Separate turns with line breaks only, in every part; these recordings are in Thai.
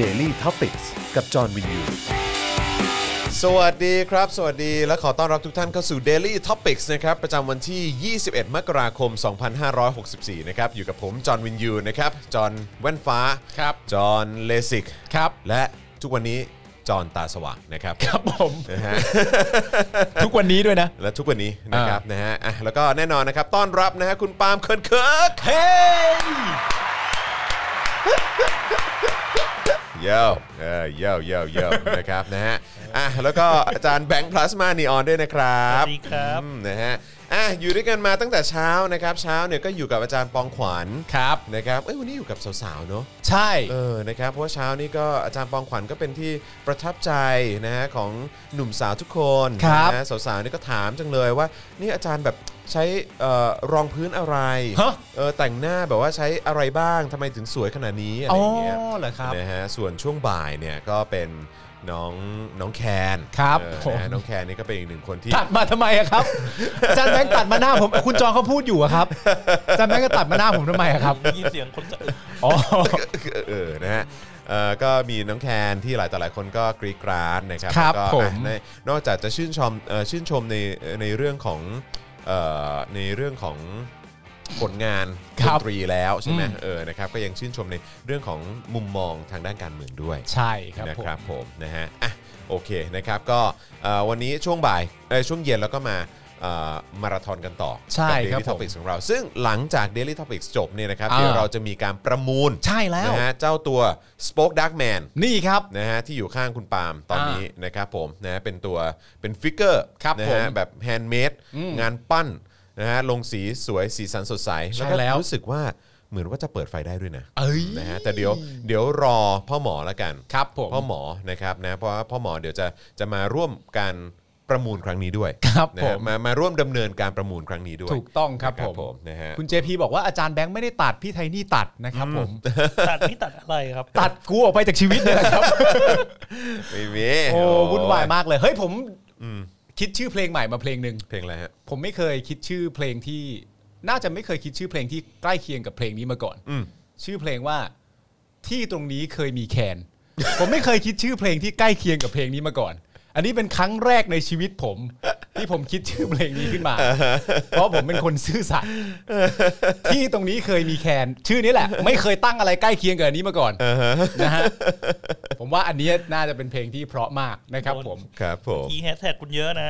Daily t o p i c กกับจอห์นวินยู
สวัสดีครับ สวัสดีและขอต้อนรับทุกท่านเข้าสู่ Daily Topics นะครับ ประจำวันที่ 21 มกราคม 2564 นะครับ อยู่กับผม จอห์นวินยูนะครับ จอห์นแว่นฟ้า
ครับ
จอห์นเลสิก
ครับ
และทุกวันนี้ จอห์นตาสว่างนะครับ
ครับผม
นะฮะ
ทุกวันนี้ด้วยนะ
และทุกวันนี้นะครับนะฮะอ่ะแล้วก็แน่นอนนะครับ ต้อนรับนะฮะคุณปาล์มเคิร์นเคิร์ก
เฮ้ย
เย้าเออเย้าเย้า เย้า นะครับนะฮะอ่ะแล้วก็อาจารย์แบงค์พลาสมานีออนด้วยนะครับ
สวัสดีครับ
อืมนะฮะอ่ะอยู่ด้วยกันมาตั้งแต่เช้านะครับ เช้าเนี่ยก็อยู่กับอาจารย์ปองขวัญ
ครับ
นะครับเอ้ยวันนี้อยู่กับสาวๆเนาะ
ใช่
เออนะครับเพราะว่าเช้านี้ก็อาจารย์ปองขวัญก็เป็นที่ประทับใจนะฮะของหนุ่มสาวทุกคน
ครับ
นะฮะสาวๆนี่ก็ถามจังเลยว่านี่อาจารย์แบบใช้เอ่อรองพื้นอะไร
ฮะ
เออแต่งหน้าแบบว่าใช้อะไรบ้างทำไมถึงสวยขนาดนี้อะไร
อ๋อ
อย่างเงี้ย
เหรอครับ
นะฮะส่วนช่วงบ่ายเนี่ยก็เป็นน้องน้องแคน
ครับ
เออ
ผม
นะฮะน้องแคนนี่ก็เป็นอีกหนึ่งคนที่
ตัดมาทำไมอะ ครับ อาจารย์แบงค์ตัดมาหน้าผม คุณจองเขาพูดอยู่อะครับ อาจารย์แบงค์ก็ตัดมาหน้าผมทำไมอะครับ
ยินเสียงคนจะอึก
อ๋อ
เออนะฮะเอ่อก็มีน้องแคนที่หลายต่อหลายคนก็กรี๊ดกราดนะครับ
ครับ
แล้วก็
ผม
อ่ะในนอกจากจะชื่นชมเอ่อชื่นชมในในเรื่องของเอ่อในเรื่องของผลงานดนตรีแล้วใช่ไหมเออนะครับก็ยังชื่นชมในเรื่องของมุมมองทางด้านการเมืองด้วย
ใช่ครับ
นะ
ผม
ครับผมนะฮะอ่ะโอเคนะครับก็เอ่อวันนี้ช่วงบ่ายเอ่อช่วงเย็นแล้วก็มาเอ่อมาราธอนกันต่อ
ใช่
กั
ครับ
Daily
ผม
Topics ของเรา ซึ่งหลังจาก Daily Topics จบเนี่ยนะครับ
อ่า
เดี๋ยวเราจะมีการประมูล
ใช่แล้ว
นะฮะเจ้าตัว Spoke Dark Man
นี่ครับ
นะฮะที่อยู่ข้างคุณปาล์มตอน
อ่านี้
นี้นะครับผมนะฮะเป็นตัวเป็นฟิกเกอร์
ครับ
นะ
ผม
ฮะแบบแฮนด์เมดงานปั้นนะฮะลงสีสวยสีสันสดใส
ใช่
ก็
แล้ว
รู้สึกว่าเหมือนว่าจะเปิดไฟได้ด้วยนะ
เอ้ย
นะฮะแต่เดี๋ยวเดี๋ยวรอพ่อหมอละกัน
ครับผม
พ่อหมอนะครับนะเพราะว่าพ่อหมอเดี๋ยวจะจะมาร่วมการประมูลครั้งนี้ด้วย
ครับ
นะ
ผ
ฮะ
ม
มามาร่วมดำเนินการประมูลครั้งนี้ด้วย
ถูกต้องครับ
นะ
ผม
นะฮะ
คุณเจพีบอกว่าอาจารย์แบงค์ไม่ได้ตัด พี่ไทนี่ตัดนะครับผม
ตัดนี่ตัดอะไรครับ
ตัดกูออกไปจากชีวิตเลยนะครับ
ไม่มี
โอ้วุ่นวายมากเลย เฮ้ยผมคิดชื่อเพลงใหม่มาเพลงหนึ่ง
เพลงอะไรฮะ
ผมไม่เคยคิดชื่อเพลงที่น่าจะไม่เคยคิดชื่อเพลงที่ใกล้เคียงกับเพลงนี้มาก่อน
อืม
ชื่อเพลงว่าที่ตรงนี้เคยมีแคน ผมไม่เคยคิดชื่อเพลงที่ใกล้เคียงกับเพลงนี้มาก่อน อันนี้เป็นครั้งแรกในชีวิตผม ที่ผมคิดชื่อเพลงนี้ขึ้น มา เพราะผมเป็นคนซื่อสัตย์ ที่ตรงนี้เคยมีแคน ชื่อนี้แหละ ไม่เคยตั้งอะไรใกล้เคียงกับอันนี้มาก่อนนะฮะผมว่าอันนี้น่าจะเป็นเพลงที่เพราะมากนะครับ ผม
ครับผม
อีแฮชแท็กคุณเยอะนะ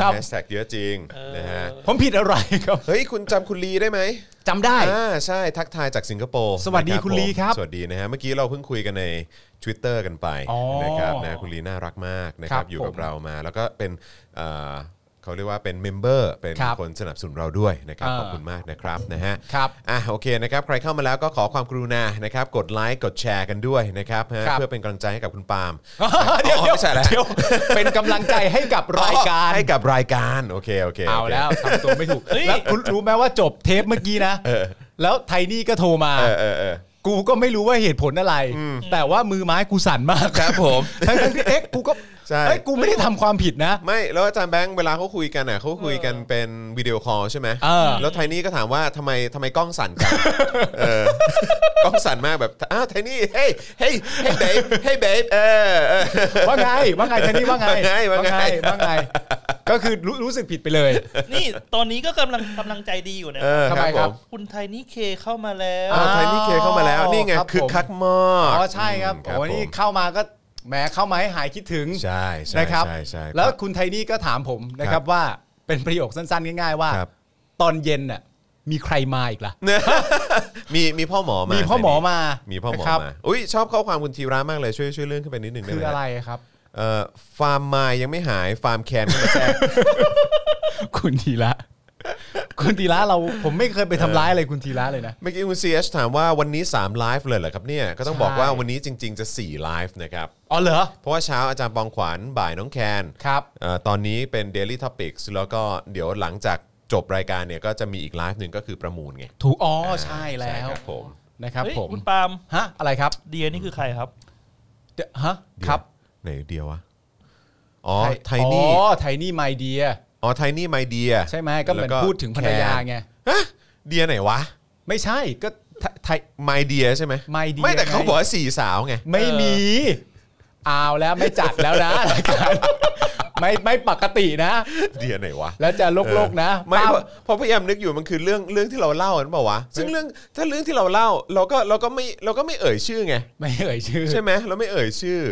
ครับ
แฮชแท็กเยอะจริงนะฮะ
ผมผิดอะไรครับ
เฮ้ยคุณจำคุณลีได้ไหม
จำได้
อ่าใช่ทักทายจากสิงคโปร์
สวัสดี
นะ
คุณ
ผม
ลีครับ
สวัสดีนะฮะเมื่อกี้เราเพิ่งคุยกันใน Twitter กันไป
อ๋อ
นะครับนะคุณลีน่ารักมากนะค
ครั
รับบ อยู่กับ
ผม
เรา เรามาแล้วก็เป็นเอ่อเขาเรียกว่าเป็นเมมเบอร์เป็น
ครับ
คนสนับสนุนเราด้วยนะครับ
อ่า
ขอบคุณมากนะครับนะฮะ
ครับ
อ่ะโอเคนะครับใครเข้ามาแล้วก็ขอความกรุณานะครับกดไลค์กดแชร์กันด้วยนะครับฮะ
ครับ
เพื่อเป็นกำลังใจให้กับคุณปาล์ม
เดี๋ยว
อ๋อ
เดี๋ยว
ไม่ใช่แล้ว
เดี๋ยวเป็นกำลังใจให้กับรายการ
ให้กับรายการโอเคโอเค
เอา
โค
แล้วทำตัวไม่ถูก
เฮ้ย
แล้วคุณรู้ไหมว่าจบเทปเมื่อกี้นะ
เออ
แล้วไทนี่ก็โทรมา
เออเออเออ
กูก็ไม่รู้ว่าเหตุผลอะไร แต่ว่ามือไม้กูสั่นมาก
ครับผม
ทั้งทั้งที่เอ็กซ์กูก็
ใช่
เอ้ยกูไม่ได้ทำความผิดนะ
ไม่แล้วอาจารย์แบงค์เวลาเขาคุยกันอ่ะเขาคุยกันเป็นวิดีโอคอลใช่ไหม
เออ
แล้วไทนี่ก็ถามว่าทำไมทำไมกล้องสั่น กันเออกล้องสั่นมากแบบอ้าวไทนี่เฮ้ยเฮ้ยเฮ้ยเบบเฮ้ยเบบเออเออ
ว่าไงว่าไงไทนี่ว่าไง
ว่าไงว่าไง
ว่าไง ก็คือรู้รู้สึกผิดไปเลย
นี่ตอนนี้ก็กำลังกำลังใจดีอยู่นะ
เออค
ทำไม
รับผ
ครั
ม
บ
คุณไทนี่เคเข้ามาแล้ว
อ้าวไทนี่เคเข้ามาแล้ว นี่ไง
ครับผม
คึกคักมาก
อ๋อใช่ครับ
ม
โอ้นี่
ผม
เข้ามาก็แหมเข้ามาให้หายคิดถึง
ใช่ใช่
นะครับ
ใช่ใช่
แล้ว
ครับ
คุณไทนี่ก็ถามผมนะค
ครั
รับบ ว่าเป็นประโยคสั้นๆ ง่ายๆว่า
ครับ
ตอนเย็นน่ะมีใครมาอีกล่ะ
มีมีพ่อหมอมา
มี
มี
พ่อหมอมา
มีพ่อหมอ
นะครับ
มาอุ้ยชอบข้อความคุณธีระมากเลยช่วยช่วยเลื่อนขึ้นไปนิดหนึ่งได้
คื
ไห
อ
ม
อะไรครับ
เอ่อฟาร์มมายังไม่หายฟาร์มแคนก็มาแทรก
คุณทีละ คุณทีละเราผมไม่เคยไปทำร้ายอะไรคุณทีละเลยนะ
เมื่อกี้คุณ CH ถามว่าวันนี้ 3 ไลฟ์เลยเหรอครับเนี่ย ก็ต้องบอก
ใช่
ว่าวันนี้จริง ๆ จะ 4 ไลฟ์นะครับ
อ๋อเหรอ
เพราะว่าเช้าอาจารย์ปองขวัญบ่ายน้องแคน
ครับ
เอ่อตอนนี้เป็น Daily Topics แล้วก็เดี๋ยวหลังจากจบรายการเนี่ยก็จะมีอีกไลฟ์หนึ่งก็คือประมูลไง
ถูกอ๋อใช่แล้ว
ครับผม
นะครับ
เฮ้ย
ผม
คุณปาล์ม
ฮะอะไรครับ
เดียนี่คือใครครับ
เดี๋ยวฮะครับ
ไหนเดียววะ อ๋อ ไทนี่
อ๋อไทนี่ไมเดีย
อ๋อ ไทนี่ไมเดีย
ใช่ไหมก็เหมือนพูดถึงภรรยาไง
ฮะเดียไหนวะ
ไม่ใช่ก็ ไทไทย
My Dear ใช่ไหม
My Dear
ไม่แต่เขา
ไง
บอกว่าสี่สาวไง
ไม่มีเอาแล้วไม่จัดแล้วนะรายการไม่ไม่ปกตินะ
เดียไหนวะ
แล้วจะโลกโลกๆนะ
ไม่
ป้า
เพราะเพราะพยายามนึกอยู่มันคือเรื่องเรื่องที่เราเล่ากันเปล่าวะซึ่งเรื่องถ้าเรื่องที่เราเล่าเราก็เราก็ไม่เราก็ไม่เอ่ยชื่อไง
ไม่เอ่ยชื่อ
ใช่ไหมเราไม่เอ่ยชื่อ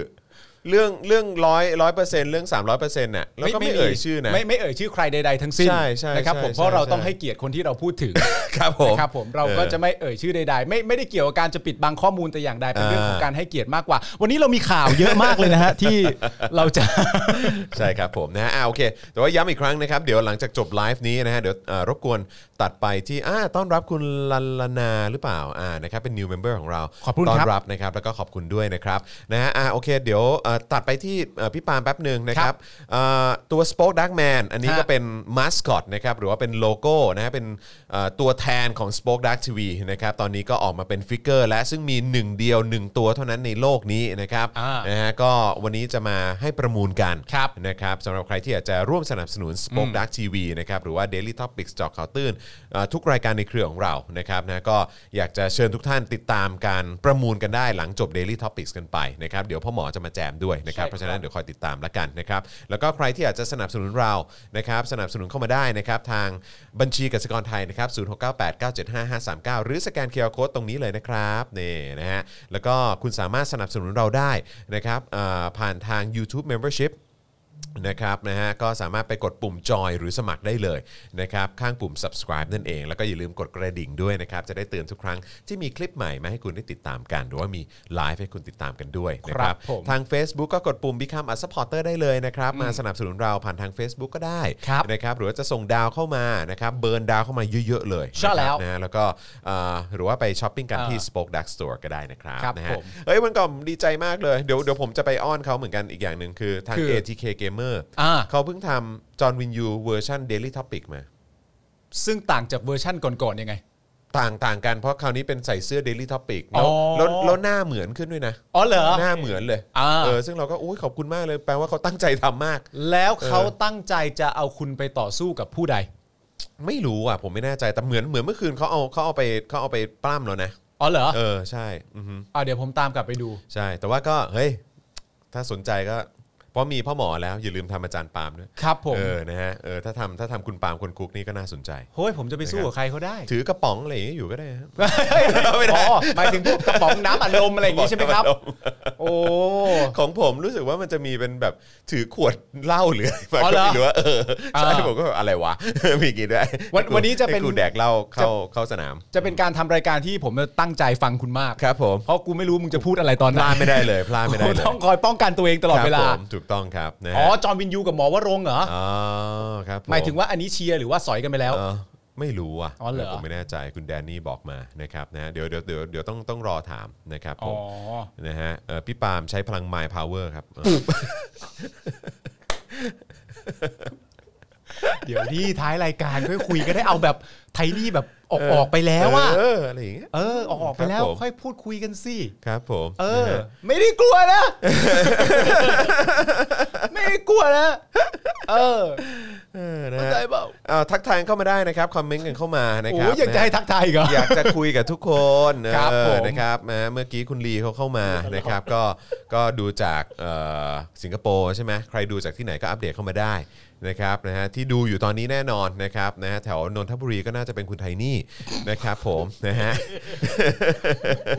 เรื่องเรื่องร้อยร้อยเปอร์เซ็นต์เรื่องสามร้อยเปอร์เซ็นต์น่ะเราก็ไม่เอ่ยชื่อนะ
ไม่ไม่เอ่ยชื่อใครใดๆทั้งสิ้น
ใช่ใช่
นะครับผม
ใช่
เพราะเรา
ใช่
ต้องให้เกียรติคนที่เราพูดถึง
ครับผม
นะครับผมเราก็จะไม่เอ่ยชื่อใดๆ ไม่ไม่ได้เกี่ยวกับการจะปิดบังข้อมูลแต่อย่างใดเป็นเรื่องของการให้เกียรติมากกว่า วันนี้เรามีข่าวเยอะมากเลยนะฮะ ที่ เราจะ
ใช่ครับผมนะฮะอ่าโอเค แต่ว่าย้ำอีกครั้งนะครับ เดี๋ยวหลังจากจบไลฟ์นี้นะฮะ เดี๋ยวเอ่อรบกวนตัดไปที่อ่าต้อนรับคุณลันลนาหรือเปล่าอ่านะครับเป็น new member ของเรา
ขอบคุณ
ต้อน
ครับ
รับนะครับ แล้วก็ขอบคุณด้วยนะครับนะฮะอ่าโอเค เดี๋ยวเอ่อตัดไปที่เอ่อพี่ปาล์มแป๊บหนึ่งนะครับเอ่อตัว Spoke Dark Man อันนี้
ฮะ
ก็เป็นมาสคอตนะครับ หรือว่าเป็นโลโก้นะฮะเป็นเอ่อตัวแทนของ Spoke Dark TV นะครับตอนนี้ก็ออกมาเป็นฟิกเกอร์และซึ่งมีหนึ่งเดียวหนึ่งตัวเท่านั้นในโลกนี้นะครับ
อ่าน
นะฮะก็วันนี้จะมาให้ประมูลกัน
ครับ
นะครับสำหรับใครที่อยากจะร่วมสนับสนุน Spoke Dark TV นะครับหรือว่า Daily Topics จอข่าวตื้นเอ่อทุกรายการในเครือของเรานะครับนะก็อยากจะเชิญทุกท่านติดตามการประมูลกันได้หลังจบ Daily Topics กันไปนะครับเดี๋ยวพ่อหมอจะมาแจมด้วยนะครับ
ใช่ครับ
เพราะฉะนั้นเดี๋ยวคอยติดตามละกันนะครับแล้วก็ใครที่อยากจะสนับสนุนเรานะครับสนับสนุนเข้ามาได้นะครับทางบัญชีกสิกรไทยนะครับศูนย์หกเก้าแปดเก้าเจ็ดห้าห้าสามเก้าหรือสแกนเคอร์โคตรงนี้เลยนะครับนี่นะฮะแล้วก็คุณสามารถสนับสนุนเราได้นะครับเอ่อผ่านทาง YouTube Membership นะครับนะฮะก็สามารถไปกดปุ่มจอยหรือสมัครได้เลยนะครับข้างปุ่ม subscribe นั่นเอง แล้วก็อย่าลืมกดกระดิ่งด้วยนะครับจะได้เตือนทุกครั้งที่มีคลิปใหม่มาให้คุณได้ติดตามกัน หรือว่ามีไลฟ์ให้คุณติดตามกันด้วยนะค
ครั
รับบ
ผม
ทาง Facebook ก็กดปุ่ม become a supporter ได้เลยนะครับมาสนับสนุนเราผ่านทาง Facebook ก็ได้
ครับ
นะครับหรือว่าจะส่งดาวเข้ามานะครับเบิร์นดาวเข้ามาเยอะๆเลย
ใช่แล้
นะครั
ว
บนะฮะแล้วก็เอ่อหรือว่าไปช้อปปิ้งกันที่
อ่า
Spoke Dark Store ก็ได้นะครับ
ครับ
นะฮะ
ผม
เอ้ยวันก่อนผมดีใจมากเลยเดี๋ยวเดี๋ยวผมจะไปอ้อนเขาเหมือนกันอีกอย่างหนึ่งคือทาง
คือ
ATK Gamer
อ่า
เขาเพิ่งทำจอห์นวินยูเวอร์ชัน Daily Topic มา
ซึ่งต่างจากเวอร์ชั่นก่อนๆยังไง
ต่างต่างกันเพราะคราวนี้เป็นใส่เสื้อ Daily Topic แล้ว
อ๋อ
แล้วแล้วหน้าเหมือนขึ้นด้วยนะ
อ๋อเหรอ
หน้าเหมือนเลย
อ่า
เออซึ่งเราก็อุ้ยขอบคุณมากเลย แปลว่าเขาตั้งใจทำมาก
แล้วเขาตั้งใจจะเอาคุณไปต่อสู้กับผู้ใด
ไม่รู้อ่ะ ผมไม่แน่ใจ แต่เหมือนเหมือนเมื่อคืนเขาเอาเขาเอาไปเขาเอาไปปล้ำแล้วนะ
อ๋อเหรอ
เออ ใช่อือฮึ
อ่าเดี๋ยวผมตามกลับไปดู
ใช่ แต่ว่าก็ เฮ้ย ถ้าสนใจก็ เพราะมีพ่อหมอแล้ว อย่าลืมทำอาจารย์ปาล์มด้วย
ครับผม
เออนะฮะเออถ้าทำถ้าทำคุณปาล์มคนคุกนี่ก็น่าสนใจ
เฮ้ยผมจะไปสู้กับใครเขาได้
ถือกระป๋องอะไรอย่างเงี้ยอยู่ก็ได้ฮะ ไม่ได้
อ๋อหมายถึงพวกกระป๋องน้ำอัดลมอะไรอย่าง งี้ใช่ไหมครับ โอ้
ของผมรู้สึกว่ามันจะมีเป็นแบบถือขวดเหล้าหรืออะไรมา
อ๋อ
ก็
เหรอ
ไม่รู้ว่าเออใช่
อ่า
ผมก็แบบอะไรว ะ มีอย่างงี้ด้วย
วันวันนี้จะเป็น
ให้กูแดกเหล้าเข้าเข้าสนาม
จะเป็นการทำรายการที่ผมตั้งใจฟังคุณมาก
ครับ ผม
เพราะกูไม่รู้มึงจะพูดอะไรตอน
พ
ไหน
ลาดไม่ได้เลยพลาดไม่ได้
กู
เลย
ต้องคอยป้องกันตัวเองตลอดเวลา
ครับผมถูกต้องครับนะ
อ๋อ
ฮะ
จอห์นวินยูกับหมอวรงค์เหรออ
อ๋อครับผ
หมายถึงว่าอันนี้เชียร์หรือว่าสอยกันไปแล้ว
เออไม่รู้อ่ะ
อ๋อเหรอ
ผมไม่แน่ใจคุณแดนนี่บอกมานะครับนะฮะเดี๋ยวเดี๋ยวเดี๋ยวเดี๋ยวต้องต้องรอถามนะครับผ
อ๋อ
มนะฮะเอ่อพี่ปาล์มใช้พลัง My Power ครับ
เดี๋ยวที่ท้ายรายการค่อยคุยก็ได้เอาแบบไทนี่แบบออกออกไปแล้วอะ
เอออะไรอย่างเงี้ย
เออออกออกไปแล้
ค
ว
รับผม
ค่อยพูดคุยกันสิ
ครับผม
เออ
นะฮะ
ไม่ได้กลัวนะ ไม่ได้กลัวนะ เออ
เออนะฮะ
เข้าใจเปล่า
อ่าทักทายเข้ามาได้นะครับคอมเมนต์กันเข้ามานะ
โอ้
ครับ
ยอยากจะให้
นะ
ทักทายอีกเหรอ
อยากจะคุยกับทุกคน
ครับ
เออ
ผม
นะครับนะเมื่อกี้คุณลีเขาเข้ามานะครับก็ก็ดูจากเอ่อสิงคโปร์ใช่ไหมใครดูจากที่ไหนก็อัปเดตเข้ามาได้นะครับนะฮะที่ดูอยู่ตอนนี้แน่นอนนะครับนะฮะแถวนนทบุรีก็น่าจะเป็นคุณไทนี่นะครับผมนะฮะ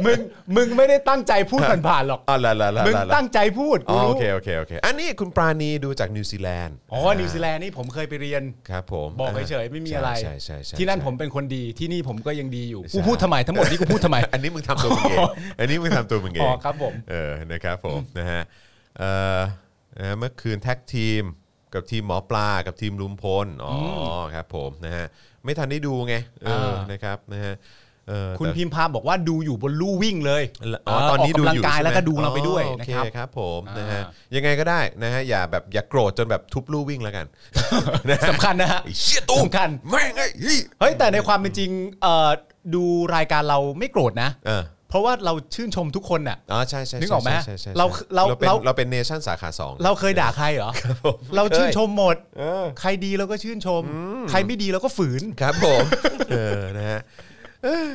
มึงมึงไม่ได้ตั้งใจพูดผ่านๆหรอก
อ๋อละละละ
มึง
ละละ
ตั้งใจพูด
อ๋
กู
อโอ
รู้
เคโอเคโอเคอันนี้คุณปราณีดูจากนิวซีแลนด์
อ๋อ นิวซีแลนด์นี่ผมเคยไปเรียน
ครับผม
บอกเฉยๆไม่มีอะไร
ใช่ใช่ใช่ใช่
ที่นั่นผมเป็นคนดีที่นี่ผมก็ยังดีอยู่
ใช่
กูพูดทำไมทั้งหมดนี่กูพู ดทำไม
อันนี้มึงทำตัวมึงเอง อันนี้มึงทำตัวมึงเอ
อ๋อง ครับผม
เออ นะครับผม นะฮะ เออนะฮะเมื่อคืนแท็กทีม กับทีมหมอปลา กับทีมลุมพล อ๋ออครับผมนะฮะ ไม่ทันได้ดูไง เออ
อ่าน
นะครับ นะฮะ เออ
คุณ
แต่
พิมพาบอกว่าดูอยู่บนลู่วิ่งเลย
อ๋อตอนนี้ดู
กกำลั
อยู่
กาย
ใช่ไหม
แล้วก็ดูเราไปด้วย
อ๋อโอ
นะ
เค
ครับ
ครับผม นะฮะ
อ่
ยังไงก็ได้นะฮะ อย่าแบบอย่าโกรธจนแบบทุบลู่วิ่งแล้วกัน
สำคัญนะฮะ
ไอ้เชี่ยตุ้ม
สำคัญ
แม่งไอ้เฮ้ย
เฮ้ย แต่ในความเป็นจริงเอ่อดูรายการเราไม่โกรธนะ
เออ
เพราะว่าเราชื่นชมทุกคนน่ะ
อ๋อใช่ใช่ใช่
นึกออกไหม
ใช่ใช่ใช่
เราเรา
เราเป็น
เรา
เราเป็นเนชั่นสาขาสอง
เราเคยด่าใครเหรอ เราชื่นชมหมด
เออ
ใครดีเราก็ชื่นชม ใครไม่ดีเราก็ฝืน
ครับผม เออนะฮะเอ้ย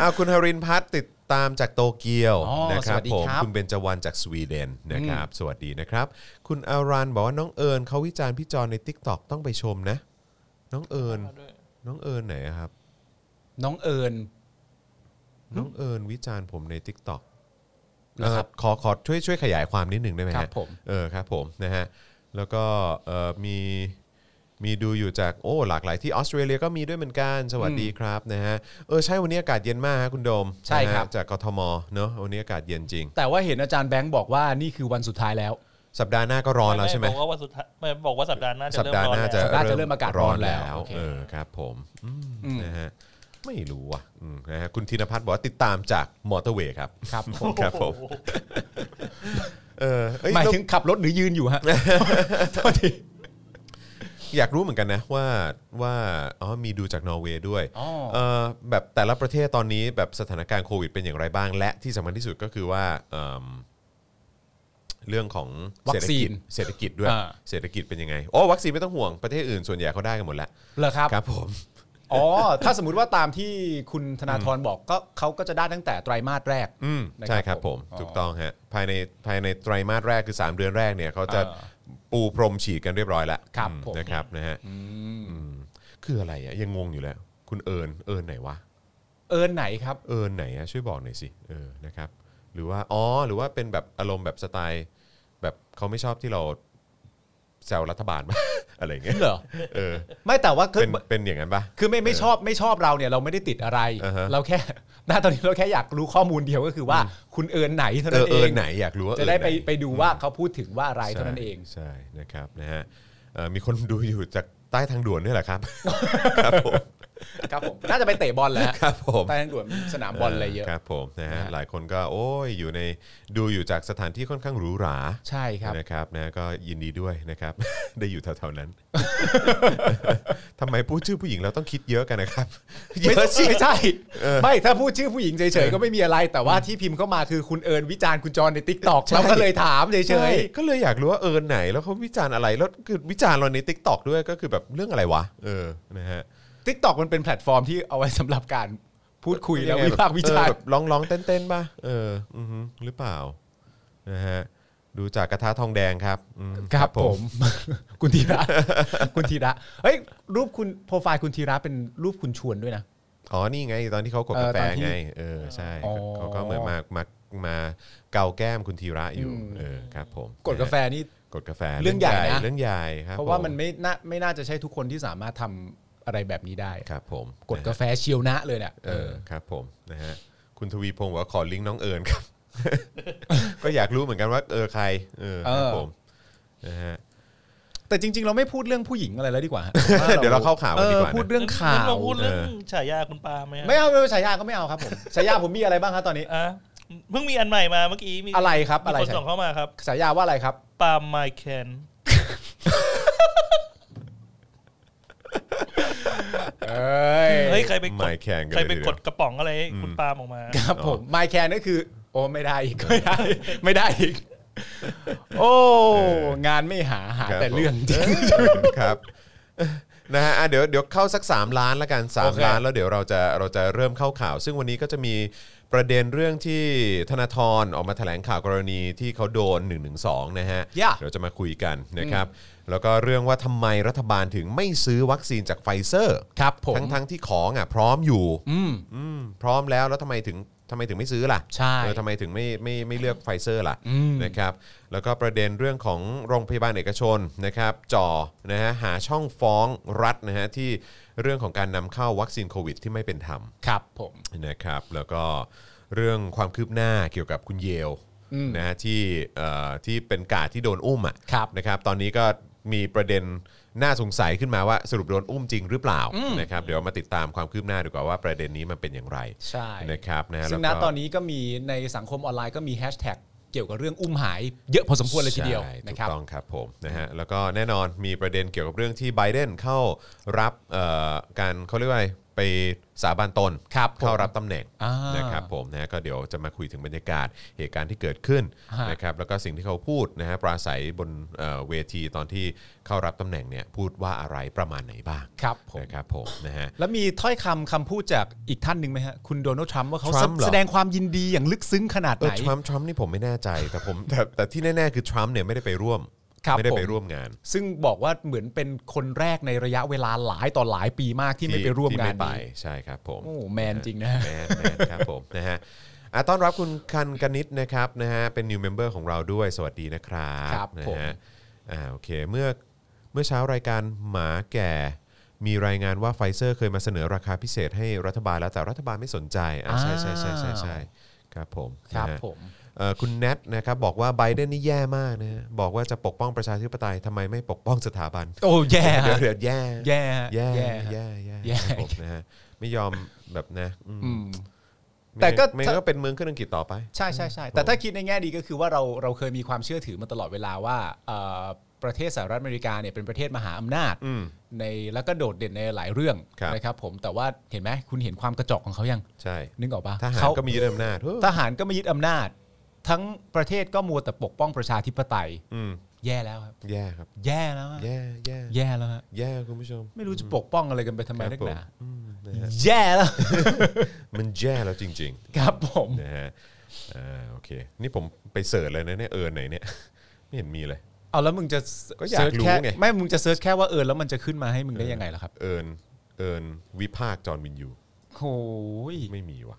อ้าวคุณฮรินพัฒน์ติดตามจากโตเกียว
อ๋อ
นะครับ
สวัสดี
ผม
ครับ
คุณเบญจวรรณจากสวีเดนนะครับ สวัสดีนะครับ คุณอารันบอกว่าน้องเอิญเขาวิจารณ์พี่จอนใน t ิ k t o k ต้องไปชมนะ น้องเอิญน้องเอิญไหนอะครับ
น้องเอิญ
น้องเอิญวิจารณ์ผมใน t ิ k t o k
นะครับ
ขอขอช่วยช่วยขยายความนิดหนึ่งได้ไหมฮะ
ครับผม
เออครับผมนะฮะแล้วก็เอ่อมีมีดูอยู่จากโอ้หลากหลายที่ออสเตรเลียก็มีด้วยเหมือนกันสวัสดีครับนะฮะเออใช่วันนี้อากาศเย็นมากฮะคุณโดม
ใช่ครับ
นะฮะจากกทมเนอะวันนี้อากาศเย็นจริง
แต่ว่าเห็นอาจารย์แบงค์บอกว่านี่คือวันสุดท้ายแล้ว
สัปดาห์หน้าก็ร้อนแล้วใช่ไหม
บอกว่าวันสุดท้ายไม่บอกว่าสัปดาห์หน้าจะ
สัป
เริ่ม
ดาห์
ร้อ
ห
น
น้าจะ
สัปดา
แล้ว
ห์จะเริ่มอากาศร้อนแล้วโอเค
เออครับผมอืมนะฮะไม่รู้ว่ะอืมนะฮะคุณธินพัฒน์บอกว่าติดตามจากมอเตอร์เวย์ครับ
ครับ
ครับผมเออเอ้ย
หมาย
แล้ว
ถึงขับรถหรือยืน อยู่ฮะ โทษที
อยากรู้เหมือนกันนะว่าว่าอ๋อมีดูจากนอร์เวย์ด้วย
อ๋อ
เอ่อแบบแต่ละประเทศตอนนี้แบบสถานการณ์โควิดเป็นอย่างไรบ้าง และที่สำคัญที่สุดก็คือว่าเอิ่มเรื่องของ
วั
เศรษ
ค
ฐ
ซี
กิจ
น
เศรษฐกิจด้วย
อ่า
เศรษฐกิจเป็นยังไงโอ้วัคซีนไม่ต้องห่วงประเทศอื่นส่วนใหญ่เขาได้กันหมดแล้ว
เหรอครับ
ครับผม
อ๋อ ถ้าสมมติว่าตามที่คุณธนาธรบอกก็เขาก็จะได้ตั้งแต่ไตรมาสแรก
อืม
นะครับ
ใช่ครับผม
ผมอ๋อ
ถูกต้องฮะภายในภายในไตรมาสแรกคือ 3 เดือนแรกเนี่ยเขาจะ
อ่า
ปูพรมฉีดกันเรียบร้อยแล้ว
ครับ
อืม
ผม
นะครับนะฮะอืมคืออะไรอะยังงงอยู่แล้ว คุณเอิญเอิญไหนวะ
เอินไหนครับ
เออไหนอะช่วยบอกหน่อยสิเออนะครับหรือว่าอ๋อหรือว่าเป็นแบบอารมณ์แบบสไตล์ แบบเขาไม่ชอบที่เราแซวรัฐบาลป ะ อะไรเงี้ย
เหรอ
เออ
ไม่แต่ว่าคือ
เป็นเป็นอย่างนั้นปะ
คือไม่ไม่ชอบไม่ชอบเราเนี่ยเราไม่ได้ติดอะไร
อ่าฮะ
เราแค่ ณตอนนี้เราแค่อยากรู้ข้อมูลเดียวก็คือว่าคุณเอินไหนเท่า
เอ
นั้
อนเอ
เอ
อง ไหนอยากรู้ว่า
จะได้
เออห
ไป
น
ไปดูว่าเขาพูดถึงว่าอะไรเท่านั้นเอง
ใช่ใช่นะครับนะฮะเอ่อมีคนดูอยู่จากใต้ทางด่วนด้วยเหรอ ครับ ครับผม
ครับผม น่าจะไปเตะบอลแหล้ว
ครับผม
ใต้ทางด่วนสนามบอลอะไรเยอะ
ครับผมนะฮะ
นะฮะ
หลายคนก็โอ้ยอยู่ในดูอยู่จากสถานที่ค่อนข้างหรูหรา
ใช่ครับ
นะครับนะก็ยินดีด้วยนะครับ ได้อยู่แถว ๆนั้น ทำไมพูดชื่อผู้หญิงเราต้องคิดเยอะกันนะครับเย
ไม่
อะสิ
ไม่ใช่
เออ
ไม่ถ้าพูดชื่อผู้หญิงเฉ
เอย อ
ๆก็ไม่มีอะไร แต่ว่าที่พิมพ์เข้ามาคือคุณเอิญวิจารณ์คุณจรในติ๊กต็อกเราก็เลยถามเฉ
ใช่
ย
ก็เลยอยากรู้ว่าเออไหน แล้วเขาวิจารณ์อะไรแล้วคือวิจารณ์เราในทิกตอกด้วยก็คือแบบเรื่องอะไรวะเออนะฮะ
ๆติ๊กต็อกมันเป็นแพลตฟอร์มที่เอาไว้สำหรับการพูดคุยแล้ววิพากษ์วิจาร
เออแบ
ณ์
บร้องร้องๆเต้นเต้นๆป่ะเอออือหือหรือเปล่านะฮะดูจากกระทะทองแดงครับอืม
ครับผม คุณธีระ คุณธีระเฮ้ยรูปคุณโปรไฟล์คุณธีระเป็นรูปคุณชวนด้วยนะ
อ๋อ นี่ไง ตอนที่เขากดกาแฟ
เออตอนที่
ไง เออ ใช่
อ๋อ
เขาก็เหมือนมามามาเกาแก้มคุณธีระอยู่
อืม
เออ ครับผม
กดกาแฟนี่
กดกาแฟ
เรื่องใหญ่นะ
เรื่องใหญ่ครับ
เพราะว่ามัน
ผ
ไม่น่าไม่น่าจะใช่ทุกคนที่สามารถทำอะไรแบบนี้ได้
ครับผม
กด
นะ
กา
ฮะ
แฟเชียวนะเลยเนี่ย
เออ ครับผม นะฮะ คุณทวีพงศ์บอกว่าขอลิงก์น้องเอิญครับ ก็อยากรู้เหมือนกันว่า เออ ใคร เออ ครับผม นะฮะ
แต่จริง ๆ เราไม่พูดเรื่องผู้หญิงอะไรแล้วดีกว่าฮะ
เดี๋ยวเราเข้าข่าวกันดีกว่า
เออพูด
นะ
เรื่องข่าว
เราพูดเรื่องฉายาคุณปาไหมฮะ
ไม่เอาไม่เอาฉายาก็ไม่เอาครับผม ฉายาผมมีอะไรบ้างครับตอนนี้
อ่ะเพิ่งมีอันใหม่มาเมื่อกี้มี
อะไรครับ
มี
อะไร
คน
ฉา
ส่งเข้ามาครับ
ฉายาว่าอะไรครับ
ปาไมแคน
เอ้ย
เฮ้ยใครไปก
ไม่
ด
แข่งกัน
ใคร
เลย
ไป
ทีเดี
ก
ย
ด
ว
กระป๋องอะไรให้คุณปาออกมา
ครับผมไมแคนก็คือ โอ้ไม่ได้อีก ไม่ได้ ไม่ได้อีก โอ้งานไม่หาหา
ครับ
แต่เรื่อง
ผม
จริง
ครับนะฮะอ่ะเดี๋ยวเดี๋ยวเข้าสัก 3 ล้านละกัน
โอเค
3 ล้านแล้วเดี๋ยวเราจะเราจะเริ่มเข้าข่าว ซึ่งวันนี้ก็จะมีประเด็นเรื่องที่ธนาธรออกมาแถลงข่าวกรณีที่เขาโดน 1 1 2 นะฮะ
Yeah
เดี๋ยวจะมาคุยกันนะครับ แล้วก็เรื่องว่าทำไมรัฐบาลถึงไม่ซื้อวัคซีนจากไฟเซอร์
ครับผม
ทั้งทั้งที่ของอ่ะพร้อมอยู่
อืม
อืมพร้อมแล้วแล้วทำไมถึงทำไมถึงไม่ซื้อล่ะ
ใช่
เออทำไมถึงไม่ไม่ไม่เลือกไฟเซอร์ล่ะ
อืม
นะครับแล้วก็ประเด็นเรื่องของโรงพยาบาลเอกชนนะครับจ่อนะฮะหาช่องฟ้องรัฐนะฮะที่เรื่องของการนำเข้าวัคซีนโควิดที่ไม่เป็นธรรม
ครับผม
นะครับแล้วก็เรื่องความคืบหน้าเกี่ยวกับคุณเยล
อืม
นะฮะที่เอ่อที่เป็นกาดที่โดนอุ้มอ่ะ
ครับ
นะครับตอนนี้ก็มีประเด็นน่าสงสัยขึ้นมาว่าสรุปโดนอุ้มจริงหรือเปล่านะครับเดี๋ยวมาติดตามความคืบหน้าดีกว่าว่าประเด็นนี้มันเป็นอย่างไร
ใช่
นะครับนะฮะ
ซึ่งณ
แล้วก็
ตอนนี้ก็มีในสังคมออนไลน์ก็มีแฮชแท็กเกี่ยวกับเรื่องอุ้มหายเยอะพอสมควรเลยทีเดียว
ใช่ถู
นะครั
ก
บ
ต้องครับผมนะฮะแล้วก็แน่นอนมีประเด็นเกี่ยวกับเรื่องที่ไบเดนเข้ารับเอ่อการเขาเรียกว่าอะไร ไปสาบานตน
ครับผม
เข้ารับตำแหน่ง
อ่าน
นะครับผมนะฮะก็เดี๋ยวจะมาคุยถึงบรรยากาศเหตุการณ์ที่เกิดขึ้น
ฮะ
นะครับแล้วก็สิ่งที่เขาพูดนะฮะปราศัยบนเอ่อเวทีตอนที่เข้ารับตำแหน่งเนี่ยพูดว่าอะไรประมาณไหนบ้าง
ครับผม
นะครับผมนะฮะ
แล้วมีถ้อยคำคำพูดจากอีกท่านหนึ่งไหมฮะ คุณโดนัลด์ทรัมป์ว่าเขา
ทรัมป์เหรอ
แสดงความยินดีอย่างลึกซึ้งขนาด
เอ
ไห
อน ทรัมป์ทรัมป์นี่ผมไม่แน่ใจแต่ผมแต่แต่ที่แน่ๆคือทรัมป์เนี่ยไม่ได้ไปร่วม
ครับ
ไม่ได้ไป
ผม
ร่วมงาน
ซึ่งบอกว่าเหมือนเป็นคนแรกในระยะเวลาหลายต่อหลายปีมากที่ไม่ไปร่วม
ที่
งาน
ไม่ไป
นี้
ใช่ครับผม
โอ้แมนจริงนะฮะ
แมนแมนครับผม นะฮะอ่ะต้อนรับคุณคันกนิตนะครับนะฮะเป็น new member ของเราด้วยสวัสดีนะครับ
ครับ
นะ
ผม
ฮะอ่าโอเคเมื่อเมื่อเช้ารายการหมาแก่ มีรายงานว่าไฟเซอร์เคยมาเสนอราคาพิเศษให้รัฐบาลแล้วแต่รัฐบาลไม่สนใจอ่ะใช่ใช่ใช่ใช่ใช่ครับผม
ครับ
นะฮะ
ผม
เอ่อคุณแนทนะครับบอกว่าไบเดนนี่แย่มากนะฮะบอกว่าจะปกป้องประชาธิปไตยทำไมไม่ปกป้องสถาบัน
โอ้ แย่
เดี๋ยว
ฮะ
เดี๋ยวแย่
แย่ฮะ
แย่
แย่ฮะ
แย่แย่
แย่
ครับผมนะฮะไม่ยอมแบบนะอืม
อืม
ไม่
แต่ก็
ไม่งั้นก็เป็นเมืองขึ้นอังกฤษต่อไป
ใช่ใช่ใช่แต่ถ้าคิดในแง่ดีก็คือว่าเราเราเคยมีความเชื่อถือมาตลอดเวลาว่าเอ่อประเทศสหรัฐอเมริกาเนี่ยเป็นประเทศมหาอำนาจ
อืม
ในแล้วก็โดดเด่นในหลายเรื่อง
ครับ
นะครับผมแต่ว่าเห็นไหมคุณเห็นความกระจอกของเขายัง
ใช่
นึกออกปะ
ทหาร
เข
ก็มียึดอำนาจเฮ้ย
ทหารก็ไม่ยึดอำนาจ ทั้งประเทศก็มัวแต่ปกป้องประชาธิปไตย
อืม
แย่แล้วครับ
แย่ครับ
แย่แล้วฮะ
แย่แย่
แย่แล้วฮะ
แย่คุณผู้ชม
ไม่รู้จะปกป้องอะไรกันไปทำไม
ครับ
นัก
ผม
หนา
อืมนะฮะ
แย่แล้ว
มันแย่แล้วจริง
ครับผม
ๆนะฮะอ่าโอเค นี่ผมไปเสิร์ชเลยนะเนี่ยเออไหนเนี่ย ไม่เห็นมีเลย
เอาแล้วมึงจะ
ก็อยากรู้ไง
เสิชแค่ไม่มึงจะเซิร์ชแค่ว่าเออแล้วมันจะขึ้นมาให้มึงได้ยังไงล่ะครับ
เอิญเอิญวิภาคจอห์นวินยู
โอ้ย
ไม่มีว่ะ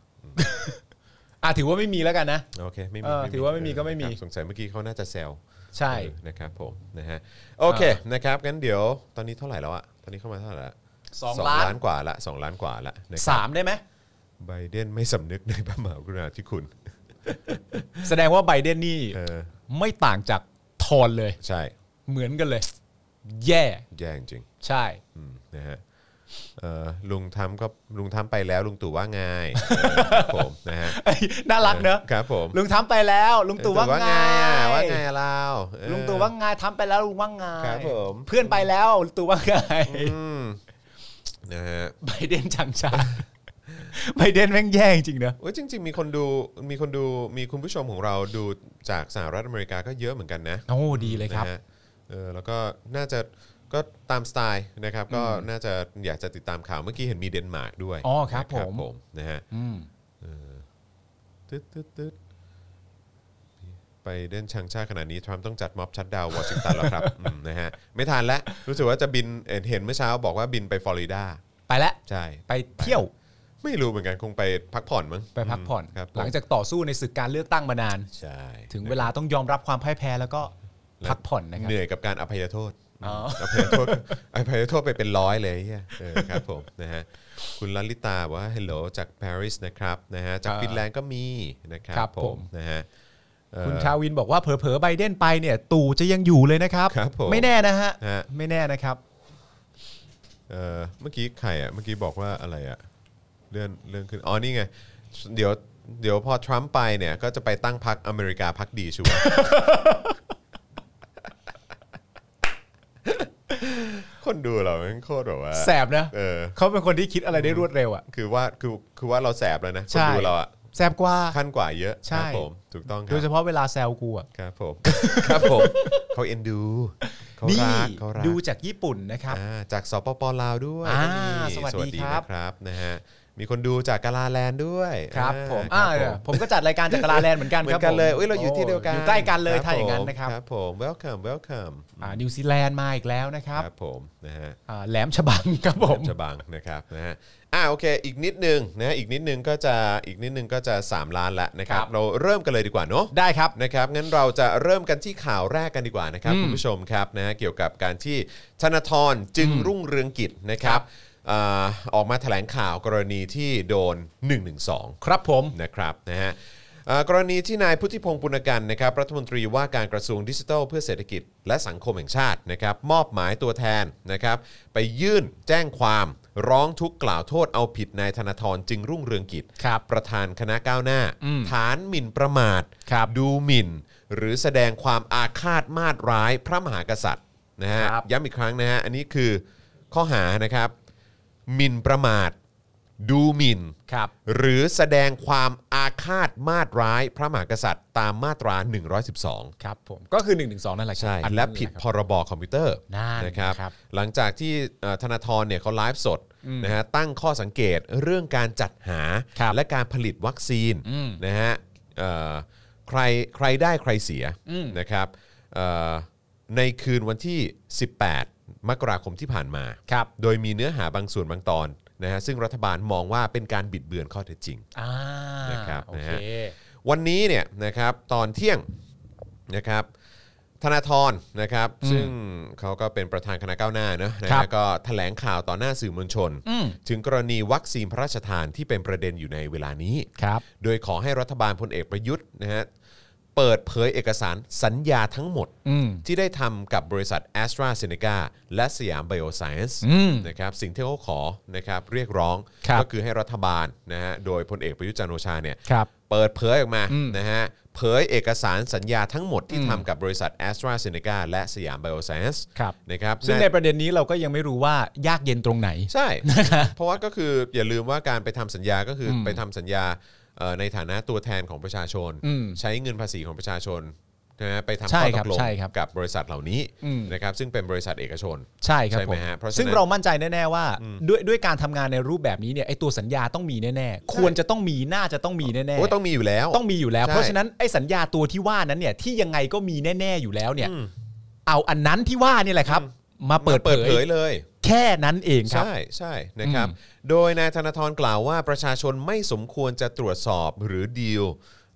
อ่ะถือว่าไม่มีแล้วกันนะ
โอเคไม่มี
เออถือว่าไม่มีก็ไม่มี
ครับสงสัยเมื่อกี้เขาน่าจะแซว
ใช่
เออนะครับผมนะฮะโอเคนะครับงั้นเดี๋ยวตอนนี้เท่าไหร่แล้วอะตอนนี้เข้ามาเท่าไหร่ละ
สองล้าน
กว่าละสองล้านกว่าละนะ
สามได้ไหม
ไบเดนไม่สำนึกในพระมหากรุณาธิคุณ
แสดงว่าไบเดนนี่
เออ
ไม่ต่างจากทอนเลย
ใช่
เหมือนกันเลย แย่
แย่จริง
ใช่
อืมนะฮะเอ่อลุงทำก็ลุงทำไปแล้วลุงตู่ว่าไงเออครับ ผมนะฮะ
น่ารักเนอะ
ครับผม
ลุงทำไปแล้วลุงตู่ว่าไง
อะว่าไงเราเออ
ลุงตู่ว่าไงทำไปแล้วลุงว่าไง
ครับผม
เพื่อนไปแล้วลุงตู่ว่าไง
อืมนะฮะ
ไบเดนจังชาไบเดนแม่งแย่จริงๆเนอะ
โอ้ยจริง ๆ มีคนดูมีคนดูมีคุณผู้ชมของเราดูจากสหรัฐอเมริกาก็เยอะเหมือนกันนะ
โอ้ดีเลยครับ
นะฮะเออแล้วก็น่าจะก็ตามสไตล์นะครับ ก็น่าจะอยากจะติดตามข่าวเมื่อกี้เห็นมีเดนมาร์กด้วย
อ๋อครับ
นะ
ผม
นะฮะ
อืม
ตึ๊ดตึ๊ดตึ๊ดไปเด่นชังชาติขนาดนี้ทรัมป์ต้องจัดม็อบชัดดาวน์วอชิงตันแล้ว ครับ อืมนะฮะไม่ทันแล้วรู้สึกว่าจะบินเอ่อเห็นเมื่อเช้าบอกว่าบินไปฟลอริดา
ไปแล้ว
ใช่
ไปเที่ยว
ไม่รู้เหมือนกันคงไปพักผ่อนมั้ง
ไปพักผ่อน
มครับผม
หลังจากต่อสู้ในศึกการเลือกตั้งมานาน
ใช่
ถึงเวลาต้องยอมรับความพ่ายแพ้แล้วก็พักผ่อนนะครับ
เหนื่อยกับการอภัยโทษ
อ๋อ
อภัยโทษอภัยโทษไปเป็นร้อยเลยเหี้ยเออครับผมนะฮะคุณลลิตาบอกว่า hello จากปารีสนะครับนะฮะจาก
อ่า
ฟินแลนด์ก็มีนะครับ
ครับผม
นะฮะเอ่อ
คุณชาวินบอกว่าเผลอๆไบเดนไปเนี่ยตู่จะยังอยู่เลยนะครับ
ครับผม
ไม่แน่นะฮะ
ฮะ
ไม่แน่นะครับ
เอ่อเมื่อกี้ใครอ่ะเมื่อกี้บอกว่าอะไรอ่ะเลื่อนเลื่อนขึ้นอ๋อนี่ไงเดี๋ยวเดี๋ยวพอทรัมป์ไปเนี่ยก็จะไปตั้งพรรคอเมริกาพรรคดี ชัวร์ คนดูเราแม่งโคตรแบบว่า
แสบนะ
เออ
เขาเป็นคนที่คิดอะไรได้รวดเร็วอ่ะ
คือว่าคือคือว่าเราแสบแล้วนะค
ใช่
นดูเราอะ
แสบกว่า
ขั้นกว่าเยอะ
ใช่
ครับผมถูกต้องค
โด
รั
ยเฉ
บ
พาะเวลาแซวกูอ่ะ
ครับผม ครับผมเขาเอ็นดูเขา
นี่
รักเขารัก
ดูจากญี่ปุ่นนะครับ
อ่าจากสปปลาวด้วย
อ่า
นี่
สวัสดีครับ
นะครับนะฮะมีคนดูจากกาลาแลนด์ด้วย
ครับ
อ่า
ผมอ่า
ครับผม
ผมก็จัดรายการจากกาลาแลนด์เหมือนกัน
เหมื
ค
อ
รับ
นกันเลย
ผม
อุ้ยเราอยู่ที่เดียวกัน
อยู่ใกล้กันเลย
บ
ถ้าอย่างนั้น
ผม
นะครับ
ครับผม welcome welcome
อ่านิวซีแลนด์มาอีกแล้วนะครับ
ครับผมนะฮะ
อ่าแหลมฉบังครับผม
ฉบังนะครับนะฮะอ่าโอเค อีกนิดนึงนะอีกนิดนึงก็จะอีกนิดนึงก็จะ 3 ล้านละนะครับ
ครับ
เราเริ่มกันเลยดีกว่าเนาะ
ได้ครับ
นะครับงั้นเราจะเริ่มกันที่ข่าวแรกกันดีกว่านะครับ
อืม
คุณผู้ชมครับนะเกี่ยวกับการที่ธนาธรจึงรุ่งเรืองกิจนะครับอ่าออกมาแถลงข่าวกรณีที่โดน 112 ครับผมนะครับนะฮะอ่ากรณีที่นายพุทธิพงศ์ปุณกันนะครับรัฐมนตรีว่าการกระทรวงดิจิทัลเพื่อเศรษฐกิจและสังคมแห่งชาตินะครับมอบหมายตัวแทนนะครับไปยื่นแจ้งความร้องทุกข์กล่าวโทษเอาผิดนายธนาธรจึงรุ่งเรืองกิจ
ครับ
ประธานคณะก้าวหน้า
อืม
ฐานหมิ่นประมาท
ครับ
ดูหมิ่น หรือแสดงความอาฆาตมาตร้ายพระมหากษัตริย์นะฮะ
ครับ
ย้ำอีกครั้งนะฮะอันนี้คือข้อหานะครับหมิ่นประมาท ดูหมิ่น
ครับ
หรือแสดงความอาฆาตมาตร้ายพระมหากษัตริย์ตามมาตรา 112
ครับผมก็คือ1นึนั่นแหละครับ
ใช่
อันนั้น
และผิด
นค
พ
รับ
รบคอมพิวเตอร์
นั่น
นะครับ
ครับ
หลังจากที่เอ่อธนาธรเนี่ยเขาไลฟ์สดนะฮะตั้งข้อสังเกตเรื่องการจัดหา
ครับ
และการผลิตวัคซีน
อืม
นะฮะเอ่อใครใครได้ใครเสีย
อืม
นะครับเอ่อในคืนวันที่ 18 มกราคมที่ผ่านมา
ครับ
โดยมีเนื้อหาบางส่วนบางตอนนะฮะซึ่งรัฐบาลมองว่าเป็นการบิดเบือนข้อเท็จจริง
อ่า
นะครับ
โอ
นะ
เค
ฮะ วันนี้เนี่ยนะครับตอนเที่ยงนะครับธนาธรนะครับซึ่งเขาก็เป็นประธานคณะก้าวหน้าเนอะนะฮะก็แถลงข่าวต่อหน้าสื่อมวลชน ถึงกรณีวัคซีนพระราชทานที่เป็นประเด็นอยู่ในเวลานี้
ครับ
โดยขอให้รัฐบาลพลเอกประยุทธ์นะฮะเปิดเผยเอกสารสัญญาทั้งหมด
อืม
ที่ได้ทำกับบริษัท a s t r a z เซ e c a และสยามไบโอไซน์
อืม
นะครับสิ่งที่เขาขอนะครับเรียกร้อง
ครับ
ก็คือให้รัฐบาลนะฮะโดยพลเอกประยุทธ์จันทร์โอชาเนี่ย
ครับ
เปิดเผยออกมานะฮะเผยเอกสารสัญญาทั้งหมดที่ทำกับบริษัท a s t r a z เซ e c a และสยามไบโอไซน์
ครับ
นะครับ
ซึ่ง
า
ในประเด็นนี้เราก็ยังไม่รู้ว่ายากเย็นตรงไหน
ใช่ เพราะว่าก็คืออย่าลืมว่าการไปทำสัญญาก็คืออไปทำสัญญาเอ่อในฐานะตัวแทนของประชาชน
อืม
ใช้เงินภาษีของประชาชนนะฮะไปทำ
ใช่
ข้อต
ครับ
กลง
ใช่ครับ
กับบริษัทเหล่านี้
อืม
นะครับซึ่งเป็นบริษัทเอกชน
ใช่ครับ
ใช่ไห
ผม ม
ฮะเพราะฉะนั้น
ซึ่งเรามั่นใจแน่ๆว่าด้วยด้วยการทำงานในรูปแบบนี้เนี่ยไอตัวสัญญาต้องมีแน่ๆควรจะต้องมีน่าจะต้องมีแน่
โอ้
ๆ
ต้องมีอยู่แล้ว
ต้องมีอยู่แล้ว
ใช่
เพราะฉะนั้นไอสัญญาตัวที่ว่านั้นเนี่ยที่ยังไงก็มีแน่ๆอยู่แล้วเนี่ย เอาอันนั้นที่ว่าเนี่ยแหละครับ มาเปิดเผ
เปิดเผ
ย
ยเลย
แค่นั้นเองครับ
ใช่ใช่นะครับ โดยนายธนาธรกล่าวว่าประชาชนไม่สมควรจะตรวจสอบหรือดีล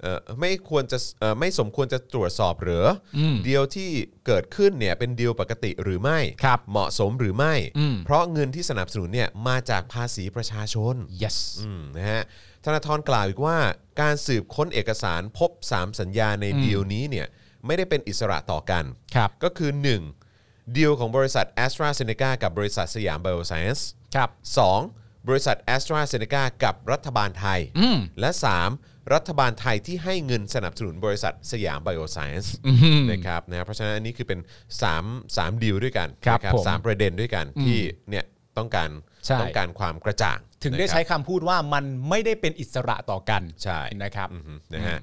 เอ่อไม่ควรจะเอ่อไม่สมควรจะตรวจสอบหรืออเดียวที่เกิดขึ้นเนี่ยเป็นดีลปกติหรือไม่
ครับ
เหมาะสมหรือไม่
อืม
เพราะเงินที่สนับสนุนเนี่ยมาจากภาษีประชาชน
yes
อืมนะฮะธนาธรกล่าวอีกว่าการสืบค้นเอกสารพบ 3 สัญญาในดีลนี้เนี่ยไม่ได้เป็นอิสระต่อกัน
ครับ
ก็คือ 1. ดีลของบริษัท a s t r a z เซ e c a กับบริษัทสยามไบโอไซเอนส์
ครับ
2. บริษัท a s t r a z เซ e c a กับรัฐบาลไทย และ 3. รัฐบาลไทยที่ให้เงินสนับสนุนบริษัทสยามไบโอไซเอนส์นะครับนะเพราะฉะนั้นอันนี้คือเป็น 3 3ดีลด้วยกัน
ครับ
นะ
ผม
สามประเด็นด้วยกันที่เนี่ยต้องการ
ใช่
ต้องการความกระจ่าง
ถึงได้
นะครับ
ใช้คำพูดว่ามันไม่ได้เป็นอิสระต่อกัน
ใช่
นะครับ
อืมนะฮะ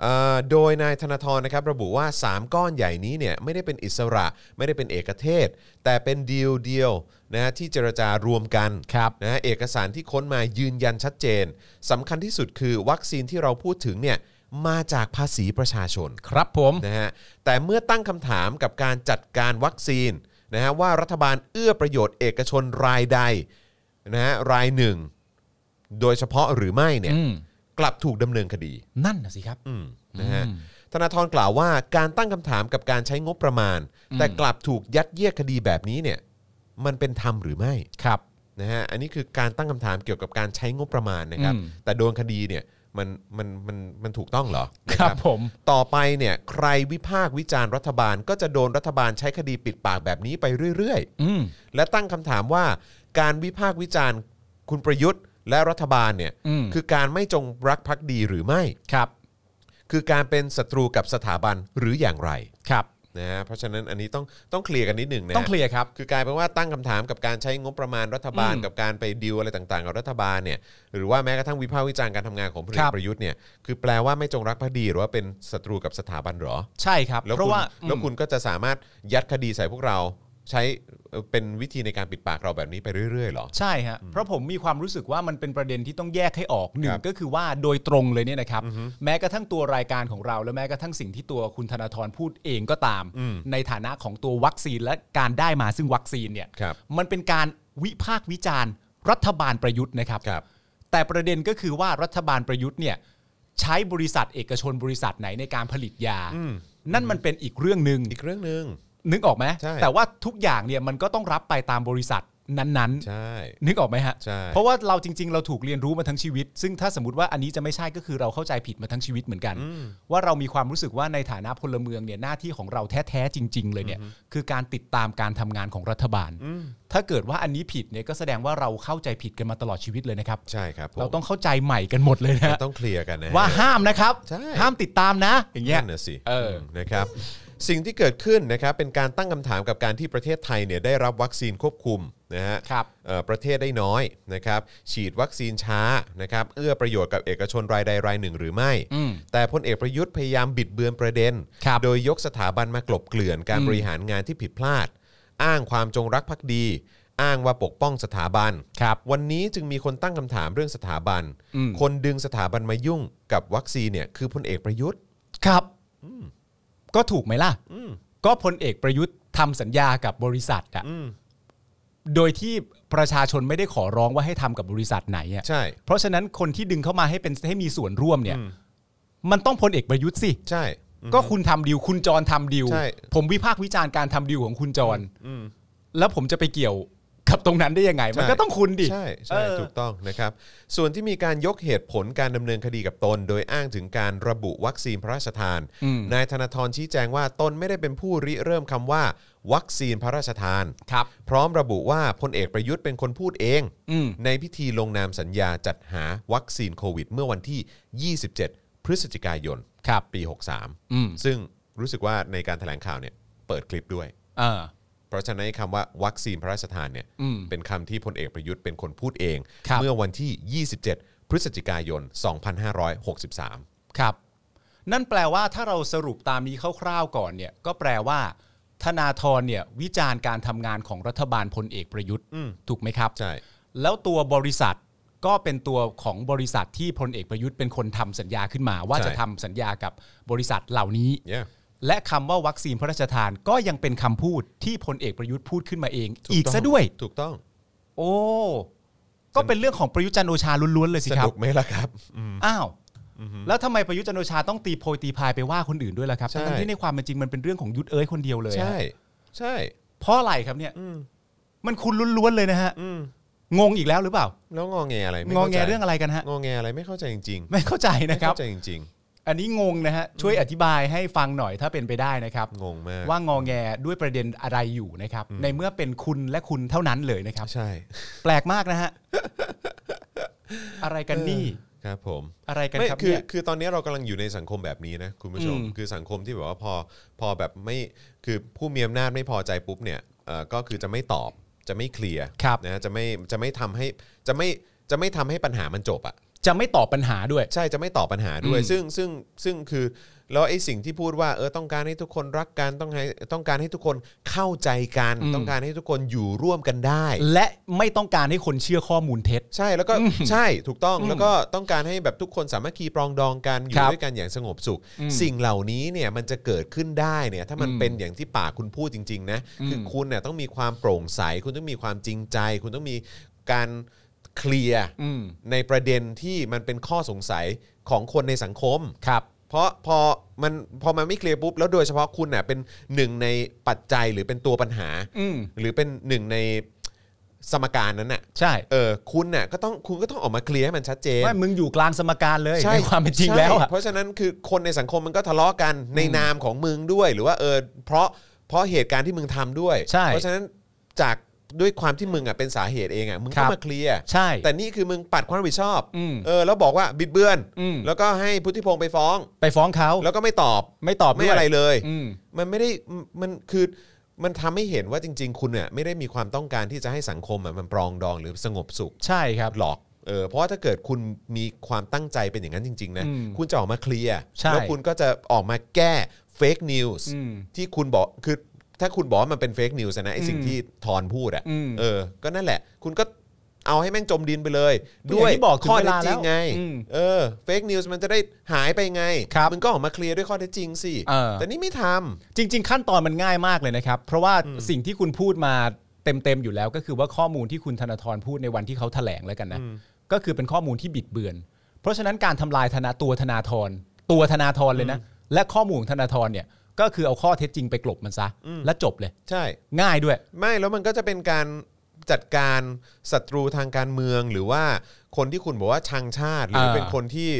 เอ่อโดยนายธนาธรนะครับระบุว่า 3 ก้อนใหญ่นี้เนี่ยไม่ได้เป็นอิสระไม่ได้เป็นเอกเทศ แต่เป็นดีลเดียวนะฮะที่เจรจารวมกัน
ครับ
นะฮะเอกสารที่ค้นมายืนยันชัดเจนสำคัญที่สุดคือวัคซีนที่เราพูดถึงเนี่ยมาจากภาษีประชาชน
ครับผม
นะฮะแต่เมื่อตั้งคำถามกับการจัดการวัคซีนนะฮะว่ารัฐบาลเอื้อประโยชน์เอกชนรายใดนะฮะรายหนึ่ง โดยเฉพาะหรือไม่เนี่ย
อืม
กลับถูกดำเนินคดี
นั่นนะสิครับ
อืมนะฮะธนาธรกล่าวว่าการตั้งคำถามกับการใช้งบประมาณ แต่กลับถูกยัดเยียดคดีแบบนี้เนี่ยมันเป็นธรรมหรือไม่
ครับ
นะฮะอันนี้คือการตั้งคำถามเกี่ยวกับการใช้งบประมาณนะครับ
อืม
แต่โดนคดีเนี่ยมันมันมันมันถูกต้องเหรอนะ
ครับผม
ต่อไปเนี่ยใครวิพากษ์วิจารณ์รัฐบาลก็จะโดนรัฐบาลใช้คดีปิดปากแบบนี้ไปเรื่อย
อืม
ๆ และตั้งคำถามว่าการวิพากษ์วิจารณ์คุณประยุทธ์ และรัฐบาลเนี่ย
อืม
คือการไม่จงรักภักดีหรือไม่
ครับ
คือการเป็นศัตรูกับสถาบันหรืออย่างไร
ครับ
นะฮะเพราะฉะนั้นอันนี้ต้องต้องเคลียร์กันนิดหนึ่งนะฮะ
ต้องเคลียร์ครับ
คือกลายเป็นว่าตั้งคำถามกับการใช้งบประมาณรัฐบาล
อืม
กับการไปดีลอะไรต่างๆกับรัฐบาลเนี่ยหรือว่าแม้กระทั่งวิพากษ์วิจารณ์การทำงานของพลเอ
ครั
ก
บ
ประยุทธ์เนี่ยคือแปลว่าไม่จงรักภักดีหรือว่าเป็นศัตรูกับสถาบันเหรอ
ใช่ครับ
แล้ว
เพ
คุ
ราะ
ณ
ว่า
แล้ว
อืม
คุณก็จะสามารถยัดคดีใส่พวกเราใช้เอ่อเป็นวิธีในการปิดปากเราแบบนี้ไปเรื่อยๆเหรอ
ใช่ฮะเพราะผมมีความรู้สึกว่ามันเป็นประเด็นที่ต้องแยกให้ออกหนึ่
ครั
ง
บ
ก็คือว่าโดยตรงเลยเนี่ยนะครับ แม้กระทั่งตัวรายการของเรา และแม้กระทั่งสิ่งที่ตัวคุณธนาธรพูดเองก็ตาม
อืม
ในฐานะของตัววัคซีนและการได้มาซึ่งวัคซีนเนี่ย
ครับ
มันเป็นการวิพากษ์วิจารณ์ รัฐบาลประยุทธ์นะครับ
ครับ
แต่ประเด็นก็คือว่ารัฐบาลประยุทธ์เนี่ยใช้บริษัทเอกชนบริษัทไหนในการผลิตยา นั่นมันเป็นอีกเรื่องหนึ่ง
อีกเรื่องหนึ่ง
นึกออกไหม
ใช่
แต่ว่าทุกอย่างเนี่ยมันก็ต้องรับไปตามบริษัทนั้น
ใช่
ๆ นึกออกไหมฮะ
ใช่
เพราะว่าเราจริง ๆ เราถูกเรียนรู้มาทั้งชีวิต ซึ่งถ้าสมมติว่าอันนี้จะไม่ใช่ก็คือเราเข้าใจผิดมาทั้งชีวิตเหมือนกัน ว่าเรามีความรู้สึกว่าในฐานะพลเมืองเนี่ยหน้าที่ของเราแท้ๆจริง ๆ เลยเนี่ยคือการติดตามการทำงานของรัฐบาล ถ้าเกิดว่าอันนี้ผิดเนี่ยก็แสดงว่าเราเข้าใจผิดกันมาตลอดชีวิตเลยนะครับ
ใช่ครับผม
เราต้องเข้าใจใหม่กันหมดเลยนะ
เราต้องเคลียร์กันนะฮะ
ว่าห้ามนะครับ
ใช่
ห้ามติดตามนะ อย่างเงี้ย
นั่นน่ะสิ
เอออื
มนะครับ สิ่งที่เกิดขึ้นนะครับเป็นการตั้งคำถามกับการที่ประเทศไทยเนี่ยได้รับวัคซีนควบคุมนะฮะ
ครับ
เอ่อประเทศได้น้อยนะครับฉีดวัคซีนช้านะครับเอื้อประโยชน์กับเอกชนรายใดรายหนึ่งหรือไม่
อืม
แต่พลเอกประยุทธ์พยายามบิดเบือนประเด็น
ครับ
โดยยกสถาบันมากลบเกลื่อนการ
อืม
บริหารงานที่ผิดพลาด อ้างความจงรักภักดี อ้างว่าปกป้องสถาบัน
ครับ
วันนี้จึงมีคนตั้งคำถามเรื่องสถาบัน
อืม
คนดึงสถาบันมายุ่งกับวัคซีนเนี่ยคือพลเอกประยุทธ์
ครับก็ถูกไหมล่ะก็พลเอกประยุทธ์ทำสัญญากับบริษัทอะ
อืม
โดยที่ประชาชนไม่ได้ขอร้องว่าให้ทำกับบริษัทไหนอะ
ใช่
เพราะฉะนั้นคนที่ดึงเข้ามาให้เป็นให้มีส่วนร่วมเนี่ย มันต้องพลเอกประยุทธ์สิ
ใช่
ก็คุณทำดีลคุณจรทำดีล
ใช่
ผมวิพากษ์วิจารณ์การทำดีลของคุณจรแล้วผมจะไปเกี่ยวกับตรงนั้นได้ยังไง มันก็ต้องคุณดิ
ใช่
เอ
ใช่
อ
ถูกต้องนะครับ ส่วนที่มีการยกเหตุผลการดำเนินคดีกับตน โดยอ้างถึงการระบุวัคซีนพระราชทาน นายธนาธรชี้แจงว่าตนไม่ได้เป็นผู้ริเริ่มคำว่า วัคซีนพระราชทาน
ครับ
พร้อมระบุว่าพลเอกประยุทธ์เป็นคนพูดเอง
อืม
ในพิธีลงนามสัญญาจัดหาวัคซีนโควิด เมื่อวันที่ 27 พฤศจิกายน
ครับ
ปี
อืม
63 ซึ่งรู้สึกว่าในการแถลงข่าวเนี่ยเปิดคลิปด้วย
อ่า
เพราะฉะนั้นคำว่าวัคซีนพระราชทานเนี่ย
อืม
เป็นคำที่พลเอกประยุทธ์เป็นคนพูดเอง
ครับ
เมื่อวันที่ 27 พฤศจิกายน 2563
ครับ นั่นแปลว่าถ้าเราสรุปตามนี้คร่าวๆก่อนเนี่ย ก็แปลว่า ธนาธรเนี่ย วิจารณ์การทำงานของรัฐบาลพลเอกประยุทธ์ถูกไหมครับ
ใช่
แล้วตัวบริษัทก็เป็นตัวของบริษัทที่พลเอกประยุทธ์เป็นคนทำสัญญาขึ้นมา ว่า
ใช่
จะทำสัญญากับบริษัทเหล่านี้
เนี่ย
และคำว่าวัคซีนพระราชทานก็ยังเป็นคำพูดที่พลเอกประยุทธ์พูดขึ้นมาเอง
ถูกต้อง
อีกซะด้วย
ถูกต้อง
โอ้ ก็เป็นเรื่องของประยุทธ์จันทร์โอชาล้วนๆเลยสิ
ส
ครับ
นุกไหมล่ะครับอืม
อ้าว แล้วทำไมประยุทธ์จันทร์โอชาต้องตีโพยตีพายไปว่าคนอื่นด้วยล่ะครับ
ใช่
ทั้งๆที่ในความเป็นจริงมันเป็นเรื่องของยุทธเอ้ยคนเดียวเลย
ใช่
ฮะ
ใช่
เพราะอะไรครับเนี่ย
อืม
มันคุณล้วนๆเลยนะฮะ
อืม
งงอีกแล้วหรือเปล่า
แล้วงอแงอะไรไม่
งอ
ข้า
แง
ใจ
เรื่องอะไรกันฮะ
งอแงอะไรไม่เข้าใจจริง
ไม่เข้าใจ
ๆไม่
นะครับ
เข้าใจจริง
อันนี้งงนะฮะ ช่วยอธิบายให้ฟังหน่อยถ้าเป็นไปได้นะครับ
ๆ งงมาก
ว่างอแงด้วยประเด็นอะไรอยู่นะครับ ในเมื่อเป็นคุณและคุณเท่านั้นเลยนะครับ
ใช่
แปลกมากนะ ฮะ อะไรกันนี่
ครับผม
อะไรกัน
ไม่
ครับ
คือ
เนี่ย
คือตอนนี้เรากำลังอยู่ในสังคมแบบนี้นะคุณผู้ชม
อืม
คือสังคมที่แบบว่าพอพอแบบไม่คือผู้มีอำนาจไม่พอใจปุ๊บเนี่ยเอ่อก็คือจะไม่ตอบจะไม่เคลียร์
ครับ
นะจะไม่จะไม่ทำให้จะไม่จะไม่ทำให้ปัญหามันจบอ่ะ
จะไม่ตอบปัญหาด้วย
ใช่จะไม่ตอบปัญหาด้วย
อืม
ซึ่งซึ่งซึ่งคือแล้วไอ้สิ่งที่พูดว่าเออต้องการให้ทุกคนรักกันต้องให้ต้องการให้ทุกคนเข้าใจกัน
อืม
ต้องการให้ทุกคนอยู่ร่วมกันได้
และไม่ต้องการให้คนเชื่อข้อมูลเท็จ
ใช่แล้วก็
อืม
ใช่ถูกต้อง
อืม
แล้วก็ต้องการให้แบบทุกคนสามัคคีปรองดองกันอ
ค
ยู่
รับ
ด้วยกันอย่างสงบสุข
อืม
สิ่งเหล่านี้เนี่ยมันจะเกิดขึ้นได้เนี่ยถ้ามัน
อืม
เป็นอย่างที่ปากคุณพูดจริงๆนะ
อืม
คือคุณเนี่ยต้องมีความโปร่งใส คุณต้องมีความจริงใจ คุณต้องมีการเคลียร์
อืม
ในประเด็นที่มันเป็นข้อสงสัยของคนในสังคม
ครับ
เพราะพอมันพอมันไม่เคลียร์ปุ๊บแล้วโดยเฉพาะคุณเน่ยเป็นหนึ่งในปัจจัยหรือเป็นตัวปัญหา
อืม
หรือเป็นหนึ่งในสมการนั้นน่ะ
ใช่
เออคุณน่ะก็ต้องคุณก็ต้องออกมาเคลียร์ให้มันชัดเจน
ว่ามึงอยู่กลางสมการเลยในความเป็นจริงแล้วอะ
ใช่เพราะฉะนั้นคือคนในสังคมมันก็ทะเลาะกันในนามของมึงด้วย หรือว่าเออเพราะเพราะเหตุการณ์ที่มึงทำด้วย
ใช่
เพราะฉะนั้นจากด้วยความที่มึงอ่ะเป็นสาเหตุเองอ่ะมึง
ครั
ก็
บ
มาเคลียร์
ใช่
แต่นี่คือมึงปัดความรับผิดชอบ
อืม
เออแล้วบอกว่าบิดเบือน
อืม
แล้วก็ให้พุทธิพงศ์ไปฟ้อง
ไปฟ้องเขา
แล้วก็ไม่ตอบ
ไม่ตอบ
ไม่
ด้วย
อะไรเลย
อืม
มันไม่ได้มันคือมันทำให้เห็นว่าจริง ๆ คุณเนี่ยไม่ได้มีความต้องการที่จะให้สังคมอะมันปรองดองหรือสงบสุข
ใช่ครับ
หลอกเออเพราะว่าถ้าเกิดคุณมีความตั้งใจเป็นอย่างนั้นจริง ๆ นะ
อืม
คุณจะออกมาเคลียร์
ใช่
แล้วคุณก็จะออกมาแก้เฟกนิวส์
อืม
ที่คุณบอกคือถ้าคุณบอกว่ามันเป็นเฟกนิวส์นะไอสิ่ง
อืม
ที่ทอนพูดอะ
อืม
เออ ก็นั่นแหละ คุณก็เอาให้แม่งจมดินไปเลย
ก็อ
ด้ว
ย่าย งที่บอกถึง
ข้อ
เว
เท็จ
ลา
จริงไง
แล้วอืม
เออเฟกนิวส์มันจะได้หายไปไง
ครับ
มึงก็ออกมาเคลียร์ด้วยข้อเท็จจริงสิ
เออ
แต่นี่ไม่ทำ
จริง ๆ ขั้นตอนมันง่ายมากเลยนะครับ เพราะว่าสิ่งที่คุณพูดมาเต็ม ๆ อยู่แล้ว ก็คือว่าข้อมูลที่คุณธนาธรพูดในวันที่เขาแถลงแล้วกันนะ ก็คือเป็นข้อมูลที่บิดเบือน เพราะฉะนั้นการทำลายธนาตัวธนาธรตัวธนาธรเลยนะ และข้อมูลของธนาธรเนี่ย ก็คือเอาข้อเท็จจริงไปกลบมันซะ และจบเลย
ใช่
ง่ายด้วย
ไม่แล้วมันก็จะเป็นการจัดการศัตรูทางการเมืองหรือว่าคนที่คุณบอกว่าชังชาติ หรือ
เออ
เป็นคนที่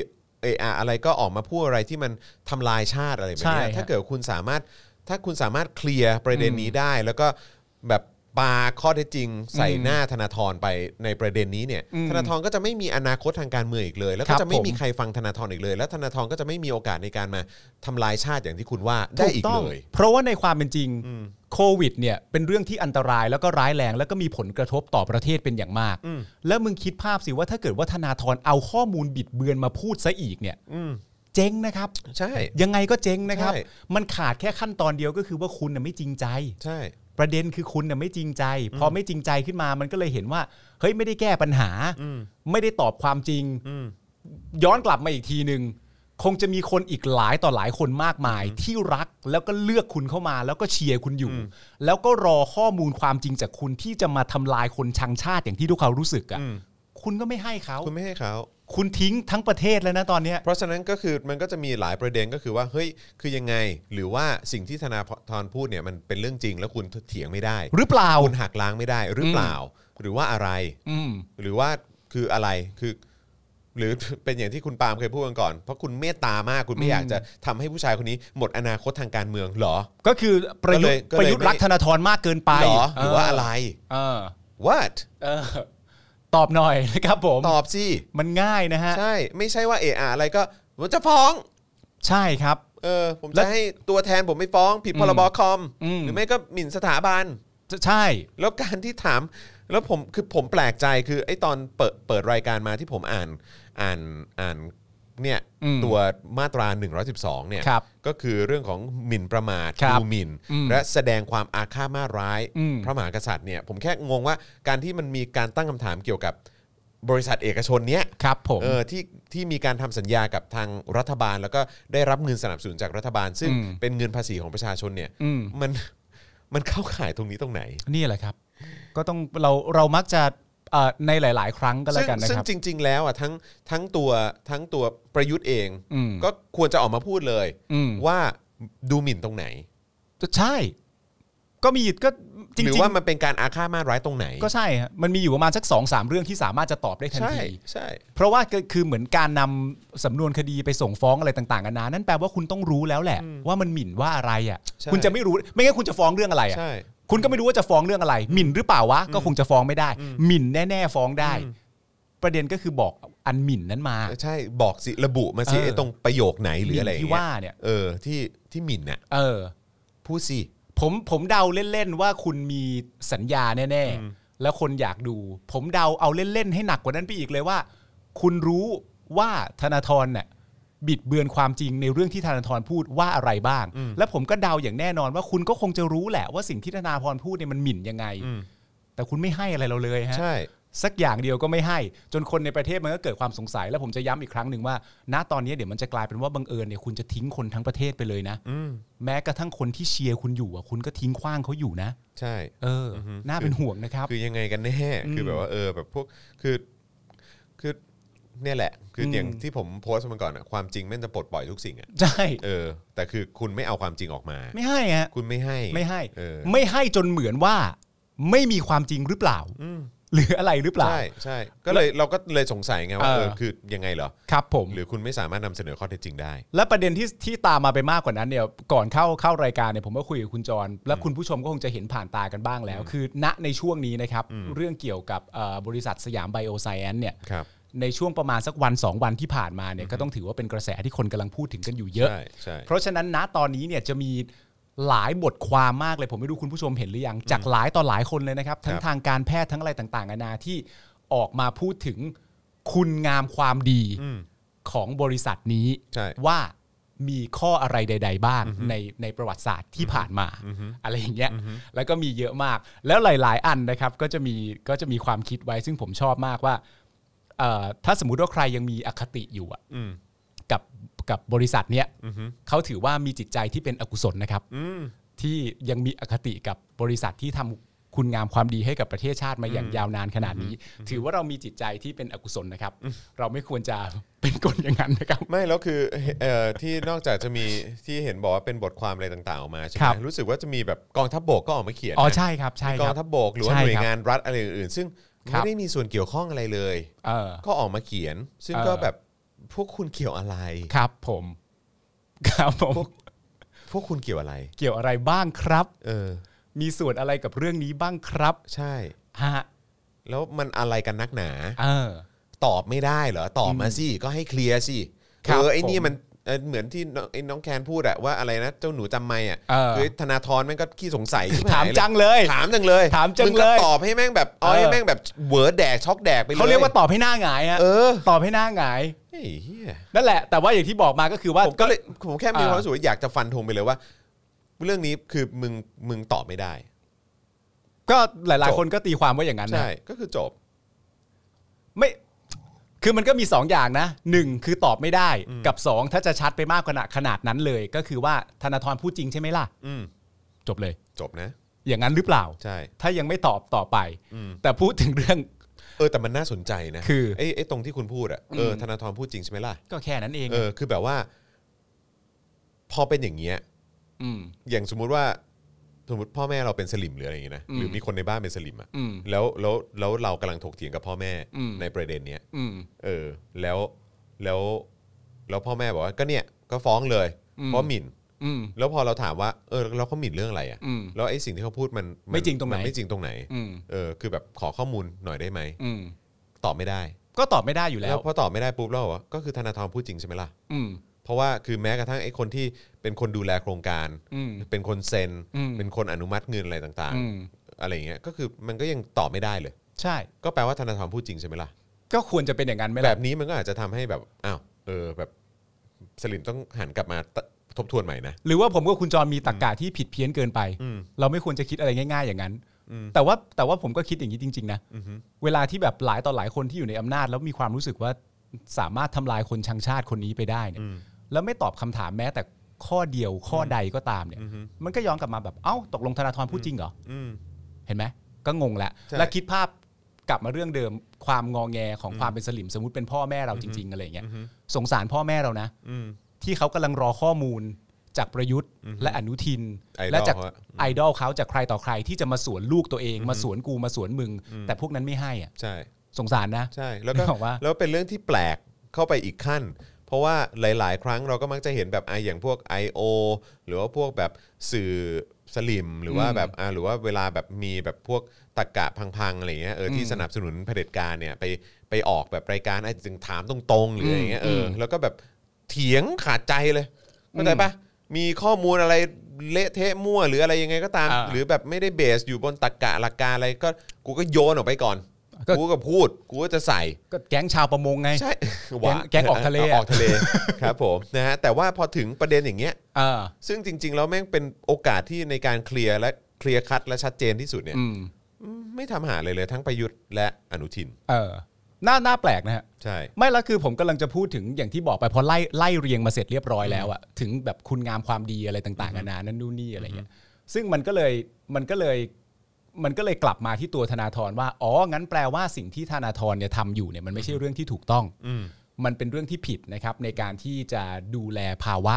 เอออะอะไรก็ออกมาพูดอะไรที่มันทำลายชาติอะไรแบบ
ใช่
เนี้ย
ฮะ
ถ้าเกิดคุณสามารถถ้าคุณสามารถเคลียร์ประเด็นนี้ได้ แล้วก็แบบ ปาข้อเท็จจริงใส่หน้าธนาธรไปในประเด็นนี้เนี่ย
อืม
ธนาธรก็จะไม่มีอนาคตทางการเมืองอีกเลย แล้ว
ครั
ก็
บ
จะไม่มี
ผม
ใครฟังธนาธรอีกเลย แล้วธนาธรก็จะไม่มีโอกาสในการมาทำลายชาติอย่างที่คุณว่าได้อีก
ถูต้ง
เลย
เพราะว่าในความเป็นจริงโควิดเนี่ยเป็นเรื่องที่อันตรายแล้วก็ร้ายแรงแล้วก็มีผลกระทบต่อประเทศเป็นอย่างมาก แล้วมึงคิดภาพสิว่าถ้าเกิดว่าธนาธรเอาข้อมูลบิดเบือนมาพูดซะอีกเนี่ยเจ๊งนะครับ
ใช่
ยังไงก็เจ๊งนะครับ
ใช่
มันขาดแค่ขั้นตอนเดียวก็คือว่าคุณน่ะไม่จริงใจ
ใช่
ประเด็นคือคุณน่ะไม่จริงใจ พอไม่จริงใจขึ้นมามันก็เลยเห็นว่า เฮ้ยไม่ได้แก้ปัญหา ไม่ได้ตอบความจริง
อืม
ย้อนกลับมาอีกทีหนึ่งคงจะมีคนอีกหลายต่อหลายคนมากมาย ที่รักแล้วก็เลือกคุณเข้ามา แล้วก็เชียร์คุณอยู่ แล้วก็รอข้อมูลความจริงจากคุณที่จะมาทำลายคนชังชาติอย่างที่ทุกเขารู้สึกอะ่ะ
อืม
คุณก็ไม่ให้เขา
คุณไม่ให้เขา
คุณทิ้งทั้งประเทศแล้วนะตอนเนี้ย
เพราะฉะนั้นก็คือมันก็จะมีหลายประเด็นก็คือว่าเฮ้ยคือยังไง หรือว่าสิ่งที่ธนาธรพูดเนี่ยมันเป็นเรื่องจริง แล้วคุณเถียงไม่ได้
หรือเปล่า
คุณหักล้างไม่ได้หรือเปล่า หรือว่าอะไร
อืม
หรือว่าคืออะไรคือ หรือ เป็นอย่างที่คุณปาล์มเคยพูดกันก่อน เพราะคุณเมตตามากคุณไม่
อืม
อยากจะทำให้ผู้ชายคนนี้หมดอนาคตทางการเมืองเหรอ
ก็คือประยุทธ์
ก็เลย
ประยุทธ์
ไม่
รักธนาธรมากเกินไป
เหรอหรือว่าอะไร
เออ
what
เออ ตอบหน่อยนะครับผม
ตอบสิ
มันง่ายนะฮะ
ใช่ ไม่ใช่ว่าเอออะไรก็ผมจะฟ้อง
ใช่ครับ
เออผม
แล้
จะ
ว
ให้ตัวแทนผมไปฟ้อง ผิดพรบคอม
อืม
หรือไม่ก็หมิ่นสถาบัน
ใช่
แล้วการที่ถามแล้วผมคือผมแปลกใจคือไอ้ตอนเปิดเปิดรายการมาที่ผมอ่านอ่านอ่านเนี่ย
อืม
ตัวมาตรา 112เนี่ย
ครับ
ก็คือเรื่องของหมิ่นประมาท
ครับ
ดูหมิ่น
อืม
และแสดงความอาฆาตมาร้าย
อืม
พระมหากษัตริย์เนี่ยผมแค่งงว่าการที่มันมีการตั้งคำถามเกี่ยวกับบริษัทเอกชนเนี้ย
ครับผม
เออที่ที่มีการทำสัญญากับทางรัฐบาล แล้วก็ได้รับเงินสนับสนุนจากรัฐบาล ซึ่ง
อืม
เป็นเงินภาษีของประชาชนเนี่ย
อืม
มัน มันเข้าข่ายตรงนี้ตรงไหน
นี่แหละครับ ก็ต้องเราเรามักจะเอ่อในหลาย ๆ ครั้งก็แล้วกันนะ
ซึ่ง
ครับ
ซึ่งจริง ๆ แล้วอ่ะทั้งทั้งตัวทั้งตัวประยุทธ์เอง
อืม
ก็ควรจะออกมาพูดเลย
อืม
ว่าดูหมิ่นตรงไหน
ใช่ ก็มีก็จริ
หรือง ว่ามันเป็นการอาฆาตมาตร้ายตรงไหน
ๆก็ใช่ฮะมันมีอยู่ประมาณสักสองสามเรื่องที่สามารถจะตอบได้ทัน
ใช่
ที
ใช่
เพราะว่าก็คือเหมือนการนำสำนวนคดีไปส่งฟ้องอะไรต่างๆกันานานั่นแปลว่าคุณต้องรู้แล้วแหละ ว่ามันหมิ่นว่าอะไรอ่ะ คุณจะไม่รู้ไม่งั้นคุณจะฟ้องเรื่องอะไรอ่ะ
ใช่
คุณก็ไม่รู้ว่าจะฟ้องเรื่องอะไรหมิ่นหรือเปล่าวะก็คงจะฟ้องไม่ได้หมิ่นแน่ๆฟ้องได้
อืม
ประเด็นก็คือบอกอันหมิ่นนั้นมา
ใช่บอกสิระบุมาสิ
เออ
ไอ้ตรงประโยคไหนหรืออะไรอย่ง
ที่
งี้
ว่าเนี่ย
เออที่ที่หมิ่นน่ะ
เออ
พูดสิ
ผมผมเดาเล่นๆว่าคุณมีสัญญาแน่ๆ แล้วคนอยากดู ผมเดาเอาเล่นๆ ให้หนักกว่านั้นไปอีกเลยว่า คุณรู้ว่าธนาธรเนี่ยบิดเบือนความจริงในเรื่องที่ธนาธรพูดว่าอะไรบ้าง และผมก็เดาอย่างแน่นอนว่าคุณก็คงจะรู้แหละว่าสิ่งที่ธนาธรพูดเนี่ยมันหมิ่นยังไง
อืม
แต่คุณไม่ให้อะไรเราเลยฮะ
ใช่
สักอย่างเดียวก็ไม่ให้ จนคนในประเทศมันก็เกิดความสงสัย แล้วผมจะย้ำอีกครั้งหนึ่งว่า ณตอนนี้เดี๋ยวมันจะกลายเป็นว่าบังเอิญเนี่ยคุณจะทิ้งคนทั้งประเทศไปเลยนะ
อืม
แม้กระทั่งคนที่เชียร์คุณอยู่อ่ะคุณก็ทิ้งขว้างเขาอยู่นะ
ใช่
เออ น่าเป็นห่วงนะครับ
คือยังไงกันแน่
อืม
คือแบบว่าเออแบบพวกคือคือเนี่ยแหละ คืออ
ม
อย่างที่ผมโพสต์มาก่อนอะความจริงแม่งจะปลดปล่อยทุกสิ่งอะ
ใช่
เออ แต่คือคุณไม่เอาความจริงออกมา
ไม่ให้ฮะ
คุณไม่ให้
ไม่ให้
เออ
ไม่ให้จนเหมือนว่า ไม่มีความจริงหรือเปล่า
อืม
หรืออะไรหรือเปล่า
ใช่ใช่ก็เลยเราก็เลยสงสัยไงว่า
เออ
เออคือยังไงเหรอ
ครับผม
หรือคุณไม่สามารถนำเสนอข้อเท็จจริงได้
และประเด็นที่ที่ตามมาไปมากกว่านั้นเนี่ยก่อนเข้าเข้ารายการเนี่ยผมก็คุยกับคุณจร และคุณผู้ชมก็คงจะเห็นผ่านตากันบ้างแล้ว คือณในช่วงนี้นะครับ เรื่องเกี่ยวกับเอ่อบริษัทสยามไบโอไซแอนเนี่ย
ครับ
ในช่วงประมาณสักวัน 2 วันที่ผ่านมาเนี่ยก็ต้องถือว่าเป็นกระแสที่คนกำลังพูดถึงกันอยู่เยอะ
ใช่ใช่
เพราะฉะนั้นณตอนนี้เนี่ยจะมีหลายบทความมากเลย ผมไม่รู้คุณผู้ชมเห็นหรือยังจากหลายต่อหลายคนเลยนะครับ ทั้งทางการแพทย์ทั้งอะไรต่างๆนานาที่ออกมาพูดถึงคุณงามความดี
อืม
ของบริษัทนี้
ใช่
ว่ามีข้ออะไรใด ๆ บ้างในในประวัติศาสตร์ที่ผ่านมา อะไรอย่างเงี้ยแล้วก็มีเยอะมาก แล้วหลาย ๆ อันนะครับก็จะมีก็จะมีความคิดไว้ซึ่งผมชอบมากว่าเอ่อถ้าสมมุติว่าใครยังมีอคติอยู่อะ
อืม
กับกับบริษัทเนี้ยเขาถือว่ามีจิตใจที่เป็นอกุศลนะครับ
อืม
ที่ยังมีอคติกับบริษัทที่ทำคุณงามความดีให้กับประเทศชาติมาอย่างยาวนานขนาดนี้ ถือว่าเรามีจิตใจที่เป็นอกุศลนะครับ เราไม่ควรจะเป็นคนอย่างนั้นนะครับ
ไม่แล้วคือเอ่อที่นอกจากจะมีที่เห็นบอกว่าเป็นบทความอะไรต่างๆออกมาใช่ไห
ครั
ม
บ
รู้สึกว่าจะมีแบบกองทัพบกก็ออกมาเขียน
อ๋อ
นะ
ใช่ครับใช่
ก
ค
อง
รับ
ทัพบกหรือว่า
ใช่
หน่วย
ครับ
งานรัฐอะไรอื่นๆซึ่ง
ครั
ไม่
บ
ได้มีส่วนเกี่ยวข้องอะไรเลย
เออ
ก็ออกมาเขียน ซึ่ง
เออ
ก็แบบพวกคุณเกี่ยวอะไร
ครับผม ครับผม
พวกคุณเกี่ยวอะไร
เกี่ยวอะไรบ้างครับ
เออ
มีส่วนอะไรกับเรื่องนี้บ้างครับ
ใช่
ฮะ
แล้วมันอะไรกันนักหนา
เออ
ตอบไม่ได้เหรอ ตอบมาสิ ก็ให้เคลียร์สิ
ครับ
เออไอ้นี่
ผม
มันเออเหมือนที่น้องไอ้น้องแคนพูดอะว่าอะไรนะเจ้าหนูจำไม่อะ
เออ
คือธนาธรแม่งก็ขี้สงสัยชิบห
ถาม
ยเลย
จังเลย
ถามจังเลย
ถามจัง
งก็
เลย
ตอบให้แม่งแบบเอาให้
เออ
แม่งแบบเหวอแดกช็อกแดกไปเลย
เขาเรียกว่าตอบให้หน้าหงายฮะ
เออ
ตอบให้หน้าหงาย
ไอ้เหี้ย
นั่นแหละ แต่ว่าอย่างที่บอกมาก็คือว่า
ผมก็เลยผมแค่มี
เออ
ความรู้สึกว่าอยากจะฟันธงไปเลยว่า เรื่องนี้คือมึงมึงตอบไม่ได้
ก็หลาย
จบ
ๆ คนก็ตีความว่าอย่างนั้น
ใช่
นะ
ก็คือจบ
ไม่ คือมันก็มี 2 อย่างนะหนึ่งคือตอบไม่ได้กับ 2 ถ้าจะชัดไปมากขนาดขนาดนั้นเลย ก็คือว่าธนาธรพูดจริงใช่ไหมล่ะ
อืม
จบเลย
จบนะ
อย่างนั้นหรือเปล่า
ใช่
ถ้ายังไม่ตอบต่อไป
อืม
แต่พูดถึงเรื่อง
เออแต่มันน่าสนใจนะ
คือ
ไอ้ไอ้ตรงที่คุณพูดอะเออธนาธรพูดจริงใช่ไหมล่ะ
ก็แค่นั้นเอง
เออคือแบบว่า พอเป็นอย่างเงี้ย
อืม
อย่างสมมุติว่า สมมติพ่อแม่เราเป็นสลิมหรืออะไรอย่างงี้นะ
อื
ห
ม
รือมีคนในบ้านเป็นสลิมอะ
อืม
แล้วแล้วแล้วเรากำลังถกเถียงกับพ่อแม่
อืม
ในประเด็นเนี้ย
อืม
เออ แล้วแล้วแล้วพ่อแม่บอกว่าก็เนี่ย ก็ฟ้องเลย
อืม
เพราะหมิ่น
อืม
แล้วพอเราถามว่าเออแล้วเขาหมิ่นเรื่องอะไรอะ
อืม
แล้วไอ้สิ่งที่เขาพูดมันน
ไม่จริงตรงไหน
ไม่จริงตรงไหน
อืม
เออคือแบบขอข้อมูลหน่อยได้ไหม
อืม
ตอบไม่ได้
ก็ตอบไม่ได้อยู่แล้
แล้ว วพอตอบไม่ได้ปุ๊บแล้วบอกว่าก็คือธนาธรพูดจริงใช่ไหมล่ะ
อืม
เพราะว่าคือแม้กระทั่งไอ้คนที่เป็นคนดูแลโครงการ
อืม
เป็นคนเซ็น
อืม
เป็นคนอนุมัติเงินอะไรต่าง
อืม
ๆ อะไรอย่างเงี้ยก็คือมันก็ยังตอบไม่ได้เลย
ใช่
ก็แปลว่าธนาธรพูดจริงใช่ไหมล่ะ
ก็ควรจะเป็นอย่างนั้นไหม
แบ
ล่ะ
บนี้มันก็อาจจะทำให้แบบอ้าวเออแบบสลิมต้องหันกลับมาตะทบทวนใหม่นะ
หรือว่าผมกับคุณจรมีตรรกะที่ผิดเพี้ยนเกินไป
อืม
เราไม่ควรจะคิดอะไรง่าย ๆ อย่างนั้น
อืม
แต่ว่าแต่ว่าผมก็คิดอย่างนี้จริง ๆ นะ
อือฮึ
เวลาที่แบบหลายต่อหลายคนที่อยู่ในอำนาจ แล้วมีความรู้สึกว่าสามารถทำลายคนชังชาติคนนี้ไปได้เนี่ย
อืม
แล้วไม่ตอบคำถามแม้แต่ข้อเดียวข้อใดก็ตามเนี่ย
อือฮึ
มันก็ย้อนกลับมาแบบเอ้าตกลงธนาธรพูดจริงเหรอ
อืม
เห็นไหมก็งงแล้ว
ใช่
แล้วคิดภาพกลับมาเรื่องเดิมความงอแงของความเป็นสลิมสมมติเป็นพ่อแม่เราจริง ๆ อะไรอย่างเงี้ยสงสารพ่อแม่เรานะ
อืม
ที่เขากำลังรอข้อมูลจากประยุทธ์และอนุทิน
ไอดอล
และจาก
เขาอะ
ไอดอลเขาจากใครต่อใครที่จะมาสวนลูกตัวเอง มาสวนกูมาสวนมึง แต่พวกนั้นไม่ให้อ่ะ
ใช่
สงสารนะ
ใช่แล้วก็
นึกออกปะ
แล้วเป็นเรื่องที่แปลกเข้าไปอีกขั้น เพราะว่าหลาย ๆ ครั้งเราก็มักจะเห็นแบบไอะอย่างพวก I.O. หรือว่าพวกแบบสื่อสลิมหรือว่า
อืม
แบบอ่ะหรือว่าเวลาแบบมีแบบพวกตะกะพัง ๆ อะไรเงี้ยเออที่
อืม
สนับสนุนเผด็จการเนี่ยไปไปออกแบบรายการไอ้จึงถามตรง ๆ หรืออะไรเงี้ยเอออ
ม
แล้วก็แบบเถียงขาดใจเลยเข้าใจปะมีข้อมูลอะไรเละเทะมั่วหรืออะไรยังไงก็ตาม
อ่า
หรือแบบไม่ได้เบสอยู่บนตะกะหลักการอะไรก็กูก็โยนออกไปก่อน
ก็
กูก็พูดกูก็จะใส่
ก็แก๊งชาวประมงไง
ใช่
แก๊งแก๊งออกทะเลอะ
ออกทะเลครับผมนะฮะแต่ว่าพอถึงประเด็นอย่างเงี้ย
เออ
ซึ่งจริง ๆ แล้วแม่งเป็นโอกาสที่ในการเคลียร์และเคลียร์คัดและชัดเจนที่สุดเนี่ย
อืม
ไม่ทำหาเลยเลยทั้งประยุทธ์และอนุทิน
เออน่าน่าแปลกนะฮะ
ใช่
ไม่และคือผมกำลังจะพูดถึงอย่างที่บอกไปพอไล่ไล่เรียงมาเสร็จเรียบร้อยแล้วอะถึงแบบคุณงามความดีอะไรต่างๆนานานั่นนู่นนี่อะไรเงี้ยซึ่งมันก็เลยมันก็เลยมันก็เลยกลับมาที่ตัวธนาธรว่าอ๋องั้นแปลว่าสิ่งที่ธนาธรเนี่ยทำอยู่เนี่ยมันไม่ใช่เรื่องที่ถูกต้อง
อืม
มันเป็นเรื่องที่ผิดนะครับในการที่จะดูแลภาวะ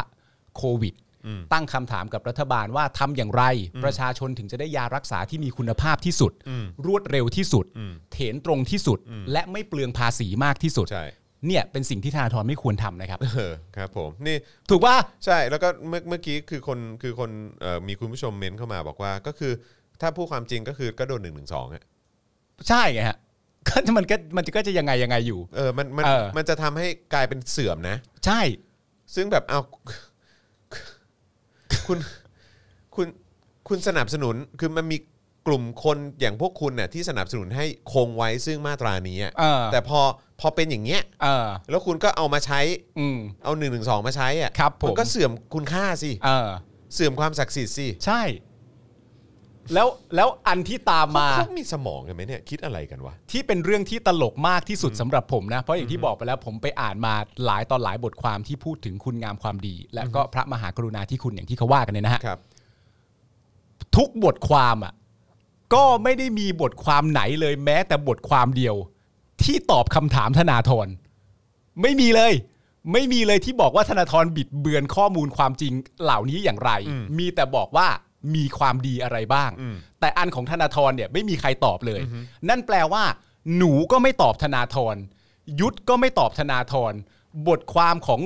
โควิด
อืม
ตั้งคำถามกับรัฐบาลว่าทำอย่างไร ประชาชนถึงจะได้ยารักษาที่มีคุณภาพที่สุด
อืม
รวดเร็วที่สุด
อืม
เถนตรงที่สุด และไม่เปลืองภาษีมากที่สุด
ใช่
เนี่ยเป็นสิ่งที่ธนาธรไม่ควรทำนะครับ
เออครับผมนี่
ถูกป่ะ
ใช่แล้วก็เมื่อเมื่อกี้คือคนคือคนเอ่อมีคุณผู้ชมเม้นเข้ามาบอกว่าก็คือถ้าพูดความจริงก็คือก็โดนหนึ่งหนึ่งสองอะ
ใช่ไงฮะ ก็มันก็มันก็จะยังไงยังไงอยู่
เออมันมัน
เออ
มันจะทำให้กลายเป็นเสื่อมนะ
ใช่
ซึ่งแบบเอา คุณคุณคุณสนับสนุนคือมันมีกลุ่มคนอย่างพวกคุณเนี่ยที่สนับสนุนให้คงไว้ซึ่งมาตรานี้อะ
เออ
แต่พอพอเป็นอย่างเงี้ย
เออ
แล้วคุณก็เอามาใช้
อืม
เอา1นึมาใช้อ่ะ
ครับผม
นก็เสื่อมคุณค่าสิ
เออ
เสื่อมความศักดิ์สิทธิ์สิ
ใช่ แล้วแล้วอันที่ตามมา
เขามีสมองกันไหมเนี่ยคิดอะไรกันวะ
ที่เป็นเรื่องที่ตลกมากที่สุดสำหรับผมนะ เพราะอย่างที่บอกไปแล้วผมไปอ่านมาหลายตอนหลายบทความที่พูดถึงคุณงามความดี และก็พระมหากรุณาธิคุณอย่างที่เขาว่ากันเนี่ยนะฮะ
ครับ
ทุกบทความอ่ะก็ไม่ได้มีบทความไหนเลยแม้แต่บทความเดียว ที่ตอบคำถามธนาธรไม่มีเลย ไม่มีเลยที่บอกว่าธนาธรบิดเบือนข้อมูลความจริงเหล่านี้อย่างไร มีแต่บอกว่ามีความดีอะไรบ้าง
อืม
แต่อันของธนาธรเนี่ยไม่มีใครตอบเลย นั่นแปลว่า หนูก็ไม่ตอบธนาธรยุทธก็ไม่ตอบธนาธรบทความของ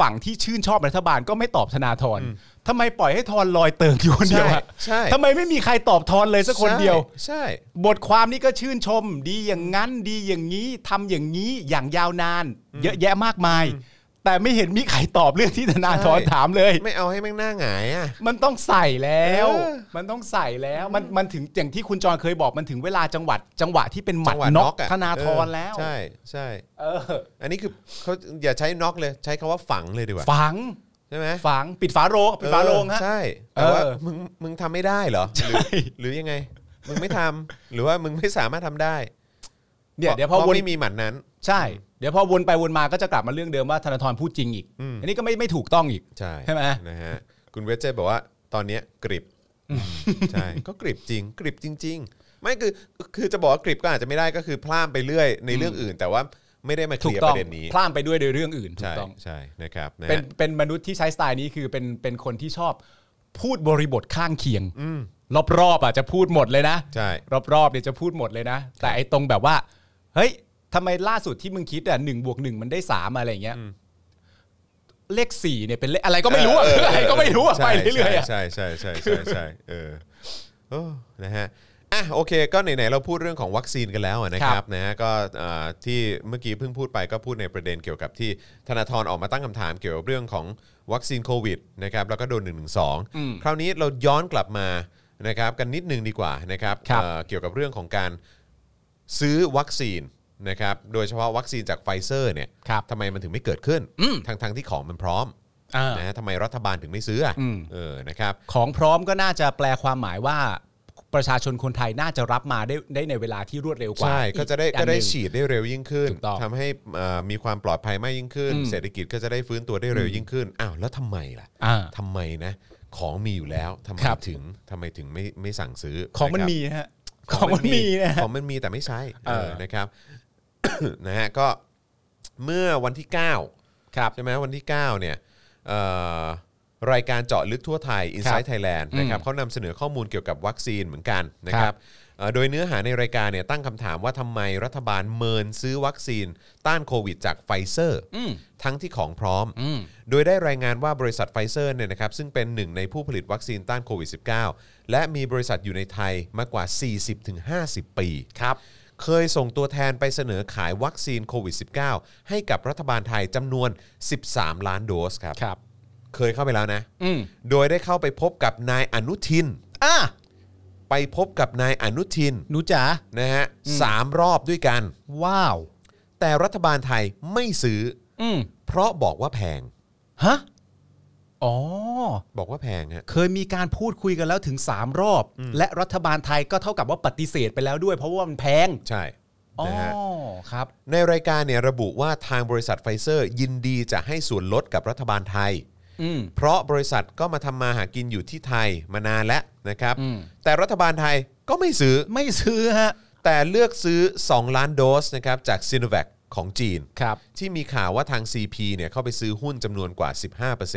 ฝั่งที่ชื่นชอบรัฐบาลก็ไม่ตอบธนาธรทำไมปล่อยให้ธรลอยเติงอยู่คนเดียวอะ
ใช่
ทำไมไม่มีใครตอบธรเลยสักคนเดียว
ใช่
บทความนี้ก็ชื่นชม ดีอย่างนั้นดีอย่างนี้ทำอย่างนี้อย่างยาวนาน เยอะแยะมากมาย แต่ไม่เห็นมีใครตอบเรื่องที่ธนาธร
ใช่
ถามเลย
ใช่ ไม่เอาให้แม่งหน้าหงายอ่ะ
มันต้องใส่แล้ว
เออ
มันต้องใส่แล้ว มันมันถึงอย่างที่คุณจรเคยบอกมันถึงเวลาจังหวัด จังหวะที่เป็นหมั
ั
ด
งหวะ
น็
น็
อ
อก กอะ
ธนาธร
เออ
แล้ว
ใช่ใช่
เออ
อันนี้คือเขาอย่าใช้น็อกเลยใช้คำว่าฝังเลยดีกว่า
ฝัง
ใช่ไหม
ฝัง ปิดฝาโรงปิดฝาโรง
เอ
ฮะ
อใช่แต่ว่า
เออ
มึงมึงทำไม่ได้เหรอหรือหรือยังไง มึงไม่ทำหรือว่ามึงไม่สามารถทำได้
เนี่ยเดี๋ยวพ
เพ
อ
ราะ
วน
ไม่มีหมัดนั้น
ใช่ เดี๋ยวพอวนไปวนมาก็จะกลับมาเรื่องเดิมว่าธนาธรพูดจริงอีก
อืม
อันนี้ก็ไม่ไม่ถูกต้องอีก
ใช่
ใช่ไหม
นะฮะคุณเวจเจบอกว่าตอนเนี้ยก ริบใช่ก็กริบจริง กริบจริง ๆ ไม่คือคือจะบอกว่ากริบก็อาจจะไม่ได้ก็คือพลาดไปเรื่อยในเรื่องอื่น แต่ว่าไม่ได้มาเค
ถู
ลี
ก
ยร์
ต้
ป
อง
ระเด็นนี้
พล่ามไปด้วยโดยเรื่องอื่นถู
ใช่
กต้อง
ใช่นะครับะฮะ
เป็นเป็นมนุษย์ที่ใช้สไตล์นี้คือเป็นเป็นคนที่ชอบพูดบริบทข้างเคียงรอบๆอ่ะจะพูดหมดเลยนะ
ใช่
รอบๆเนี่ยจะพูดหมดเลยนะ แต่ไอ้ตรงแบบว่า เฮ้ยทำไมล่าสุดที่มึงคิดอ่ะหนึ่งบวกหนึ่งมันได้สามอะไรอย่างเงี้ยเลขสี่เนี่ยเป็นเลขอะไรก็ไม่รู้อ่ะ
เ
อะไร ก็ไม่รู้อ่ะไปเรื่อยๆอ่ะ
ใช่ใช่ใช่ใช่ใช่ใช่เออโอ้นะฮะอ่ะโอเค ก็ไหนๆเราพูดเรื่องของวัคซีนกันแล้วอะนะค
ครั
รับบ นะฮะก็เอ่อที่เมื่อกี้เพิ่งพูดไปก็พูดในประเด็นเกี่ยวกับที่ธนาธรออกมาตั้งคำถามเกี่ยวกับเรื่องของวัคซีนโควิดนะครับแล้วก็โดน1นึคราวนี้เราย้อนกลับมานะครับกันนิดนึงดีกว่านะครับ
ครับ
เอ่อเกี่ยวกับเรื่องของการซื้อวัคซีนนะครับโดยเฉพาะวัคซีนจากไฟเซอร์เนี่ย
ครับ
ทำไมมันถึงไม่เกิดขึ้นทั้งทั้งๆที่ของมันพร้อม
อ่า
นะฮะทำไมรัฐบาลถึงไม่ซื้ออ่ะ
อืม
เออนะครับ
ของพร้อมก็น่าจะแปลความหมายว่า ประชาชนคนไทยน่าจะรับมาได้ได้ในเวลาที่รวดเร็วกว่า
ใช่ก็จะได้
อีอั
ก็
นห
ได้
นึ่ง
ฉีดได้เร็วยิ่งขึ้น
ถูกต้อง
ทำให้เอ่อมีความปลอดภัยมากยิ่งขึ้น
อืม
เศรษฐกิจก็จะได้ฟื้นตัวได้เร็วยิ่งขึ้นอ้าวแล้วทำไมล่ะ
อ่า
ทำไมนะ ของมีอยู่แล้วทำไม
ครับ
ถึงทำไมถึงไม่ไม่สั่งซื้อ
ของมัน
นะครับ
มีฮะของมันมีนะฮะ
ของมันมีแต่ไม่ใช้
เออ
เออนะครับ นะฮะก็ เมื่อวันที่9
ครับ
ใช่ไหมวันที่ 9 เนี่ยเอ่อรายการเจาะลึกทั่วไทย Inside Thailand
อืม
นะครับเขานำเสนอข้อมูลเกี่ยวกับวัคซีนเหมือนกันนะค
ครั
รับบ เอ่อโดยเนื้อหาในรายการเนี่ยตั้งคำถามว่าทำไมรัฐบาลเมินซื้อวัคซีนต้านโควิดจากไฟเซอร์ ทั้งที่ของพร้อม โดยได้รายงานว่าบริษัทไฟเซอร์เนี่ยนะครับซึ่งเป็นหนึ่งในผู้ผลิตวัคซีนต้านโควิด -19 และมีบริษัทอยู่ในไทยมากว่า 40-50 ปีครับเคยส่งตัวแทนไปเสนอขายวัคซีนโควิด -19 ให้กับรัฐบาลไทยจำนวน 13 ล้านโดสครับ
ครับ
เคยเข้าไปแล้วนะ
อืม
โดยได้เข้าไปพบกับนายอนุทิน
อ่ะ
ไปพบกับนายอนุทิน
หนูจ๋า
นะฮะสามรอบด้วยกัน
ว้าว
แต่รัฐบาลไทยไม่ซื้อ
อืม
เพราะบอกว่าแพง
ฮะ อ๋อ
บอกว่าแพงฮะ
เคยมีการพูดคุยกันแล้วถึง 3 รอบ และรัฐบาลไทยก็เท่ากับว่าปฏิเสธไปแล้วด้วย เพราะว่ามันแพง
ใช่
อ๋อ
นะฮะ
ครับ
ในรายการเนี่ยระบุว่าทางบริษัทไฟเซอร์ยินดีจะให้ส่วนลดกับรัฐบาลไทย
อืม
เพราะบริษัทก็มาทำมาหากินอยู่ที่ไทยมานานแล้วนะครับ
อืม
แต่รัฐบาลไทยก็ไม่ซื้อ
ไม่ซื้อฮะ
แต่เลือกซื้อ 2 ล้านโดสนะครับจากซ i n o v a c ของจีน
ครับ
ที่มีข่าวว่าทาง CP เนี่ยเข้าไปซื้อหุ้นจำนวนกว่า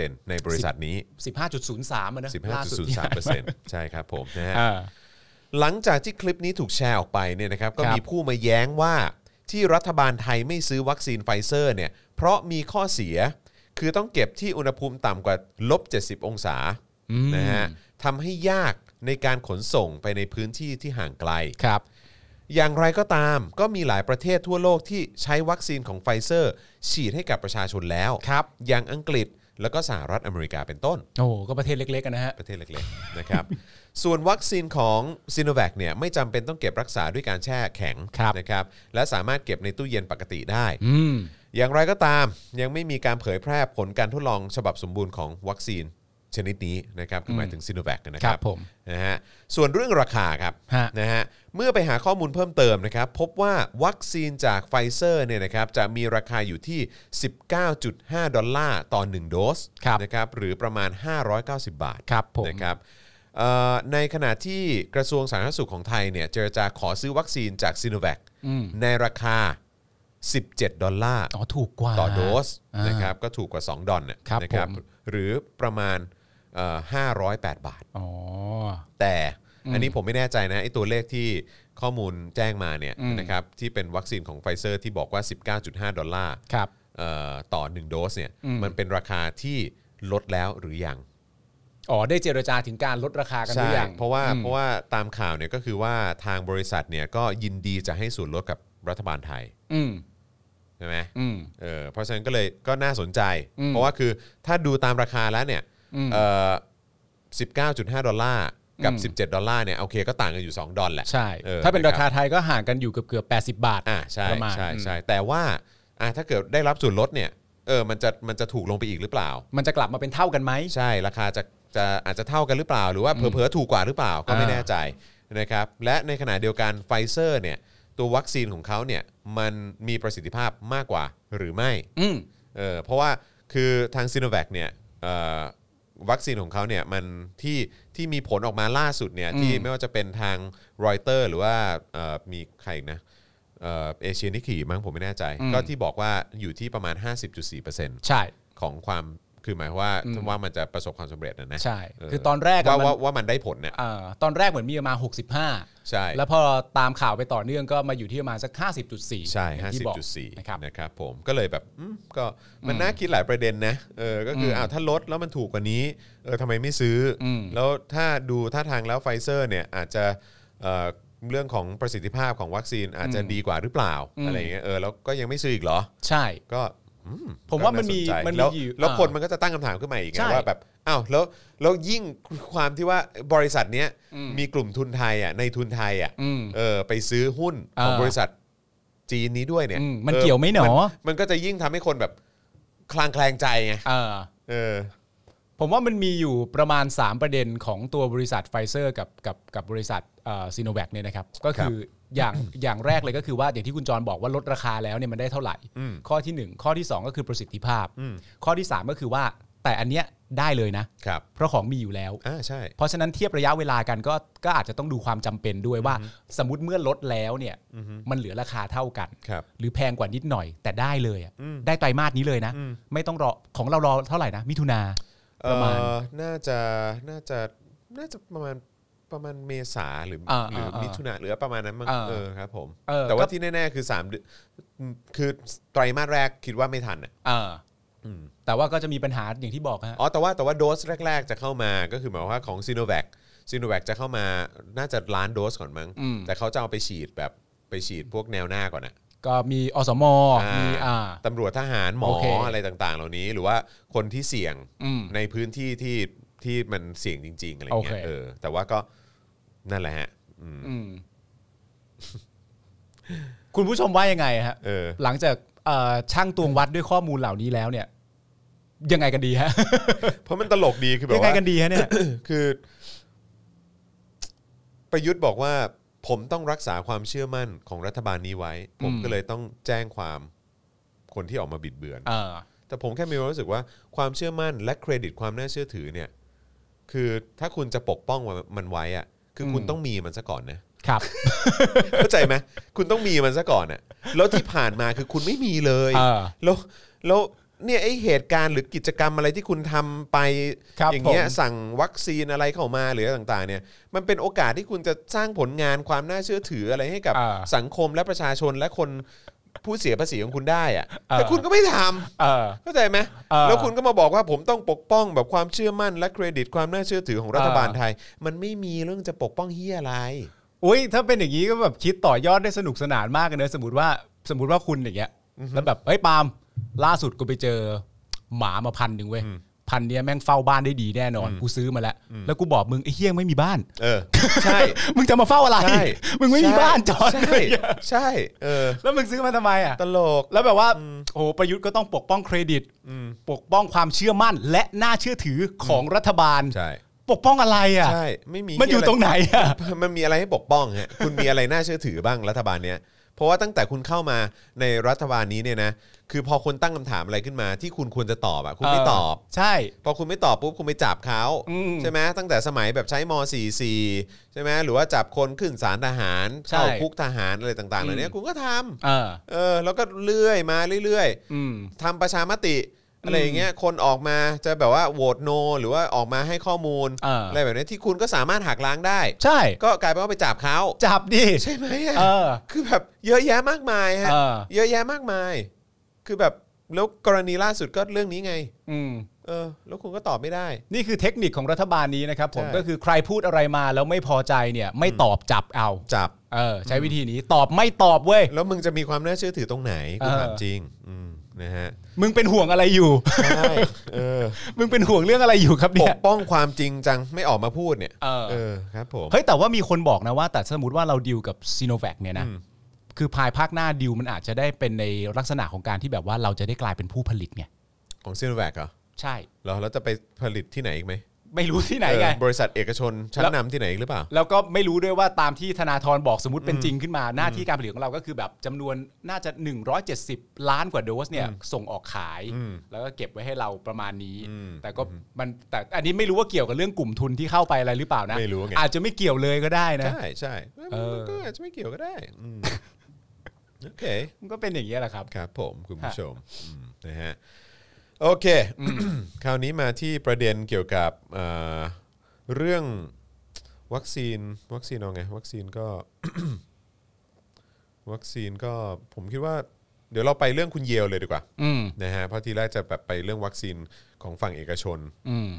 15%ในบริษัทนี้
15.03อะนะล่าสุดที่
15.03%ใช่ครับผมนะฮะ
อ่า
หลังจากที่คลิปนี้ถูกแชร์ออกไปเนี่ยนะครับก็
ครับ
มีผู้มาแย้งว่าที่รัฐบาลไทยไม่ซื้อวัคซีนไฟเซอร์เนี่ยเพราะมีข้อเสีย คือต้องเก็บที่อุณหภูมิต่ำกว่าลบ 70 องศานะฮะทำให้ยากในการขนส่งไปในพื้นที่ที่ห่างไกล
ครับ
อย่างไรก็ตามก็มีหลายประเทศทั่วโลกที่ใช้วัคซีนของไฟเซอร์ ฉีดให้กับประชาชนแล้ว
ครับ
อย่างอังกฤษแล้วก็สหรัฐอเมริกาเป็นต้น
โอ้ก็ประเทศเล็กๆกันนะฮะ
ประเทศเล็กๆ นะครับ ส่วนวัคซีนของซีโนแวคเนี่ยไม่จำเป็นต้องเก็บรักษาด้วยการแช่แข็ง
ครับ
นะครับ และสามารถเก็บในตู้เย็นปกติได้
อืม
อย่างไรก็ตามยังไม่มีการเผยแพร่ผลการทดลองฉบับสมบูรณ์ของวัคซีนชนิดนี้นะครับคือหมายถึงซีโนแวคนะครั
ครับผม
นะฮะส่วนเรื่องราคาครับ
ฮะ
นะฮะเมื่อไปหาข้อมูลเพิ่มเติมนะครับ พบว่าวัคซีนจากไฟเซอร์เนี่ยนะครับจะมีราคาอยู่ที่ 19.5 ดอลลาร์ต่อ 1 โดสนะครับหรือประมาณ 590 บาท
ครับผม
นะครับเอ่อในขณะที่กระทรวงสาธารณสุขของไทยเนี่ยเจรจาขอซื้อวัคซีนจากซีโนแวคในราคา 17 ดอลลาร์
อ๋อ ถูกกว่า
ต่อโดส
อ่าน
นะครับก็ถูกกว่า 2 ดอลลาร์นะครับ นะครับ
ผม
หรือประมาณเอ่อ508 บาท
อ๋อ
แต่อันนี้ผมไม่แน่ใจนะไอ้ตัวเลขที่ข้อมูลแจ้งมาเนี่ยนะครับที่เป็นวัคซีนของไฟเซอร์ที่บอกว่า 19.5 ดอลลาร์
ครับ
เอ่อต่อ 1 โดสเนี่ยมันเป็นราคาที่ลดแล้วหรือยัง
อ๋อได้เจรจาถึงการลดราคากันห
ใช่
รือยัง
เพราะว่า
อืม
เพราะว่าตามข่าวเนี่ยก็คือว่าทางบริษัทเนี่ยก็ยินดีจะให้ส่วนลดกับรัฐบาลไทย
อืม
ใช่ไหม
อืม
เออเพราะฉะนั้นก็เลยก็น่าสนใจ
อืม
เพราะว่าคือถ้าดูตามราคาแล้วเนี่ยเออสิบเก้าจุดห้าดอลลาร์กับ
อืม
17 ดอลลาร์เนี่ยโอเคก็ต่างกันอยู่ 2 ดอลแหละ
ใช่
ออ
ถ้าเป็นราคา
ะบ
ไทยก็ห่างกันอยู่เกือบเกือบแปดสิบาท
อ่าใช่
ประมาณ
ใช่ใช่
อืม
แต่ว่าอ่าถ้าเกิดได้รับส่วนลดเนี่ยเออมันจะมันจะถูกลงไปอีกหรือเปล่า
มันจะกลับมาเป็นเท่ากันไหม
ใช่ราคาจะจะอาจจะเท่ากันหรือเปล่า หรือว่าเผลอๆถูกกว่าหรือเปล่าก็ไม่
อ่า
แน่ใจนะครับและในขณะเดียวกันไฟเซอร์เนี่ยตัววัคซีนของเขาเนี่ยมันมีประสิทธิภาพมากกว่าหรือไม่
อืม
เออเพราะว่าคือทางซีโนแวคเนี่ยเอ่อวัคซีนของเขาเนี่ยมันที่ที่มีผลออกมาล่าสุดเนี่ยที่ไม่ว่าจะเป็นทางรอยเตอร์หรือว่าเอ่อมีใครอีกนะเอ่อเอเชียนิคีมั้งผมไม่แน่ใจ
อืม
ก็ที่บอกว่าอยู่ที่ประมาณ 50.4%
ใช่
ของความคือหมายความว่าว่ามันจะประสบความสำเร็จนะนะ
ใช่
เ
คือตอนแรก
ว่า
อะมัน
ว่าว่ามันได้ผลเนี่ย
เอ่อตอนแรกเหมือนมีประมาณ65
ใช่
แล้วพอตามข่าวไปต่อเนื่องก็มาอยู่ที่ประมาณสัก 50.4
ใช่
อย่
ห้าง
ที่
สิบบ
ก
จุดสี่
นะครับ
นะครับผมก็เลยแบบอืมก็มันน่าคิดหลายประเด็นนะเออก็คืออ้าวถ้าลดแล้วมันถูกกว่านี้เออทำไมไม่ซื้ออ
ม
แล้วถ้าดูท่าทางแล้วไฟเซอร์เนี่ยอาจจะเอ่อเรื่องของประสิทธิภาพของวัคซีนอาจจะดีกว่าหรือเปล่าอะไรอย่างเงี้ยเออแล้วก็ยังไม่ซื้ออีกเหรอ
ใช่
ก็อื
ผมว่ามันมี
ก็สใจ
มันมี
แล้ว
อยู่
แล้ว
อ่า
คนมันก็จะตั้งคำถามขึ้นมาอีกไง
ใช่
ว่าแบบอ้าวแล้วแล้วยิ่งความที่ว่าบริษัทเนี้ยมีกลุ่มทุนไทยอ่ะในทุนไทยอ่ะ
อืม
เออไปซื้อหุ้นของ
อ่า
บริษัทจีนนี้ด้วยเนี่ย
อืมมันเกี่ยวไหมหนอ
มัมันก็จะยิ่งทำให้คนแบบคลางแคลงใจไง
เอ่อ
เออ
ผมว่ามันมีอยู่ประมาณ 3 ประเด็นของตัวบริษัทไฟเซอร์กับกับกับบริษัทซีโนแวคเนี่ยนะครับ ก็คืออย่างอย่างแรกเลยก็คือว่าอย่างที่คุณจรบอกว่าลดราคาแล้วเนี่ยมันได้เท่าไหร่
อืม
ข้อทีหนึ่1 ข้อที่ 2 ก็คือประสิทธิภาพ
อืม
ข้อที่ 3 ก็คือว่าแต่อันเนี้ยได้เลยนะ
ครับ
เพราะของมีอยู่แล้ว
อ่าใช่
เพราะฉะนั้นเทียบระยะเวลากันก็ก็อาจจะต้องดูความจำเป็นด้วยว่า สมมติเมื่อลดแล้วเนี่ยมันเหลือราคาเท่ากัน
ครับ
หรือแพงกว่านิดหน่อย แต่ได้เลยอะ
อืม
ได้ไตรมาสนี้เลยนะ
อืม
ไม่ต้องรอของเรารอเท่าไหร่นะ มิถุนา
เอ
ประมาณ
อน่าจะน่าจะน่าจะประมาณประมาณเมษาหรือ
อ่า
หรืออา มิถุนาหรือประมาณนั้นมั้ง
อ่า
เออครับผม
เออ
แต่ว่า
ก็
ที่แน่ ๆ คือ3เดือนคือไตรมาสแรกคิดว่าไม่ทันอ่ะ
เอออแต่ว่าก็จะมีปัญหาอย่างที่บอกฮะ
อ๋อแต่ว่าแต่ว่าโดสแรก ๆ จะเข้ามาก็คือหมายความว่าของซีโนแวคซีโนแวคจะเข้ามาน่าจะล้านโดสก่อนมั้ง แต่เขาจะเอาไปฉีดแบบไปฉีดพวกแนวหน้าก่อนอ่ะ
ก็มีอสมมีอ่า
ตำรวจทหารหมอ
โอเค
อะไรต่าง ๆ เหล่านี้ หรือว่าคนที่เสี่ยง
อืม
ในพื้นที่ที่ที่มันเสี่ยงจริง ๆ อะไรเงี้ย
โอเค
เออแต่ว่าก็นั่นแหละฮะอืม
อืมคุณผู้ชมว่ายังไงฮะ
เออ
หลังจากเอ่อช่างตวงวัดด้วยข้อมูลเหล่านี้แล้วเนี่ย ยังไงกันดีฮ ะ
เพราะมันตลกดีคือแบบ
ยังไง
ว่า
กันดีฮะเนี่ย
คือ ประยุทธ์บอกว่า ผมต้องรักษาความเชื่อมั่นของรัฐบาลนี้ไว้ ผมก็เลยต้องแจ้งความคนที่ออกมาบิดเบือน
เออ
แต่ผมแค่มีความรู้สึกว่าความเชื่อมั่นและเครดิตความน่าเชื่อถือเนี่ย คือถ้าคุณจะปกป้องมันไว้อะคืออ
ม
คุณต้องมีมันซะก่อนนะ
ครับ
เข้าใจไหมคุณต้องมีมันซะก่อนน่ะแล้วที่ผ่านมาคือคุณไม่มีเลย
เออ
แล้วแล้วเนี่ยไอเหตุการณ์หรือกิจกรรมอะไรที่คุณทำไป
ครับ
อย่างเงี้ย
ผม
สั่งวัคซีนอะไรเข้ามาหรืออะไรต่างๆ เนี่ย มันเป็นโอกาสที่คุณจะสร้างผลงานความน่าเชื่อถืออะไรให้กับ
อ่า
สังคมและประชาชนและคนผู้เสียภาษีของคุณได้อะ
อ่า
แต่คุณก็ไม่ทำ
เออ
เข้าใจไหม
เออ
แล้วคุณก็มาบอกว่าผมต้องปกป้องแบบความเชื่อมั่นและเครดิตความน่าเชื่อถือของรัฐบาล
เออ
ไทย มันไม่มีเรื่องจะปกป้องเฮียอะไร
อุ้ยถ้าเป็นอย่างนี้ก็แบบคิดต่อยอดได้สนุกสนานมากเลยนะสมมติว่าสมมติว่าคุณอย่างเงี้ยแล้วแบบเฮ้ยปาล์มล่าสุดกูไปเจอหมามาพันหนึ่งเว้ยพันเนี้ยแม่งเฝ้าบ้านได้ดีแน่นอน กูซื้อมาแล้ว แล้วกูบอกมึงไอ้เฮี้ยงไม่มีบ้าน
เออ ใช่
มึงจะมาเฝ้าอะไร
ใช่
มึงไม่มี
ใช่
บ้านจอด
ใช่ใช่เออ
แล้วมึงซื้อมาทำไมอ่ะ
ตลก
แล้วแบบว่าโอ้โหประยุทธ์ก็ต้องปกป้องเครดิตปกป้องความเชื่อมั่น และน่าเชื่อถือของรัฐบาล
ใช่
ปกป้องอะไรอ่ะ
ใช่ ไม่มี
มันอยู่ตรงไหนอ่ะ
มันมีอะไรให้ปกป้องฮะ คุณมีอะไรน่าเชื่อถือบ้างรัฐบาลเนี้ย เพราะว่าตั้งแต่คุณเข้ามาในรัฐบาลนี้เนี่ยนะ คือพอคนตั้งคำถามอะไรขึ้นมาที่คุณควรจะตอบอะคุณไม่ตอบ
ใช่
พอคุณไม่ตอบปุ๊บคุณไปจับเขา
อืม
ใช่ไหมตั้งแต่สมัยแบบใช้ม .44 ใช่ไหมหรือว่าจับคนขึ้นศาลทหาร
ใช่
เข้าคุกทหารอะไรต่างๆเหล่านี้คุณก็ทำ
เออ
เออแล้วก็เลื่อยมาเรื่อยๆ
อืม
ทำประชามติอะไรอย่างเงี้ยคนออกมาจะแบบว่าโหวตโน หรือว่าออกมาให้ข้อมูล
เอออ
ไรแบบนี้ที่คุณก็สามารถหักล้างได้
ใช่
ก็กลายเป็นว่าไปจับเขา
จับดิ
ใช่ไหมอะ
เออ
คือแบบเยอะแยะมากมายฮะ
เออ
เยอะแยะมากมาย คือแบบ แล้วกรณีล่าสุดก็เรื่องนี้ไง
อืม
เออ แล้วคุณก็ตอบไม่ได้
นี่คือเทคนิคของรัฐบาลนี้นะครับ ผม
ใช่
ก็คือใครพูดอะไรมาแล้วไม่พอใจเนี่ยไม่ตอบจับเอา
จับ
เออใช้วิธีนี้ตอบไม่ตอบเว้ย
แล้วมึงจะมีความน่าเชื่อถือตรงไหนกู
เออ
ถามจริง อืมนะฮะ
มึงเป็นห่วงอะไรอยู่
ใช่เออ
มึงเป็นห่วงเรื่องอะไรอยู่ครับ
ป
เนี่
ก
ย
ป้องความจริงจังไม่ออกมาพูดเนี่ย
เออ
ครับผม
เฮ้ยแต่ว่ามีคนบอกนะว่า แต่สมมติว่าเราดิวกับซีโนแวคเนี่ยนะ
อืม
คือภายภาคหน้าดิวมันอาจจะได้เป็นในลักษณะของการที่แบบว่าเราจะได้กลายเป็นผู้ผลิตไง
ของซีโนแวคเหรอ
ใช่
เหรอแล้วจะไปผลิตที่ไหนอีกไหม
ไม่รู้ที่ไหนไง
เออบริษัทเอกชนชั้นนำที่ไหนอีกหรือเปล่า
แล้วก็ไม่รู้ด้วยว่าตามที่ธนาธรบอกสมมติเป็นจริงขึ้นมาหน้าที่การผลิตของเราก็คือแบบจำนวนน่าจะ 170 ล้านกว่าโดสเนี่ยส่งออกขาย
อืม
แล้วก็เก็บไว้ให้เราประมาณนี้
อืม
แต่ก็มันแต่อันนี้ไม่รู้ว่าเกี่ยวกับเรื่องกลุ่มทุนที่เข้าไปอะไรหรือเปล่านะ
ไม่รู้ไง
อาจจะไม่เกี่ยวเลยก็ได้นะ
ใช่ใช่
เออ
มันก็อาจจะไม่เกี่ยวก็ได้อืมโอเค
มันก็เป็นอย่างนี้ยแหละครับ
ครับผมคุณผู้
ฮะ
ชมอืมนะฮะโอเค คราวนี้มาที่ประเด็นเกี่ยวกับเอ่อเรื่องวัคซีนวัคซีนเอาไง วัคซีนก็ วัคซีนก็ผมคิดว่า เดี๋ยวเราไปเรื่องคุณเยลเลยดีกว่า
อืม
นะฮะเพราะทีแรกจะแบบไปเรื่องวัคซีนของฝั่งเอกชน
อืม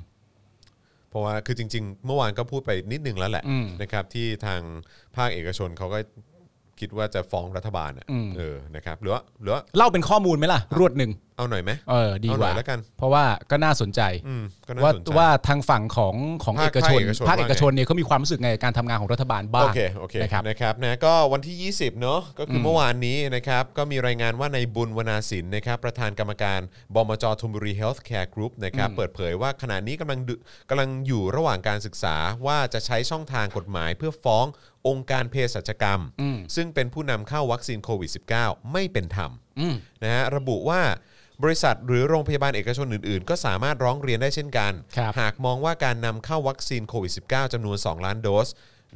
เพราะว่าคือจริง ๆ เมื่อวานก็พูดไปนิดนึงแล้วแหละ
อืม
นะครับ ที่ทางภาคเอกชนเขาก็คิดว่าจะฟ้องรัฐบาลอะ
อืม
เออนะครับหรือว่าหรือว่า
เล่าเป็นข้อมูลไหมล่ะ รวดหนึ่ง
เอาหน่อยไหม
เออดี
เอา
ก
หน่
ว่า
อยแล้วกัน
เพราะว่าก็น่าสนใจ
อืมก็น่า
ว่า
สนใจ
ว่าทางฝั่งของของ
ภา
เอ
ค
กช
ภาค
น
เอกชน
ภาคเอกชน
ว่าไง
เนี่ยเขามีความรู้สึกไงกับการทำงานของรัฐบาลบ้าง
โอเคโอเค
นะครับ
นะครับนะก็วันที่ 20 เนอะก็คืออเมื่อวานนี้นะครับ ก็มีรายงานว่าในบุญวนาสินนะครับ ประธานกรรมการบมจธนบุรีเฮลท์แคร์กรุ๊ปนะครับ เปิดเผยว่าขณะนี้กำลังดึกำลังอยู่ระหว่างการศึกษาว่าจะใช้ช่องทางกฎหมายเพื่อฟ้ององค์การเภสัชกรรม ซึ่งเป็นผู้นำเข้าวัคซีนโควิด -19 ไม่เป็นธรรม นะฮะระบุว่าบริษัทหรือโรงพยาบาลเอกชนอื่นๆ ก็สามารถร้องเรียนได้เช่นกัน
ครับ
หากมองว่าการนำเข้าวัคซีนโควิด -19 จำนวน 2 ล้านโดส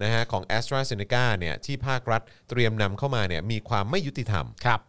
นะฮะของ a s t r a z e ซ e c a เนี่ยที่ภาครัฐเตรียมนำเข้ามาเนี่ยมีความไม่ยุติธรรม
ครับ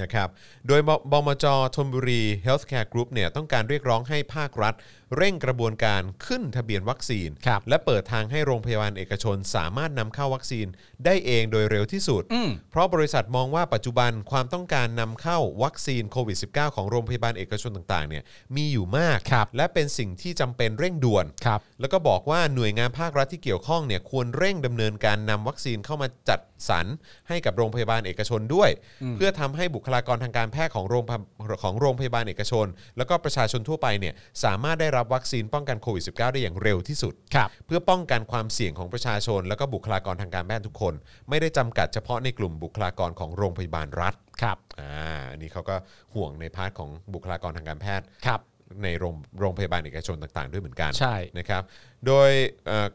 นะครับ โดยบบมจธนบุรี Healthcare Group เนี่ยต้องการเรียกร้องให้ภาครัฐ เร่งกระบวนการขึ้นทะเบียนวัคซีน
ครับ
และเปิดทางให้โรงพยาบาลเอกชน สามารถนำเข้าวัคซีนได้เองโดยเร็วที่สุด เพราะบริษัทมองว่าปัจจุบันความต้องการนำเข้าวัคซีนโควิด -19 ของโรงพยาบาลเอกชนต่างๆเนี่ยมีอยู่มาก
ครับ
และเป็นสิ่งที่จำเป็นเร่งด่วน
ครับ
แล้วก็บอกว่าหน่วยงานภาครัฐที่เกี่ยวข้องเนี่ยควรเร่งดำเนินการนำวัคซีนเข้ามาจัดสรรให้กับโรงพยาบาลเอกชนด้วย เพื่อทำให้บุคลากรทางการแพทย์ของโรงพยของโรงพยาบาลเอกชน แล้วก็ประชาชนทั่วไปเนี่ยสามารถได้รับวัคซีนป้องกันโควิด -19 ได้อย่างเร็วที่สุด
ครับ
เพื่อป้องกันความเสี่ยงของประชาชน แล้วก็บุคลากรทางการแพทย์ทุกคน ไม่ได้จำกัดเฉพาะในกลุ่มบุคลากรของโรงพยาบาลรัฐ
ครับ
อ่าอันนี้เขาก็ห่วงในพาร์ทของบุคลากรทางการแพทย์
ครับ
ในโรงโรงพยาบาลเอกชนต่างๆ ด้วยเหมือนกัน
ใช่
นะครับ โดยเอ่อ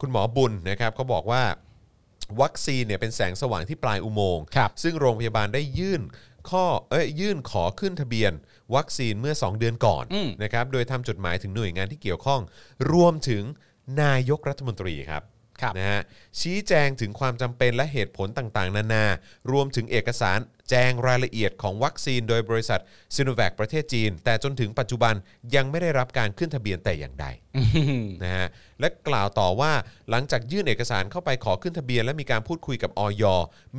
คุณหมอบุญนะครับเขาบอกว่า วัคซีนเนี่ยเป็นแสงสว่างที่ปลายอุโมงค์
ครับ
ซึ่งโรงพยาบาลได้ยื่นข้อเอ้ยยื่นขอขึ้นทะเบียน วัคซีนเมื่อ 2 เดือนก่อน
อืม
นะครับโดยทำจดหมายถึงหน่วยงานที่เกี่ยวข้อง รวมถึงนายกรัฐมนตรีครับ
ครับ
นะฮะชี้แจงถึงความจำเป็นและเหตุผลต่างๆ นานา รวมถึงเอกสารแจงรายละเอียดของวัคซีนโดยบริษัทซิโนแวคประเทศจีน แต่จนถึงปัจจุบันยังไม่ได้รับการขึ้นทะเบียนแต่อย่างใด นะฮะและกล่าวต่อว่าหลังจากยื่นเอกสารเข้าไปขอขึ้นทะเบียน และมีการพูดคุยกับออย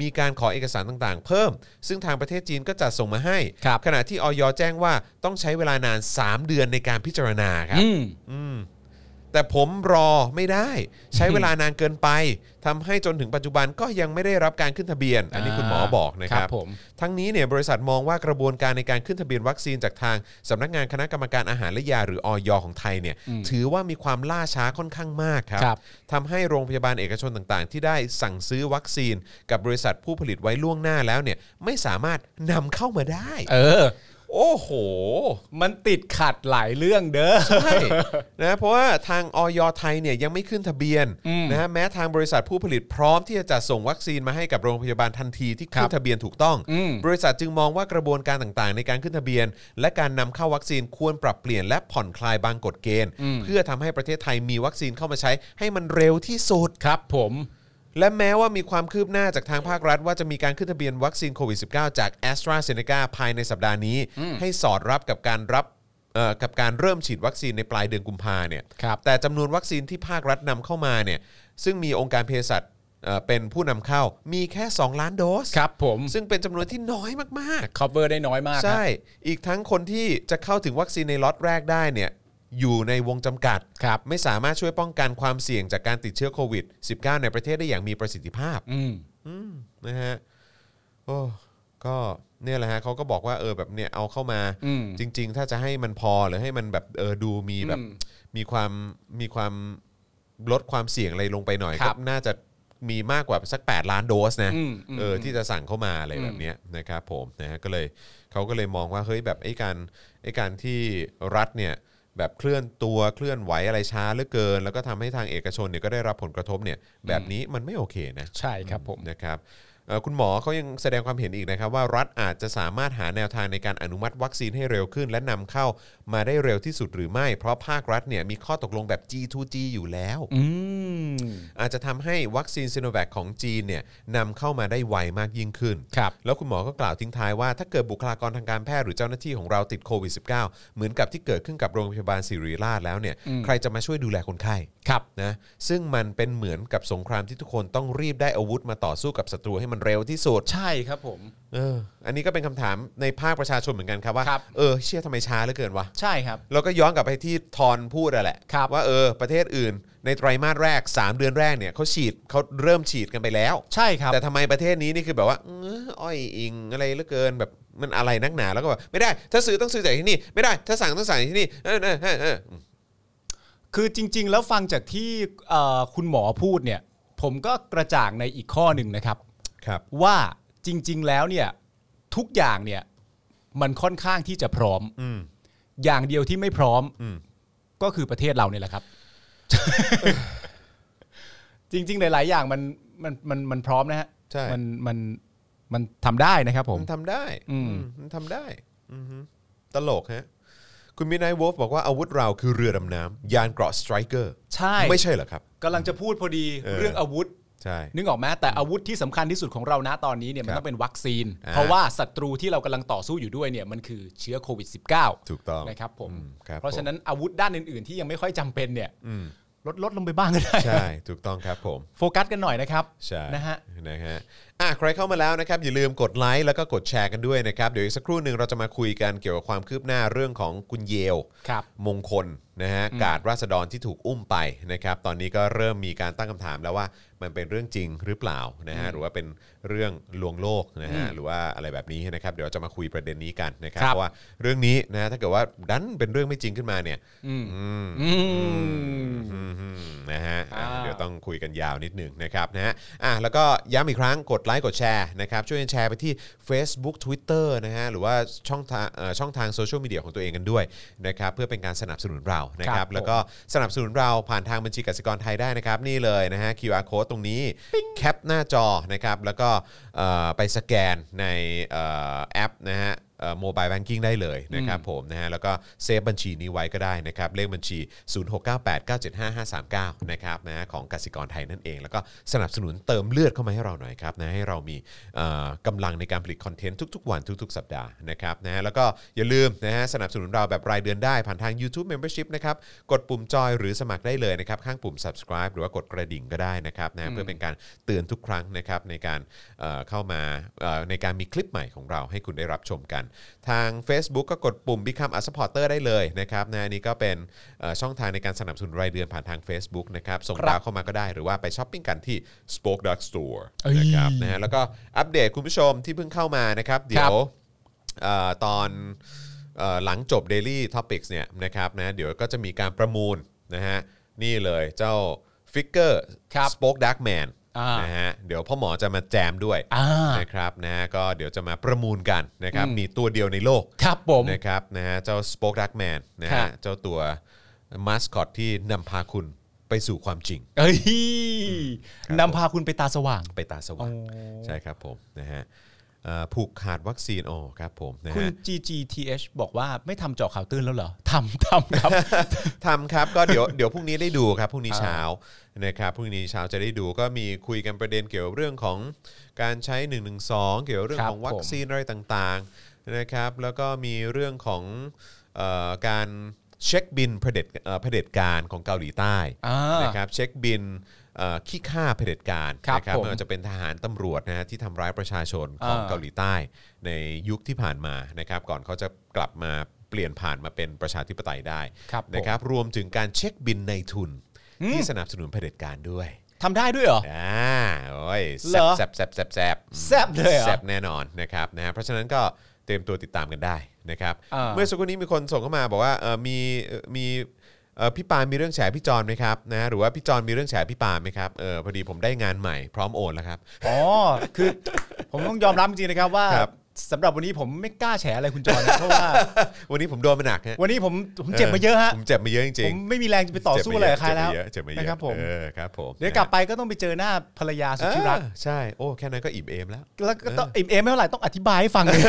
มีการขอเอกสารต่างๆ เพิ่ม ซึ่งทางประเทศจีนก็จัดส่งมาให้
ครับ
ขณะที่ออยแจ้งว่าต้องใช้เวลานาน 3 เดือนในการพิจารณาครับ
อืม
แต่ผมรอไม่ได้ใช้เวลานานเกินไปทำให้จนถึงปัจจุบันก็ยังไม่ได้รับการขึ้นทะเบียน อันนี้คุณหมอบอกนะครับ
ครับผม
ทั้งนี้เนี่ยบริษัทมองว่ากระบวนการในการขึ้นทะเบียนวัคซีนจากทางสำนักงานคณะกรรมการอาหารและยาหรือออยของไทยเนี่ยถือว่ามีความล่าช้าค่อนข้างมากครับ
ครับ
ทำให้โรงพยาบาลเอกชนต่างๆ ที่ได้สั่งซื้อวัคซีน กับบริษัทผู้ผลิตไว้ล่วงหน้าแล้วเนี่ยไม่สามารถนำเข้ามาได้
เออ
โอ้โห
มันติดขัดหลายเรื่องเด้อ
ใช่นะเพราะว่าทางออยไทยเนี่ยยังไม่ขึ้นทะเบียนนะฮะแม้ทางบริษัทผู้ผลิตพร้อมที่จะจัดส่งวัคซีนมาให้กับโรงพยาบาลทันทีที่ขึ้นทะเบียนถูกต้อง
อืม
บริษัทจึงมองว่ากระบวนการต่างๆ ในการขึ้นทะเบียน และการนำเข้าวัคซีนควรปรับเปลี่ยนและผ่อนคลายบางกฎเกณฑ์ เพื่อทำให้ประเทศไทยมีวัคซีนเข้ามาใช้ให้มันเร็วที่สุด
ครับ ผม
และแม้ว่ามีความคืบหน้าจากทางภาครัฐ ว่าจะมีการขึ้นทะเบียนวัคซีนโควิด -19 จาก a s t r a z เซ e c a ภายในสัปดาห์นี้ ให้สอดรับกับการรับเอ่อกับการเริ่มฉีดวัคซีนในปลายเดือนกุมภาเนี่ย
ครับ
แต่จำนวนวัคซีนที่ภาครัฐนำเข้ามาเนี่ยซึ่งมีองค์การเภสัช เอ่อเป็นผู้นำเข้ามีแค่ 2 ล้านโดส
ครับผม
ซึ่งเป็นจำนวนที่น้อยมาก
cover ได้น้อยมา
ๆ
กนะ
ใช่ อีกทั้งคนที่จะเข้าถึงวัคซีนในล็อตแรกได้เนี่ยอยู่ในวงจำกัด
ครับ
ไม่สามารถช่วยป้องกันความเสี่ยงจากการติดเชื้อโควิด -19 ในประเทศได้อย่างมีประสิทธิภาพ
อืม
นะฮะโอ้ก็เนี่ยแหละฮะเขาก็บอกว่าเออแบบเนี่ยเอาเข้ามา
อืม
จริง ๆ ถ้าจะให้มันพอหรือให้มันแบบเออดูมีแบบ
อืม
มีความมีความลดความเสี่ยงอะไรลงไปหน่อย
ครับ
ก็น่าจะมีมากกว่าสัก 8 ล้านโดสนะ
อืมอืม
เออที่จะสั่งเข้ามาอะไร
อืม
แบบเนี้ยนะครับผมนะฮะก็เลยเขาก็เลยมองว่าเฮ้ยแบบไอ้การไอ้การที่รัฐเนี่ยแบบเคลื่อนตัวเคลื่อนไหวอะไรช้าเหลือเกิน แล้วก็ทำให้ทางเอกชนเนี่ยก็ได้รับผลกระทบเนี่ยแบบนี้มันไม่โอเคนะ
ใช่ครับผม
นะครับเอ่อคุณหมอเขายังแสดงความเห็นอีกนะครับ ว่ารัฐอาจจะสามารถหาแนวทางในการอนุมัติวัคซีนให้เร็วขึ้น และนำเข้ามาได้เร็วที่สุดหรือไม่ เพราะภาครัฐเนี่ยมีข้อตกลงแบบ G2G อยู่แล้ว
อืม
อาจจะทำให้วัคซีนซิโนแวคของจีนเนี่ยนำเข้ามาได้ไวมากยิ่งขึ้น
ครับ
แล้วคุณหมอก็กล่าวทิ้งท้ายว่าถ้าเกิดบุคลากรทางการแพทย์หรือเจ้าหน้าที่ของเราติดโควิด -19 เหมือนกับที่เกิดขึ้นกับโรงพยาบาลศิริราชแล้วเนี่ยใครจะมาช่วยดูแลคนไข้
ครับ
นะซึ่งมันเป็นเหมือนกับสงครามที่ทุกคนต้องรีบได้อาวุธมาต่อสู้กับศัตรูให้มันเร็วที่สุด
ใช่ครับผม
เอออันนี้ก็เป็นคำถามในภาคประชาชนเหมือนกันครับว่า
ครับ
เออเชี่ยทำไมช้าเหลือเกินวะ
ใช่ครับ
เราก็ย้อนกลับไปที่ทอนพูดอะแหละ
ครับ
ว่าเออประเทศอื่น ในไตรมาสแรก 3 เดือนแรกเนี่ยเขาฉีดเขาเริ่มฉีดกันไปแล้ว
ใช่ครับ
แต่ทำไมประเทศนี้นี่คือแบบว่าเอออ้อยอิงอะไรเหลือเกินแบบมันอะไรนักหนาแล้วก็แบบไม่ได้ ถ้าซื้อต้องซื้อจากที่นี่ไม่ได้ ถ้าสั่งต้องสั่งจากที่นี่เออเออเออเออ
คือจริง ๆ แล้วฟังจากที่เอ่อคุณหมอพูดเนี่ย ผมก็กระจ่างในอีกข้อหนึ่งนะครับ
ครับ
ว่าจริง ๆ แล้วเนี่ยทุกอย่างเนี่ยมันค่อนข้างที่จะพร้อม
อืม
อย่างเดียวที่ไม่พร้อม
อืม
ก็คือประเทศเราเนี่ยแหละครับ จริง ๆ หลาย ๆ อย่างมันมันมันมันพร้อมนะฮะ
ใช่
มันมันมันทำได้นะครับผม
มันทำได้
อืม
อืมมันทำได้อือฮึตลกฮะ คุณมินาย w ว l ฟบอกว่าอาวุธเราคือเรือดำน้ำยานเกราะสไตรเกอร์
ใช่
ไม่ใช่เหรอครับ
กำลังจะพูดพอดี
เออ
เรื่องอาวุธ
ใช่
นึกออกไหมแต่อาวุธที่สำคัญที่สุดของเรานะตอนนี้เนี่ยมัน
ครับ
ต้องเป็นวัคซีน
อ่า
เพราะว่าศัตรูที่เรากำลังต่อสู้อยู่ด้วยเนี่ยมันคือเชื้อโควิด -19
ถูกต้อง
นะครับผม
อืมครับ
เพราะฉะนั้นอาวุธด้านอื่น ๆ ที่ยังไม่ค่อยจำเป็นเนี่ย
อืม
ลดลดลงไปบ้างก็ได้
ใช่ถูกต้องครับผม
โฟกัสกันหน่อยนะครับ
ใช่
นะฮะ
นะฮะอ่ะใครเข้ามาแล้วนะครับ อย่าลืมกดไลค์แล้วก็กดแชร์กันด้วยนะครับ เดี๋ยวอีกสักครู่หนึ่งเราจะมาคุยกันเกี่ยวกับความคืบหน้าเรื่องของคุณเยล
ครับ
มงคลนะฮะการราษฎรที่ถูกอุ้มไปนะครับ ตอนนี้ก็เริ่มมีการตั้งคำถามแล้วว่ามันเป็นเรื่องจริงหรือเปล่านะฮะหรือว่าเป็นเรื่องลวงโลกนะฮะหรือว่าอะไรแบบนี้นะครับ เดี๋ยวจะมาคุยประเด็นนี้กันนะครับ
ครับ
เพราะว่าเรื่องนี้นะถ้าเกิดว่าดันเป็นเรื่องไม่จริงขึ้นมาเนี่ยอืม
อืม
อืมนะฮะอ่ะ
อ่า
เดี๋ยวต้องคุยกันยาวนิดหนึ่งนะครับนะฮะอ่ะแล้วก็ย้ำอีกครั้งกดไลค์กดแชร์นะครับช่วยกันแชร์ไปที่ Facebook Twitter นะฮะหรือว่าช่องทางเอ่อช่องทางโซเชียลมีเดียของตัวเองกันด้วยนะครับเพื่อเป็นการสนับสนุนเรานะค
ค
รั
รั
บบ
ผม
แล้วก็สนับสนุนเราผ่านทางบัญชีกสิกรไทยได้นะครับ นี่เลยนะฮะ QR code ตรงนี้แคปหน้าจอนะครับแล้วก็เอ่อไปสแกนในเอ่อแอปนะฮะโมบายแบงกิ้งได้เลยนะครับ ครับผมนะฮะแล้วก็เซฟบัญชีนี้ไว้ก็ได้นะครับ เลขบัญชี 0698975539 นะครับนะฮะของกสิกรไทยนั่นเอง แล้วก็สนับสนุนเติมเลือดเข้ามาให้เราหน่อยครับนะให้เรามีเอ่อกำลังในการผลิตคอนเทนต์ทุกๆ วันทุก ๆ สัปดาห์นะครับนะฮะแล้วก็อย่าลืมนะฮะสนับสนุนเราแบบรายเดือนได้ผ่านทาง YouTube Membership นะครับ กดปุ่มจอยหรือสมัครได้เลยนะครับ ข้างปุ่ม subscribe หรือว่ากดกระดิ่งก็ได้นะครับนะฮะเพื่อเป็นการเตือนทุกครั้งนะครับในการเอ่อเข้ามาเอ่อในการมีคลิปใหม่ของเราให้คุณได้รับชมกัน ทาง Facebook ก็กดปุ่ม Become a supporter ได้เลยนะครับนะอันนี้ก็เป็นเอ่อช่องทางในการสนับสนุนรายเดือนผ่านทาง Facebook นะครับ ส่ง
ครับ
ดาวเข้ามาก็ได้ หรือว่าไปช้อปปิ้งกันที่ Spoke Dark Store
เอ้ย
นะครับนะฮะแล้วก็อัปเดตคุณผู้ชมที่เพิ่งเข้ามานะครับ เดี๋ยวเอ่อตอนเอ่อหลังจบ Daily Topics เนี่ยนะครับนะเดี๋ยวก็จะมีการประมูลนะฮะนี่เลยเจ้าฟิกเกอร์
ครับ
Spoke Dark Man
อ่าน
นะฮะเดี๋ยวพ่อหมอจะมาแจมด้วย
อ่า
นะครับนะฮะก็เดี๋ยวจะมาประมูลกันนะครับ
อืม
มีตัวเดียวในโลก
ครับผม
นะครับนะฮะเจ้า Spoke Dark Man นะ
ครั
ฮะ
บ
เจ้าตัวมาสคอตที่นำพาคุณไปสู่ความจริง
เอ้ย
ครับ
นำพาคุณไปตาสว่าง
ไปตาสว่างใช่ครับผมนะฮะเอ่อผูกขาดวัคซีนอ๋อครับผมนะ
คุณ
ฮะ
GGTH บอกว่าไม่ทำเจาะข่าวตื้นแล้วเหรอทำทำครับ
ทำครับก็เดี๋ยวเดี๋ยวพรุ่งนี้ได้ดูครับพรุ่งนี้
อ่า
เช้านะครับพรุ่งนี้เช้าจะได้ดูก็มีคุยกันประเด็นเกี่ยวกับเรื่องของการใช้1นึเกี่ยวกับเรื่อง
ครับ
ของวัคซีนอะไรต่างๆนะครับแล้วก็มีเรื่องของเออการเช็คบินเผด็จเอ่อเผด็จการของเกาหลีใต้
อ่าน
นะครับเช็คบิน เอ่อขี้ข้าเผด็จการ
ครับ
นะ
ผม
ไม่ว่าจะเป็นทหารตำรวจนะฮะที่ทำร้ายประชาชนของ
อ่า
เกาหลีใต้ในยุคที่ผ่านมานะครับก่อนเขาจะกลับมาเปลี่ยนผ่านมาเป็นประชาธิปไตยได้
ครับผม
นะครับรวมถึงการเช็คบินในทุน
อืม
ที่สนับสนุนเผด็จการด้วย
ทำได้ด้วยเหรอ
อ่าโอ้ย
เหรอ
แซบแซบแซบแซบ
แซบเลยเหรอ
แซบแน่นอนนะครับนะฮะเพราะฉะนั้นก็เตรียมตัวติดตามกันได้นะครับ
อ่า
เมื่อสักครู่นี้มีคนส่งเข้ามาบอกว่าเอ่อมีเอ่อมีเอ่อพี่ปามีเรื่องแฉพี่จอนไหมครับนะฮะหรือว่าพี่จอนมีเรื่องแฉพี่ปาไหมครับเออพอดีผมได้งานใหม่พร้อมโอนแล้วครับ
๋อคือ ผมต้องยอมรับจริงๆนะครับว่า
ครับ
สำหรับวันนี้ผมไม่กล้าแฉอะไรคุณจ อนนะเพราะว่า
วันนี้ผมโดนมาหนักฮะ
วันนี้ผมผมเจ็บมาเยอะฮะ
ผมเจ็บมาเยอะจ
ผ
ริง
มไม่มีแรงจะไปต่อสู้อะไรกับใครแล้ว
เจ็บมาเยอะเจ็บมาเยอะ
นะครับผม
เออครับผม
เดี๋ยวกลับไปก็ต้องไปเจอหน้าภรรยาสุดที่รัก
เออใช่โอ้แค่นั้นก็อิ่มเอมแล้ว
แล้วก็ต้องอิ่มเอมไม่เท่าไหร่ต้องอธิบายให้ฟังเลย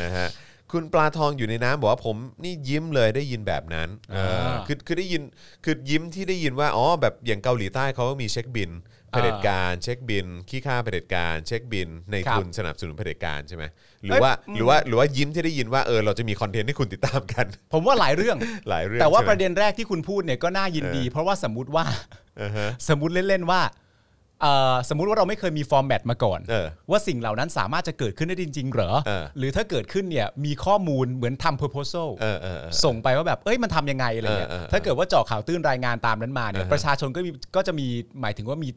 นะฮะคุณปลาทองอยู่ในน้ำบอกว่าผมนี่ยิ้มเลยได้ยินแบบนั้นเออ
อ่า
คือคือได้ยินคือยิ้มที่ได้ยินว่าอ๋อแบบอย่างเกาหลีใต้เขามีเช็คบินเผ
อ่า
ด็จการเช็คบินขี้ข้าเผด็จการเช็คบิน ใน
ครับ
ทุนสนับสนุนเผด็จการใช่ไหมหรือ
เอ้ย
ว่าหรือว่าหรือว่ายิ้มที่ได้ยินว่าเออเราจะมีคอนเทนต์ให้คุณติดตามกัน
ผมว่าหลายเรื่อง
หลายเรื่อง
แต่ว่า
ใช่ไหม
ประเด็นแรกที่คุณพูดเนี่ยก็น่ายินดี เพราะว่าสมมติว่าสมมติเล่นๆว่าเอ่อสมมติว่าเราไม่เคยมีฟอร์แมตมาก่อน
เออ
ว่าสิ่งเหล่านั้นสามารถจะเกิดขึ้นได้จริง ๆ เหรอ
เออ
หรือถ้าเกิดขึ้นเนี่ยมีข้อมูลเหมือนทำ proposal
เออเออเออ
ส่งไปว่าแบบเอ้ยมันทำยังไงอะไรเงี้ย
เออเออเออ
ถ้าเกิดว่าเจาะข่าวตื้นรายงานตามนั้นมาเนี่ย
อ่าฮะ
ประชาชนก็มีก็จะมีหมายถึงว่ามี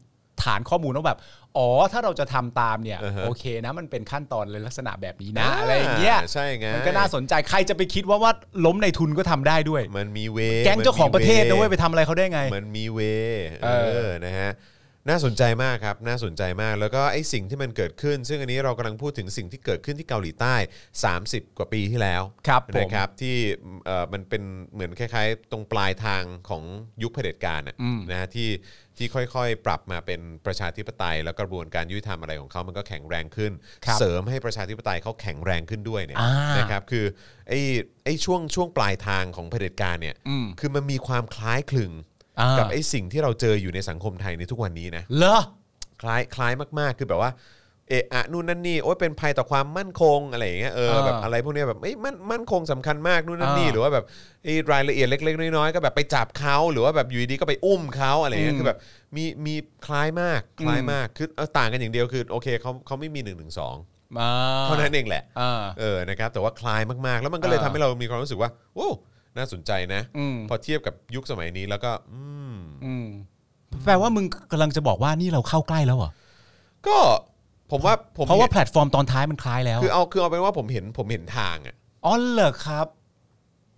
ฐานข้อมูลว่าแบบ อ๋อถ้าเราจะทำตามเนี่ย
อ่าฮะ
โอเคนะมันเป็นขั้นตอนเลยลักษณะแบบนี้นะอะไรอย่างเงี้ย
ใช่ไง
มันก็น่าสนใจใครจะไปคิดว่าว่าล้มในทุนก็ทำได้ด้วย
มันมีเว
แก๊งเจ้าของประเทศนะเว้ย
มันมี
ไปทำอะไรเขาได้ไง
มันมีเวเอ
เออ
อ นะฮะ น่าสนใจมากครับ น่าสนใจมาก แล้วก็ไอ้สิ่งที่มันเกิดขึ้น ซึ่งอันนี้เรากำลังพูดถึงสิ่งที่เกิดขึ้นที่เกาหลีใต้ 30 กว่าปีที่แล้ว
ครับผม
นะครับ ที่เอ่อมันเป็นเหมือนคล้ายๆ ตรงปลายทางของยุคเผด็จการน่ะ
อืม
นะฮะที่ที่ค่อยๆ ปรับมาเป็นประชาธิปไตย แล้วกระบวนการยุติธรรมอะไรของเขามันก็แข็งแรงขึ้น
ครับ
เสริมให้ประชาธิปไตยเขาแข็งแรงขึ้นด้วยเนี่ย
อ่าน
นะครับ คือไอ้ไอ้ช่วงช่วงปลายทางของเผด็จการเนี่ย
อืม
คือมันมีความคล้ายคลึง
อ่า
กับไอ้สิ่งที่เราเจออยู่ในสังคมไทยในทุกวันนี้นะ
เหรอ
คล้ายคล้ายมากๆ คือแบบว่าเอะอะนู่นนั่นนี่โอ้ยเป็นภัยต่อความมั่นคงอะไรอย่างเงี้ยเออ
เออ
แบบอะไรพวกเนี้ยแบบเอ้ยมั่นมั่นคงสำคัญมากนู่นนั่นนี่
เออ
หรือว่าแบบไอ้รายละเอียดเล็ก ๆ น้อยๆก็แบบไปจับเขาหรือว่าแบบอยู่ดีๆก็ไปอุ้มเขาอะไรอย่างเงี้ย
อืม
คือแบบมีมีคล้ายมากคล้าย
อืม
มากคือเอาต่างกันอย่างเดียวคือโอเคเขาเขาไม่มี1นึงสอง
อ่
เท่านั้นเองแหละ
อ่า
เออ นะครับ แต่ว่าคลายมาก ๆ แล้วมันก็เลย
อ่า
ทำให้เรามีความรู้สึกว่าโอ้น่าสนใจนะ
อืม
พอเทียบกับยุคสมัยนี้แล้วก็อืม
อืมแปลว่ามึงกำลังจะบอกว่านี่เราเข้าใกล้แล้วเหรอ
ก็ผมว่าผม
เพราะว่าแพ
ห็น
ลตฟอร์มตอนท้ายมันคล้ายแล้ว
คือเอาคือเอาเป็นว่าผมเห็นผมเห็นทางอ่ะ
อ๋อเหรอครับ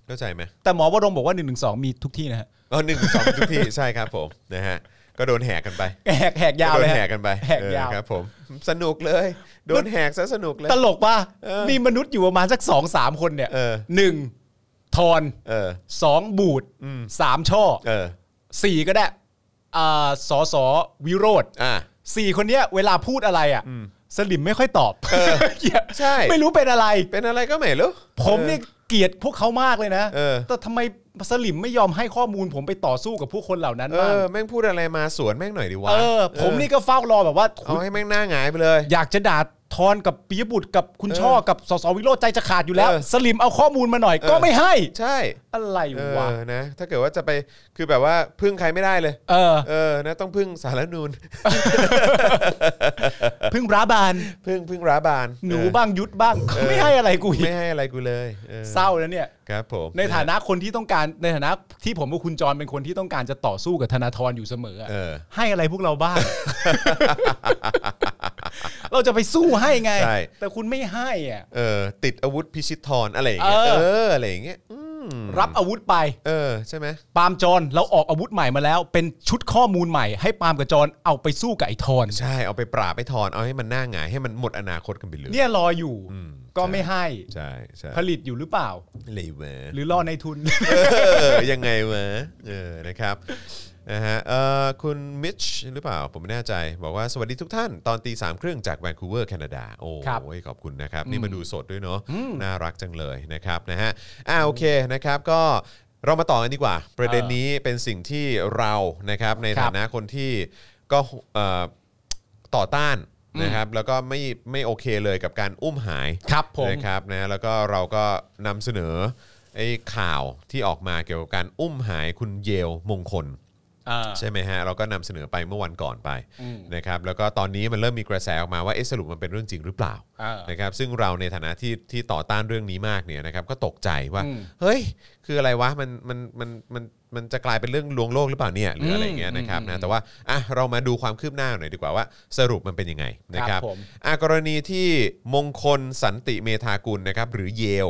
เข้าใจไหม
แต่หมอวรงบอกว่า1นึมีทุกที่นะฮะ
อ๋อหนึ่งสองทุ กที่ ใช่ครับผมนะฮะก็โดนแหกกันไป
แหกแหกยาว
โด
เลย
นแหก
ฮะ
กันไป
แหกยาว
เออครับผมสนุกเลย โดนแหกซะสนุกเลย
ตลกป่ะ
เออ
มีมนุษย์อยู่ประมาณสักสองสามคนเนี่ย
เออ
หนึ่งทอน
เออ
สองบูด
อืม
สามช่อ
เออ
สี่ก็ได้อ่าสอสอวิโรธ
อ่ะ
สี่คนเนี้ยเวลาพูดอะไรอ่ะสลิมไม่ค่อยตอบเหี้ย
ใช่
ไม่รู้เป็นอะไร
เป็นอะไรก็ไม่รู้
ผมเนี่ยเกลียดพวกเขามากเลยนะ
เออ
แต่ทำไมสลิมไม่ยอมให้ข้อมูลผมไปต่อสู้กับผู้คนเหล่านั้น
เอ
บ้าง
อแม่งพูดอะไรมาสวนแม่งหน่อยดีวะ
เออ ผมนี่ก็เฝ้ารอแบบว่า
เอาให้แม่งหน้าหงายไปเลย
อยากจะด่าทอนกับปิยบุตรกับคุณช่อกับสสวิโรจน์ใจจะขาดอยู่แล้ว
เออ
สลิมเอาข้อมูลมาหน่อย
เออ
ก็ไม่ให้
ใช่
อะไร
เอ
วะ
อนะ ถ้าเกิดว่าจะไปคือแบบว่าพึ่งใครไม่ได้เลย
เออ
เออนะต้องพึ่งสารรัฐธรรมนู น
พึ่งร้าบาน
พึ่งพึ่งร้าบาน
หนู
เออ
บ้างยุทธบ้างไม่ให้อะไรกูอีก
ไม่ให้อะไรกูเลยออ
เศร้าแล้วเนี่ย
ครับผม
ในฐานะคนที่ต้องการในฐานะที่ผมกับคุณจรเป็นคนที่ต้องการจะต่อสู้กับธนาธรอยู่เสมออะ
เออ
ให้อะไรพวกเรา บ้าง เราจะไปสู้ให้ไง
ใช่
แต่คุณไม่ให้อ่ะ
เออติดอาวุธพิชิตทรอะไรอย่างเงี้ย
เออ
เอออะไรอย่างเงี้ยอืม
รับอาวุธไป
เออใช่ไหม
ปาล์มจรเราออกอาวุธใหม่มาแล้ว เป็นชุดข้อมูลใหม่ ให้ปาล์มกับจรเอาไปสู้กับไอ้ทอน
ใช่เอาไปปราบไปทอนเอาให้มันหน้าหงายให้มันหมดอนาคตกันไปเลย
เนี่ยรออยู่ก็ไม่ให้
ใช่ใช่
ผลิตอยู่หรือเปล่า
เลยเวอ
หรือรอในทุน
เออ ยังไงวะเออนะครับนะฮะเอ่อคุณมิชหรือเปล่า ผมไม่แน่ใจ บอกว่าสวัสดีทุกท่านตอนตีสามครึ่งจากแวนคูเวอร์แคนาดา โอ้
ครับ
ยขอบคุณนะครับ นี่มาดูสดด้วยเนาะน่ารักจังเลยนะครับนะฮะอ่าโอเคนะครับก็เรามาต่อกันดีกว่า ประเด็นนี้เป็นสิ่งที่เรานะครับใน
ครั
ฐา
บ
นะคนที่ก็เอ่อต่อต้านนะครับแล้วก็ไม่ไม่โอเคเลยกับการอุ้มหาย
ครับผม
นะ ครับนะแล้วก็เราก็นำเสนอ ไอ้ข่าวที่ออกมาเกี่ยวกับการอุ้มหายคุณเยลมงคล
อ่า
ใช่ไหมฮะ เราก็นำเสนอไปเมื่อวันก่อนไป
อืม
นะครับแล้วก็ตอนนี้มันเริ่มมีกระแสออกมาว่าเอ๊ะสรุปมันเป็นเรื่องจริงหรือเปล่า
อ่าน
นะครับซึ่งเราในฐานะที่ที่ต่อต้านเรื่องนี้มากเนี่ยนะครับก็ตกใจว่า
อืม
เฮ้ย คืออะไรวะมันมันมันมันมันจะกลายเป็นเรื่องลวงโลกหรือเปล่าเนี่ยหรืออะไร
อืม
เงี้ยนะครับ
อืม
นะแต่ว่าอ่ะเรามาดูความคืบหน้าหน่อยดีกว่าว่า สรุปมันเป็นยังไงนะครับ
ครับผม
อ่ะกรณีที่มงคลสันติเมธากุลนะครับหรือเยล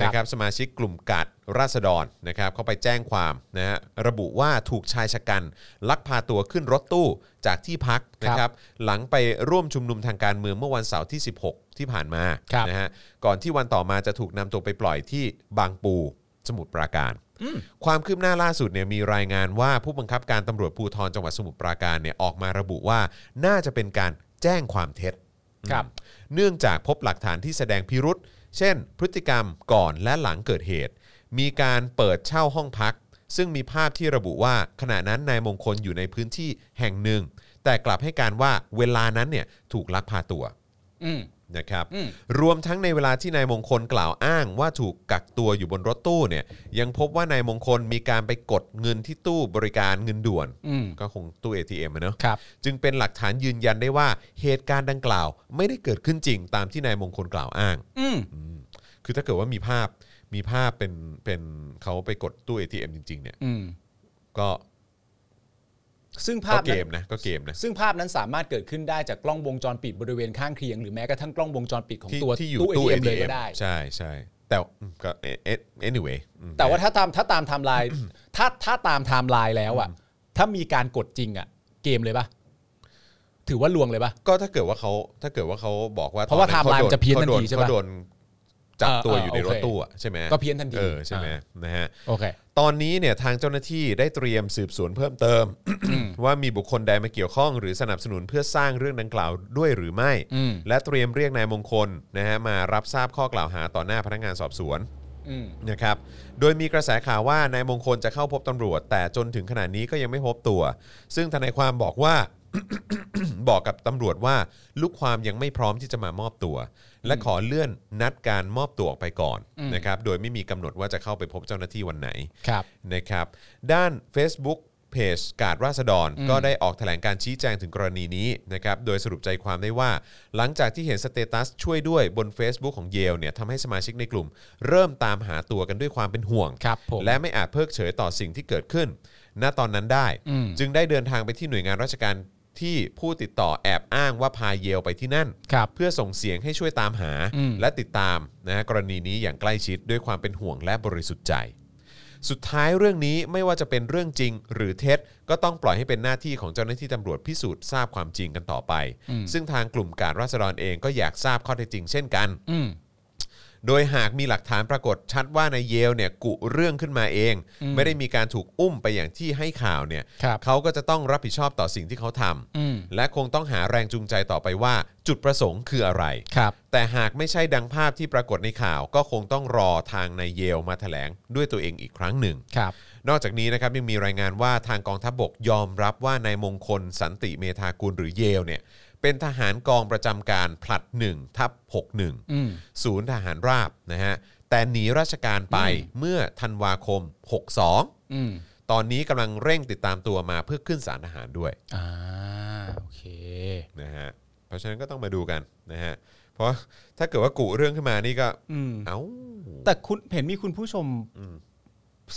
ครับ
นะครับ นะครับสมาชิกกลุ่มกาดราษฎรนะครับเขาไปแจ้งความนะฮะระบุว่าถูกชายชะกัน ลักพาตัวขึ้นรถตู้จากที่พักนะครับหลังไปร่วมชุมนุมทางการเมืองเมื่อวันเสาร์ที่ 16 ที่ผ่านมา
ครับ
นะฮะก่อนที่วันต่อมาจะถูกนำตัวไปปล่อยที่บางปูสมุทรปราการ ความคืบหน้าล่าสุดเนี่ยมีรายงานว่าผู้บังคับการตำรวจภูธรจังหวัดสมุทรปราการเนี่ยออกมาระบุว่าน่าจะเป็นการแจ้งความเท็จ
ครับ
เนื่องจากพบหลักฐานที่แสดงพิรุษ เช่น พฤติกรรมก่อนและหลังเกิดเหตุ มีการเปิดเช่าห้องพัก ซึ่งมีภาพที่ระบุว่าขณะนั้นนายมงคลอยู่ในพื้นที่แห่งหนึ่ง แต่กลับให้การว่าเวลานั้นเนี่ยถูกลักพาตัว
อืม
นะครับ
อืม
รวมทั้งในเวลาที่นายมงคลกล่าวอ้างว่าถูกกักตัวอยู่บนรถตู้เนี่ยยังพบว่านายมงคลมีการไปกดเงินที่ตู้บริการเงินด่วน
อืม
ก็คงตู้ ATM อะเนอะ
ครับ
จึงเป็นหลักฐานยืนยันได้ว่าเหตุการณ์ดังกล่าว ไม่ได้เกิดขึ้นจริงตามที่นายมงคลกล่าวอ้าง
อืม
คือถ้าเกิดว่ามีภาพมีภาพเป็นเป็นเขาไปกดตู้ ATM จริง ๆ เนี่ย
อืม
ก็
ซึ่งภา
ก็
พ
เก
นั้
ม
น
นะก็เกมนะ
ซึ่งภาพนั้นสามารถเกิดขึ้นได้จากกล้องวงจรปิดบริเวณข้างเคียง หรือแม้กระทั่งกล้องวงจรปิดของ
ที่
ตัว
ที่อยู่
ตู้
ตู้
ATM เลย
ATM
ก็ได้
ใช่ใช่แต่อืมก็เอ๊ะเอ๊ะ anyway อืม
แต่ว่าถ้าตามถ้าตามไทม์ไลน์ ถ้าถ้าตามไทม์ไลน์แล้วอ่ะ ถ้ามีการกดจริงอ่ะ เกมเลยปะถือว่าลวงเลยปะ
ก็ถ้าเกิดว่าเขาถ้าเกิดว่าเขาบอกว่า
เพราะ
ต
ว่า
อ
ไทม์ไลน์
ขโด
มันจะเพี้ยนทันที
ขาโดเขา
ใช่ปะ
โดนจับตัว
เออ
อ
เออยู่
ในรถ
โอเค
ตู้อะใช่ไหม
ก็เพี้ยนทันที
เออใช่ไหม
อ่า
นะฮะ
โอเค
ตอนนี้เนี่ยทางเจ้าหน้าที่ได้เตรียมสืบสวนเพิ่มเติม ว่ามีบุคคลใดมาเกี่ยวข้อง หรือสนับสนุนเพื่อสร้างเรื่องดังกล่าวด้วยหรือไม่
อืม
และเตรียมเรียกนายมงคลนะฮะมารับทราบข้อกล่าวหาต่อหน้าพนักงานสอบสวน
อืม
นะครับ โดยมีกระแสข่าวว่านายมงคลจะเข้าพบตำรวจ แต่จนถึงขณะนี้ก็ยังไม่พบตัว ซึ่งทนายความบอกว่า บอกกับตำรวจว่า ลูกความยังไม่พร้อมที่จะมามอบตัว และขอเลื่อนนัดการมอบตัวออกไปก่อน
อืม
นะครับ โดยไม่มีกำหนดว่าจะเข้าไปพบเจ้าหน้าที่วันไหน
ครับ
นะครับด้าน Facebook เพจกาดราษฎร ก็ได้ออกแถลงการชี้แจงถึงกรณีนี้นะครับโดยสรุปใจความได้ว่า หลังจากที่เห็นสเตตัสช่วยด้วยบน Facebook ของเยลเนี่ยทำให้สมาชิกในกลุ่ม เริ่มตามหาตัวกันด้วยความเป็นห่วง
ครับผม
และไม่อาจเพิกเฉยต่อสิ่งที่เกิดขึ้น ณตอนนั้นได้
อืม
จึงได้เดินทางไปที่หน่วยงานราชการที่ผู้ติดต่อแอบอ้างว่าพาเยลไปที่นั่น
ครับ
เพื่อส่งเสียงให้ช่วยตามหา
อืม
และติดตามนะฮะกรณีนี้อย่างใกล้ชิดด้วยความเป็นห่วงและบริสุทธิ์ใจ สุดท้ายเรื่องนี้ไม่ว่าจะเป็นเรื่องจริง หรือเท็จ ก็ต้องปล่อยให้เป็นหน้าที่ของเจ้าหน้าที่ตำรวจพิสูจน์ทราบความจริงกันต่อไป ซึ่งทางกลุ่มการราษฎรเองก็อยากทราบข้อเท็จจริงเช่นกัน
อืม
โดยหากมีหลักฐานปรากฏชัดว่านายเยลเนี่ยกุเรื่องขึ้นมาเอง ไม่ได้มีการถูกอุ้มไปอย่างที่ให้ข่าวเนี่ย
ครับ
เขาก็จะต้องรับผิดชอบต่อสิ่งที่เขาทำ
อืม
และคงต้องหาแรงจูงใจต่อไปว่า จุดประสงค์คืออะไร
ครับ
แต่หากไม่ใช่ดังภาพที่ปรากฏในข่าว ก็คงต้องรอทางนายเยลมาแถลงด้วยตัวเองอีกครั้งหนึ่ง
ครับ
นอกจากนี้นะครับยังมีรายงานว่าทางกองทัพบกยอมรับว่านายมงคลสันติเมธากุลหรือเยลเนี่ยเป็นทหารกองประจำการผลัด1ทับ
อืม
61 ศูนย์ทหารราบนะฮะแต่หนีราชการไปเมื่อธันวาคม 62
อืม
ตอนนี้กำลังเร่งติดตามตัวมาเพื่อขึ้นศาลทหารด้วย
อ่า โอเค
นะฮะเพราะฉะนั้นก็ต้องมาดูกันนะฮะเพราะถ้าเกิดว่ากุเรื่องขึ้นมานี่ก็
อืม
เอ้า
แต่คุณเห็นมีคุณผู้ชม
อืม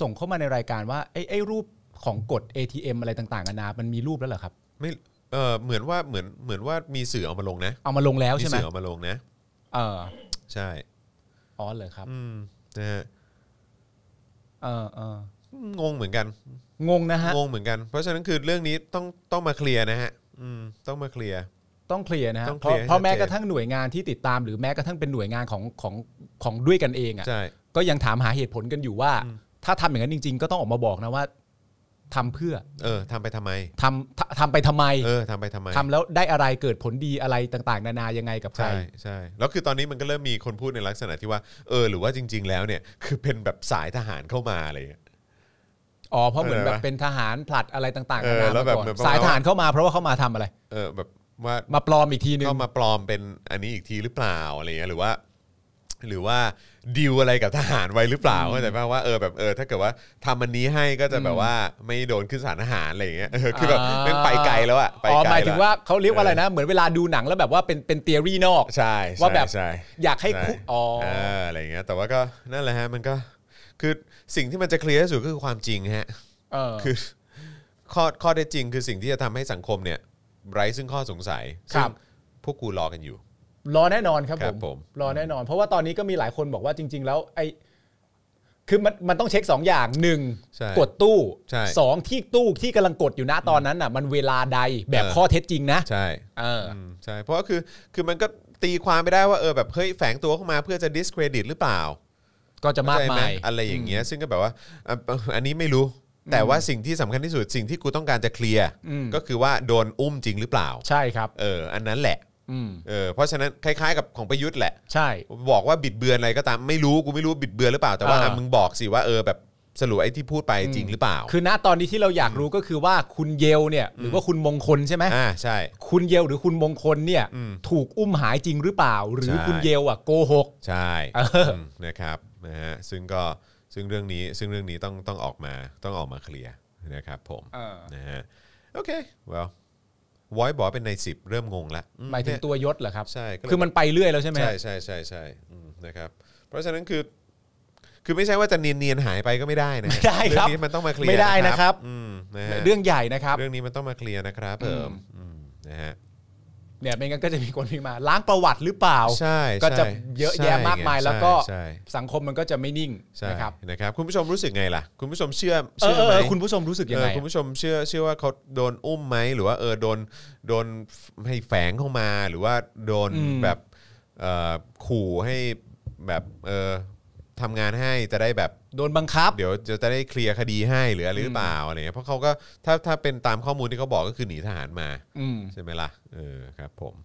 ส่งเข้ามาในรายการว่าไอ้ไอ้รูปของกด ATM อะไรต่างๆนานา มันมีรูปแล้วเหรอครับ
ไม่เออเหมือนว่าเหมือนเหมือนว่ามีสื่อเอามาลงนะ
เอามาลงแล้ว
มี
ใช่ไหม
สื่อเอามาลงนะ
เออ
ใช่
อ๋อเลยครับ
อืมนะฮะ
เออเออง
งเหมือนกัน
งงนะฮะ
งงเหมือนกัน เพราะฉะนั้นคือเรื่องนี้ต้องต้องมาเคลียร์นะฮะอืมต้องมาเคลียร์
ต้องเคลียร์นะฮะ
ต้อง
เพ
เคลี
ราะ
ยร์ให้
เพราะแม้
ชัดเจน
กระทั่งหน่วยงานที่ติดตาม หรือแม้กระทั่งเป็นหน่วยงานของของของด้วยกันเองอ่ะ
ใช่
ก็ยังถามหาเหตุผลกันอยู่ว่า
อืม
ถ้าทำอย่างนั้นจริง ๆ ก็ต้องออกมาบอกนะว่าทำเพื่อ
เออทำไปทำไม
ทำทำทำไปทำไม
เออทำไปทำไม
ทำแล้วได้อะไรเกิดผลดีอะไรต่างๆ นานายังไงกับใคร
ใช่ใช่แล้วคือตอนนี้มันก็เริ่มมีคนพูดในลักษณะที่ว่าเออหรือว่าจริง ๆ แล้วเนี่ยคือเป็นแบบสายทหารเข้ามาอะไรอย่างเงี้ย
อ๋อเพราะเหมือนแบ
เออบ
เป็นทหารผลัดอะไรต่างๆ
เอ
นา
อ
นา
แล้ว
มา
แบบ
ก่อน
เหมือนประมาณ
สายทหารเข้ามาเพราะว่าเข้ามาทำอะไร
เออแบบว่า
มาปลอมอีกทีนึง
เข้ามาปลอมเป็นอันนี้อีกทีหรือเปล่าอะไรเงี้ยหรือว่า หรือว่าดีลอะไรกับทหารไว้หรือเปล่าเข้าใจป่ะว่าเออแบบเออถ้าเกิดว่าทำอันนี้ให้ก็จะแบบว่าไม่โดนขึ้นศาลทหารอะไรอย่างเงี้ยเออคือแบบ
า
แม่งไปไกลแล้วอะไป
อ๋อ
ไกล
หมายถึ
แล้
ง
ว
ว่า
อะ
เขาเรียกว่าอะไรนะ เหมือนเวลาดูหนังแล้วแบบว่าเป็นเป็นเทอรี่นอก
ใช่ใช่
ว่าแบบ
ใช่
อยากให้คุ
ใช่
อ๋อ
เอออะไรอย่างเงี้ยแต่ว่าก็นั่นแหละฮะมันก็คือสิ่งที่มันจะเคลียร์ที่สุดก็คือความจริงฮะ
เออ
คือข้อข้อเท็จจริงคือสิ่งที่จะทำให้สังคมเนี่ยไร้ซึ่งข้อสงสัย
ครับ
ซึ่งพวกกูรอกันอยู่
รอแน่นอนครับ
ครับผม
รอแน่นอน เพราะว่าตอนนี้ก็มีหลายคนบอกว่าจริง ๆ แล้วไอ้คือมันมันต้องเช็คสองอย่างหนึ่ง
ใช่
กดตู้
ใช่
สองที่ตู้ที่กำลังกดอยู่นะตอนนั้นน่ะ มันเวลาใดแบบข้อเท็จจริงนะ
ใช่
เอออ
อืมใช่เพราะว่าคือคือมันก็ตีความไม่ได้ว่าเออแบบเฮ้ยแฝงตัวเข้ามาเพื่อจะ discredit หรือเปล่า
ก็จะมาก
เข้ใจ
มา
ไห
ย
อะไรอย่างเงี้ยซึ่งก็แบบว่าอ่ะอันนี้ไม่รู้ แต่ว่าสิ่งที่สำคัญที่สุดสิ่งที่กูต้องการจะเคลียร์
อืม
ก็คือว่าโดนอุ้มจริงหรือเปล่า
ใช่ครับ
เอออันนั้นแหละ
อืม
เออเพราะฉะนั้นคล้ายๆกับของประยุทธ์แหละ
ใช่
บอกว่าบิดเบือนอะไรก็ตามไม่รู้กูไม่รู้บิดเบือนหรือเปล่าแต่ว่า
อ่า
อ่ะมึงบอกสิว่าเออแบบสรุปไอ้ที่พูดไปจริงหรือเปล่า
คือณตอนนี้ที่เราอยากรู้ก็คือว่าคุณเยลเนี่ย หรือว่าคุณมงคลใช่ไหม
อ่าใช่
คุณเยลหรือคุณมงคลเนี่ย
อืม
ถูกอุ้มหายจริงหรือเปล่า หรือ
ใช่
คุณเยลอ่ะโกหก
ใช่
เอออื
มนะครับนะฮะซึ่งก็ซึ่งเรื่องนี้ซึ่งเรื่องนี้ต้องต้องออกมาต้องออกมาเคลียร์นะครับผมนะฮะโอเค well วอยบอกเป็นในสิบเริ่มงงละอื
หมายถึง
เนี่
ตัวยศเหรอครับ
ใช่ก็เลย
คือมันไปเรื่อยแล้วใช่ไหม
ใช่ใช่ใช่ใช่อืมนะครับเพราะฉะนั้นคือ คือไม่ใช่ว่าจะเนียนๆหายไปก็ไม่ได้นะ
ไม่ได้ครับ
เรื่องนี้มันต้องมาเคลียร์
ไม่ได้นะครับ
อืมนะฮะ
เรื่องใหญ่นะครับ
เรื่องนี้มันต้องมาเคลียร์นะครับเพิ่มอืมนะฮะ
เนี่ยไม่งั้นก็จะมีคนพิมพ์มา ล้างประวัติหรือเปล่า
ใช่
ก็จะ
ใช่
เยอะแยะมากมาย
ใช่
แล้วก็
ใช่
สังคมมันก็จะไม่นิ่ง
ใช่
นะครับ
นะครับ คุณผู้ชมรู้สึกไงล่ะ คุณผู้ชมเชื่อ
เออ
เชื่
เออ
ไหม
เออคุณผู้ชมรู้สึกยัง
เอ
ไง
อคุณผู้ชมเชื่อเชื่อว่าเขาโดนอุ้มไหมหรือว่าเออโดนโดนให้แฝงเข้ามาหรือว่าโดนแบบเอ่อขู่ให้แบบเออทำงานให้จะได้แบบ
โดนบังคับ
เดี๋ยวจะได้เคลียร์คดีให้หรืออะไรหรือเปล่าอะไรเงี้ยเพราะเขาก็ถ้าถ้าเป็นตามข้อมูลที่เขาบอกก็คือหนีทหารมา
อืม
ใช่ไหมล่ะเออครับผม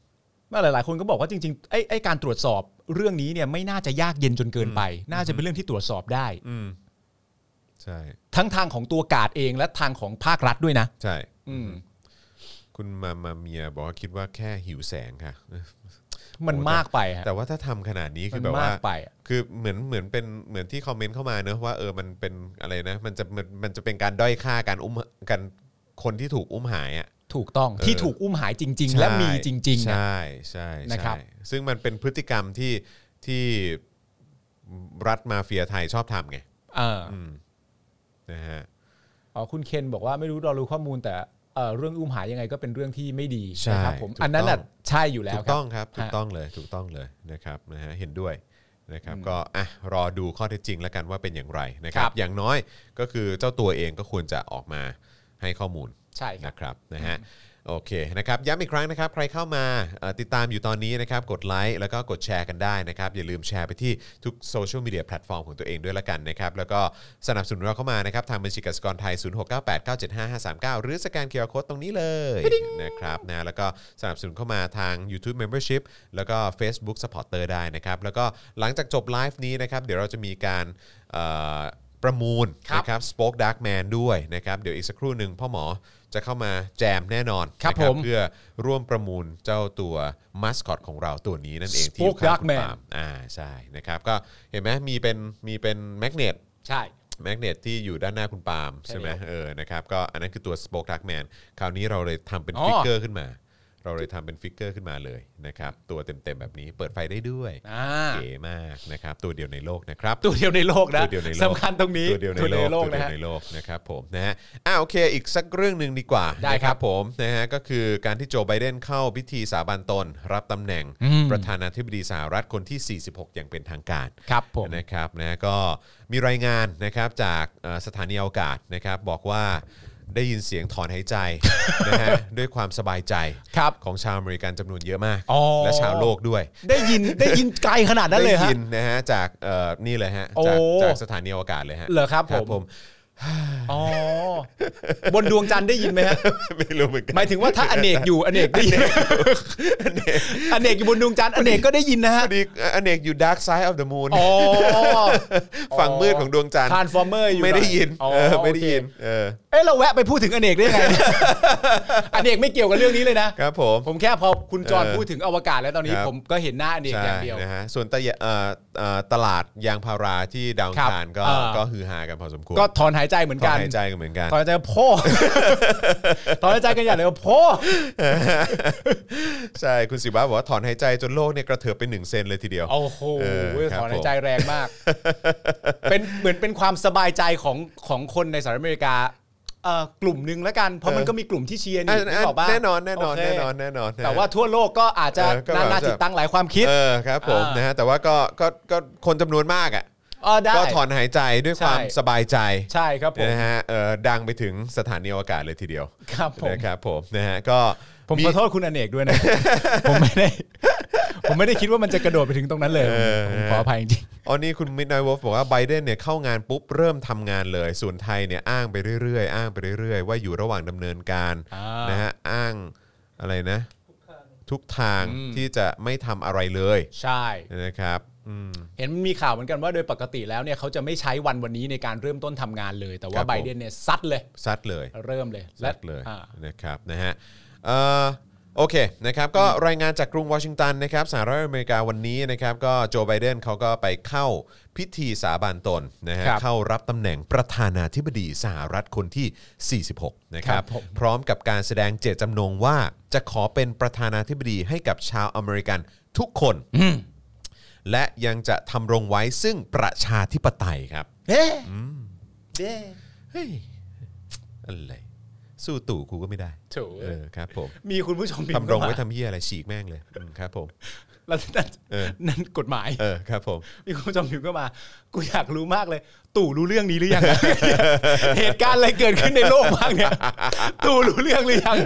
มาหลายๆ คนก็บอกว่าจริงๆไอ้ไอ้การตรวจสอบเรื่องนี้เนี่ยไม่น่าจะยากเย็นจนเกินไป น่าจะเป็นเรื่องที่ตรวจสอบได้
อืมใช่
ทั้งทางของตัวกาดเองและทางของภาครัฐด้วยนะ
ใช่
อืม
คุณมามาเมียบอกว่าคิดว่าแค่หิวแสงค่ะเออ
มันมากไปฮะ
แต่ว่าถ้าทำขนาดนี้
มั
คือน แบบ
มา
ว่าม
กไปอะ
คือเหมือนเหมือนเป็นเหมือนที่คอมเมนต์เข้ามาเนอะว่าเออมันเป็นอะไรนะ มันจะมันมันจะเป็นการด้อยค่าการอุ้มกันคนที่ถูกอุ้มหายอ่ะ
ถูกต้อง
เออ
ที่ถูกอุ้มหายจริง ๆ และมีจริงๆ
ใช่
อะ
ใช่ใช่
นะครับ
ซึ่งมันเป็นพฤติกรรมที่ที่รัฐมาเฟียไทยชอบทำไง
เออ
อืมนะฮะ
อ๋อคุณเคนบอกว่าไม่รู้เรารู้ข้อมูลแต่เอ่อเรื่องอุ้มหายยังไงก็เป็นเรื่องที่ไม่ดี
ใช่
นะครับผม
ถูก
อันนั้น
ต้
น่ะใช่อยู่แล้
ถู
ว
ก
ครั
ต้อบ งครับ
ฮะ
ถูกต้องเลยถูกต้องเลยนะครับนะฮะเห็นด้วยนะครับ ก็อ่ะรอดูข้อเท็จจริงแล้วกันว่าเป็นอย่างไรนะครับ อย่างน้อยก็คือเจ้าตัวเองก็ควรจะออกมาให้ข้อมูล
ใช่ครับ
นะครับนะฮะโอเคนะครับย้ำอีกครั้งนะครับ ใครเข้ามาเอ่อติดตามอยู่ตอนนี้นะครับ กดไลค์แล้วก็กดแชร์กันได้นะครับ อย่าลืมแชร์ไปที่ทุกโซเชียลมีเดียแพลตฟอร์มของตัวเองด้วยละกันนะครับ แล้วก็สนับสนุนเราเข้ามานะครับ ทางบัญชีกสิกรไทย 0698975539 หรือสแกนเคอร์โคตตรงนี้เลยนะครับนะแล้วก็สนับสนุนเข้ามาทาง YouTube Membership แล้วก็ Facebook Supporter ได้นะครับ แล้วก็หลังจากจบไลฟ์นี้นะครับ เดี๋ยวเราจะมีการเอ่อประมูล
ครับ
นะครับ Spoke Dark Man ด้วยนะครับ เดี๋ยวอีกสักครู่หนึ่งพ่อหมอจะเข้ามาแจมแน่นอน
ครับ
นะ
ผม
เพื่อร่วมประมูลเจ้าตัวมัสคอตของเราตัวนี้นั่นเอง
Spoke
ที่อยู่ข้าง
Dark
คุณ
Man
ปาล์มอ่าใช่นะครับ ก็เห็นไหมมีเป็นมีเป็นแมกเนต
ใช่
แมกเนตที่อยู่ด้านหน้าคุณปาล์ม
ใช่
ใช่ไหม
แล้ว
เออนะครับก็อันนั้นคือตัว Spoke Dark Man คราวนี้เราเลยทำเป็น
อ๋อ
ฟิกเกอร์ขึ้นมา เราเลยทำเป็นฟิกเกอร์ขึ้นมาเลยนะครับตัวเต็มๆแบบนี้เปิดไฟได้ด้วย
อ่า
เก๋มากนะครับตัวเดียวในโลกนะครับ
ตัวเดียวในโลกนะ
ตัวเดียวในโลก
สำคัญตรงนี้
ตัวเดียวในโลกตัว
นะ
เดีย
ฮะ
วในโลกนะครับผมนะฮะอ่าโอเคอีกสักเรื่องหนึ่งดีกว่า
ได้
นะครับ ผมนะฮะก็คือการที่โจไบเดนเข้าพิธีสาบานตน รับตำแหน่ง
อืม
ประธานาธิบดีสหรัฐคนที่ 46 อย่างเป็นทางการ
ครับผม
นะครับนะก็มีรายงานนะครับจากเอ่อสถานีอวกาศนะครับบอกว่าได้ยินเสียงถอนหายใจ นะฮะด้วยความสบายใจ
ครับ
ของชาวอเมริกันจำนวนเยอะมาก
อ๋อ
และชาวโลกด้วย
ได้ยินได้ยินไกลขนาดนั้นเลย
ได้
ฮะ
ยินนะฮะจากเอ่อนี่เลยฮะ
โอ้
จากจากสถานีอวกาศเลยฮะ
เหรอครับผม
ผม
อ๋อ บนดวงจันทร์ได้ยินไหมฮะ
ไม่รู้เหมือนกัน
หมายถึงว่าถ้าอเนกอยู่อเนกได้ยินอเนกอยู่บนดวงจันทร์อเนกก็ได้ยินนะ
พ
ฮะ
อดีอเนกอยู่ dark side of the moon
อ๋อ
ฝั่งมืดของดวงจันทร์
ทานฟอร์เมอร์อยู่
ไม่ได้ยิน
อ๋อ
เออไม่ได้ยิน
โอเค
เออ
เอ้ยเราแวะไปพูดถึงอเนก ได้ยังไง อเนกไม่เกี่ยวกับเรื่องนี้เลยนะ
ครับผม
ผมแค่พอคุณจอน
เออ
พูดถึงอวกาศแล้วตอนนี้
ครับ
ผมก็เห็นหน้าอเนกอย่างเดียว
ใช่นะฮะส่วนตะยะเอ่อเอ่อตลาดยางพาราที่ดาวอังคาร
ครั
ก็
บเออ
ก็ฮือฮากันพอสมควร
ก็ถอนหายใจเหมือน
ถอ
กัน น
หายใจกันเหมือนกัน
ถอนหายใจพ่อ ถอนหายใจกันอย่างเดียวพ่อ
ใช่คุณสิบ้าบอกว่าถอนหายใจจนโลกเนี่ยกระเถิบไปหนึ่งเซนเลยทีเดียว
โอ้โห
เออครับ
ถอนหายใจแรงมาก เป็นเหมือนเป็นความสบายใจของของคนในสหรัฐอเมริกาเอ่อกลุ่มหนึ่งแล้วกัน เพราะมันก็มีกลุ่มที่เชียร์นี่
อ่ะ
นึกออกปะ
แน่นอนแน่นอน
โเค
แน่นอนแน่นอนนะฮะ
แต่ว่าทั่วโลกก็อาจจะ
เออก็แบบ
นานา
จะ
จิตตังหลายความคิด
เออครับผม
อ่าน
นะฮะแต่ว่าก็ก็ก็คนจำนวนมากอ่ะ
เออได้
ก็ถอนหายใจด้วยความ
ใช่
สบายใจ
ใช่ครับผม
นะฮะเออดังไปถึงสถานีอวกาศเลยทีเดียว
ครับผม
นะครับผมนะฮะก็
ผมขอโทษคุณอเนกด้วยนะ ผมไม่ได้ ผมไม่ได้คิดว่ามันจะกระโดดไปถึงตรงนั้นเลยผมขออภัยจริง
อ๋อนี่คุณมิดไนท์วอลฟบอกว่าไบเดนเนี่ยเข้างานปุ๊บเริ่มทำงานเลย ส่วนไทยเนี่ยอ้างไปเรื่อยๆ อ้างไปเรื่อยๆ ว่าอยู่ระหว่างดำเนินการ
อ่าน
นะฮะอ้างอะไรนะ ทุกทางที่จะไม่ทำอะไรเลย
ๆใช่
นะครับอืม
เห็นมีข่าวเหมือนกันว่าโดยปกติแล้วเนี่ยเขาจะไม่ใช้วันวันนี้ในการเริ่มต้นทำงานเลย แต่
ค
ว่า
รับผม
ไบเดนเนี่ยซัดเลย
ซัดเลย
เริ่มเลย
ชัดเลย
อ่า
นะครับนะฮะเอ่อโอเคนะครับก็รายงานจากกรุงวอชิงตันนะครับสหรัฐอเมริกาวันนี้นะครับก็โจไบเดนเขาก็ไปเข้าพิธีสาบานตนนะฮะ
ครับ
เข้ารับตำแหน่งประธานาธิบดีสหรัฐคนที่ 46 นะครั
ครับ บผม
พร้อมกับการแสดงเจตจำนงว่าจะขอเป็นประธานาธิบดีให้กับชาวอเมริกันทุกคน และยังจะทำรงไว้ซึ่งประชาธิปไตยครับเฮ้ยอะไรสู้ตู่กูก็ไม่ได้
โถ่
เออครับผม
มีคุณผู้ชมพิมพ์
ทำรง
เข้า
ไว้
มา
ทำเฮียอะไรฉีกแม่งเลยอืมครับผม
แล้วนั่น
เออ
นั่นกฎหมาย
เออครับผม
มีคุณผู้ชมพิมพ์เข้ามา กูอยากรู้มากเลย ตู่รู้เรื่องนี้หรือยัง เหตุการณ์อะไรเกิดขึ้นในโลกบ้างเนี่ย ตู่รู้เรื่องหรือยัง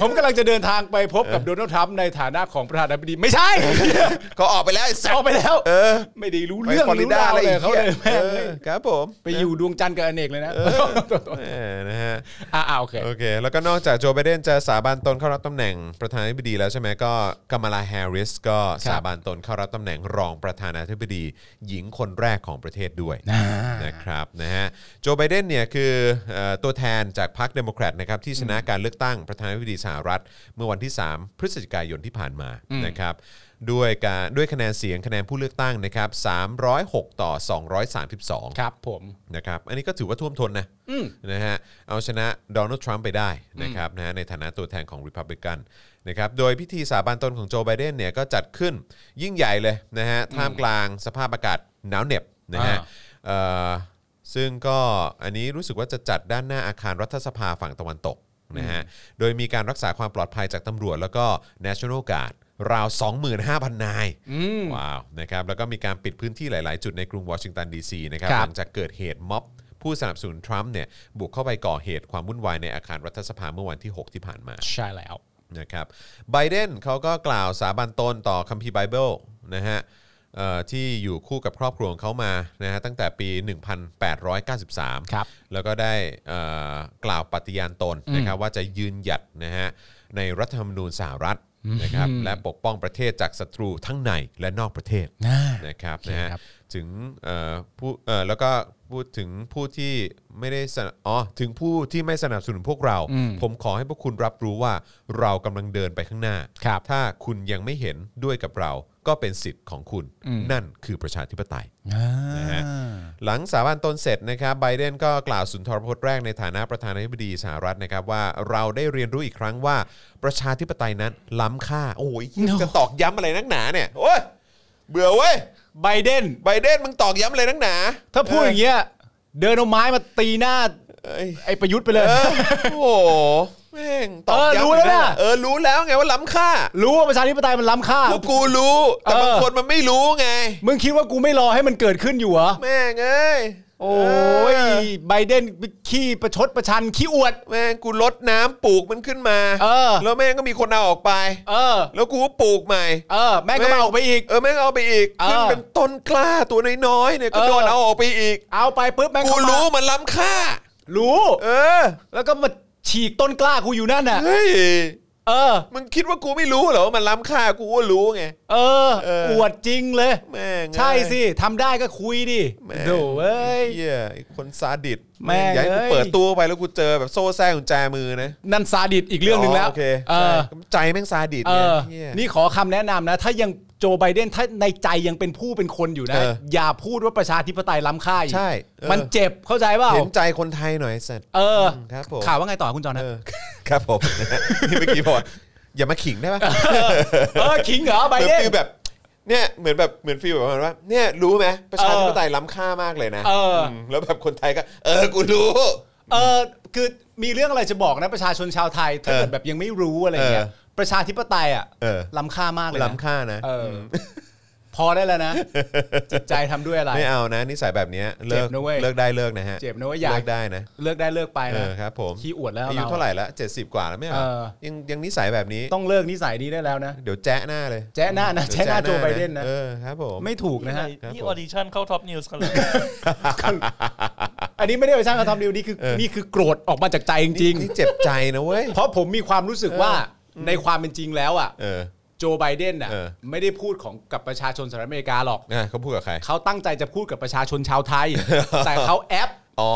ผมกำลังจะเดินทางไปพบกับโดนัลด์ทรัมป์ในฐานะของประธานาธิบดีไม่ใช่
ก็ออกไปแล้วไอ้สัต
ออก
ว์
ไปแล้ว
เออ
ไม่ได้รู้
ไป
เรื่อง
ฟลอริดาร
รู้าว
อะไร
เล
อี
ย
ก
เขาเลยแม่ง
เออครับผม
ไปอยู่ดวงจันทร์กับอเนกเลยนะ
แหมนะฮะ
อ่าโอเค
โอเค แล้วก็นอกจากโจไบเดนจะสาบานตนเข้ารับตำแหน่งประธานาธิบดีแล้วใช่ไหมก็กามาลาแฮร์ริสก็
ครับ
สาบานตนเข้ารับตำแหน่งรองประธานาธิบดี หญิงคนแรกของประเทศด้วย นะครับนะฮะโจไบเดนเนี่ยคือเอ่อตัวแทนจากพรรคเดโมแครตนะครับที่ชนะการเลือกตั้งประธานาธิบดีสหรัฐ เมื่อวันที่ 3 พฤศจิกายนที่ผ่านมานะครับด้วยการด้วยคะแนนเสียงคะแนนผู้เลือกตั้งนะครับ306 ต่อ 232
ครับผม
นะครับอันนี้ก็ถือว่าท่วมท้นนะนะฮะเอาชนะโดนัลด์ทรัมป์ไปได้นะครับนะฮะในฐานะตัวแทนของริพับลิกันนะครับโดยพิธีสาบานตนของโจไบเดนเนี่ยก็จัดขึ้นยิ่งใหญ่เลยนะฮะท่ามกลางสภาพอากาศหนาวเหน็บนะฮะ
อ่า
เอ่อซึ่งก็อันนี้รู้สึกว่าจะจัดด้านหน้าอาคารรัฐสภาฝั่งตะวันตกนะฮะโดยมีการรักษาความปลอดภัยจากตำรวจแล้วก็ National Guard ราว 25,000 นายว้าวนะครับแล้วก็มีการปิดพื้นที่หลาย ๆ จุดในกรุงวอชิงตันดีซีนะครับ
ครับ
หลัง จากเกิดเหตุม็อบผู้สนับสนุนทรัมป์เนี่ยบุกเข้าไปก่อเหตุความวุ่นวายในอาคารรัฐสภาเมื่อวันที่ 6 ที่ผ่านมา
ใช่แล้ว
นะครับไบเดนเขาก็กล่าวสาบันตนต่อคัมภีร์ไบเบิลนะฮะเอ่อที่อยู่คู่กับครอบครัวของเขามานะฮะตั้งแต่ปี 1893
ครับ
แล้วก็ได้เอ่อกล่าวปฏิญาณตนนะครับว่าจะยืนหยัดนะฮะในรัฐธรรมนูญสหรัฐนะครับและปกป้องประเทศจากศัตรูทั้งในและนอกประเทศ
นะ
นะครับ
โอเค
นะฮะ
ครับ
ถึงเอ่อผู้เอ่อแล้วก็พูดถึงผู้ที่ไม่ได้สนับอ๋อถึงผู้ที่ไม่สนับสนุนพวกเรา
อืม
ผมขอให้พวกคุณรับรู้ว่าเรากำลังเดินไปข้างหน้า
ครับ
ถ้าคุณยังไม่เห็นด้วยกับเราก็เป็นสิทธิ์ของคุณ
อืม
นั่นคือประชาธิปไตย
นะฮะ
หลังสาบานตนเสร็จนะครับไบเดนก็กล่าวสุนทรพจน์แรกในฐานะประธานาธิบดีสหรัฐนะครับว่าเราได้เรียนรู้อีกครั้งว่าประชาธิปไตยนั้นล้ำค่า โอ้ย
No
จะตอกย้ำอะไรนักหนาเนี่ยโอ้ยเบื่อเว้ย
ไบเดน
ไบเดนมึงตอกย้ำอะไรนักหนา
ถ้าพูดอย่างเงี้ยเดินเอาไม้มาตีหน้าไอ้ประยุทธ์ไปเลย
เออโอ้โหแม่งตอก
เออ
ย้ำ
รู้แล้วนะ
เออรู้แล้วไงว่าล้ำค่า
รู้ว่าประชาธิปไตยมันล้ำค่า
พวกกูรู้แต่
เออ
บางคนมันไม่รู้ไง
มึงคิดว่ากูไม่รอให้มันเกิดขึ้นอยู่เหรอ
แม่งเอ้ย
โอ้ยไบเดนขี้ประชดประชันขี้อวด
แม่งกูลดน้ำปลูกมันขึ้นมา
เออ
แล้วแม่งก็มีคนเอาออกไป
เออ
แล้วกูก็ปลูกใหม่
เออ แม่งก็มาออกไปอีก
เออแม่งเอาไปอีก
เออ
ขึ้นเป็นต้นกล้าตัวน้อยๆเนี่ยก็
เออ
โดนเอาออกไปอีก
เอาไปปุ๊บแม่ง
กู
เข้ามา
รู้มันล้ำค่า
รู้
เออ
แล้วก็มาฉีกต้นกล้ากูอยู่นั่นน่ะ
เฮ้ย
เออ
มึงคิดว่ากูไม่รู้เหรอว่ามันล้ำค่ากูก็รู้ไง
เออ
เออ
อวดจริงเลย
แม่ง
ใช่
เอ้ย
สิทำได้ก็คุยดิ
แม่
โดเอ้ย
เหี้ยไอ้คนซาดิส
แม่ง
อยากให้กู
เอ้ย
เปิดตัวไปแล้วกูเจอแบบโซ่แซ่กุญแจมือนะ
นั่นซาดิสอีกเรื่องหนึ่งแล้ว
โอเค
เอ
ใช่
อ
ใจแม่งซาดิส
เอ
ไง
อ
เหี้ย
นี่ขอคำแนะนำนะ ถ้ายังโจไบเดนถ้าในใจยังเป็นผู้เป็นคนอยู่นะ
เออ
อ
อย่
าพูดว่าประชาธิปไตยล้ำค่าอีก
ใช่เออ
มันเจ็บเข้าใจเปล่า
เห็นใจคนไทยหน่อยสัตว์
เออ
ครับผม
ข่าวว่าไงต่อคุณจอห์นนะ
เออครับผม นี่เมื่อกี้บอกว่าอย่ามาขิงได้ปะ
เออขิงเหรอไบ
เหมือ
เด
น
น
ฟีลแบบเนี่ยเหมือนแบบเหมือนฟีลแบบประมาณว่าเนี่ยรู้ไหมประชาธิปไตยล้ำค่ามากเลยนะ
เออ
มแล้วแบบคนไทยก็ เออกูรู้
เออคือมีเรื่องอะไรจะบอกนะประชาชนชาวไทย ถ้าเกิด
เออ
แบบยังไม่รู้อะไรเงี้ย
เออ
ประชาธิปไตยอ่ะ
เออ
ล้ำค่ามากเลยนะ
ล้ำค่านะ
เอออพอได้แล้ว นะ จิตใจทำด้วยอะไร
ไม่เอานะนิสัยแบบเนี้ยเลิก
เจ็บนะเว้ย
เลิกได้เลิกนะฮะ
เจ็บนะเว้ยอยาก
เลิกได้นะ
เลิกได้เลิกไป
เอ
นะ
อครับ ผม
ขี้อวดแล้ว
อายุ
เรา
เท่าไหร่ละ70 กว่าแล้วไม่เอา
เออ
ยังยังนิสัยแบบนี้
ต้องเลิกนิสัยนี้ได้แล้วนะ
เดี๋ยวแจ๊ะหน้าเลย
แจ๊ะหน้า
ดี๋
นะ
ยว
แจ๊ะหน้าโจไบเดนนะ
เออครับผม
ไม่ถูกนะฮะ
ครับ
นี่
ผม
ออดิชั่นเข้าท็อปนิวส์กันเลย
อันนี้ไม่ได้ไปสร้างคำทำดีนี่คือ
เออ
นี่คือโกรธออกมาจากใจจริง
นี่เจ็บใจนะเว้ย
ๆเพราะผมมีความรู้สึกว่าในความเป็นจริงแล้วอ่ะ
เออ
โจไบเดนอ่ะ
เออ
ไม่ได้พูดของกับประชาชนสหรัฐอเมริกาหรอก
อ่ะเขาพูดกับใคร
เขาตั้งใจจะพูดกับประชาชนชาวไท ย แต่เขาแอป
อ๋อ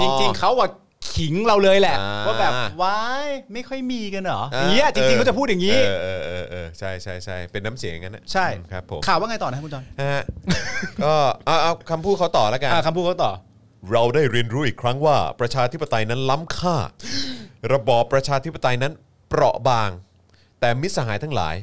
จริง ๆ เขาว่าขิงเราเลยแหละ
อ่า
ว่าแบบว้ายไม่ค่อยมีกันเหรออ
อ่า
ย่างเงี้ยจริงๆเขาจะพูดอย่างนี้
เเออเออเออใช่ใช่ใช่เป็นน้ำเสียงอย่างนั้นนะ
ใช่
อืมครับผม
ข่าวว่าไงต่อนะคุณจอน
นะฮะ ก็ เอาเอาคำพูดเขาต่อแล้วกัน
อ่าคำพูดเขาต่อ
เราได้เรียนรู้อีกครั้งว่าประชาธิปไตยนั้นล้ำค่า ระบอบประชาธิปไตยนั้นเปราะบาง แต่มิตรสหายทั้งหลาย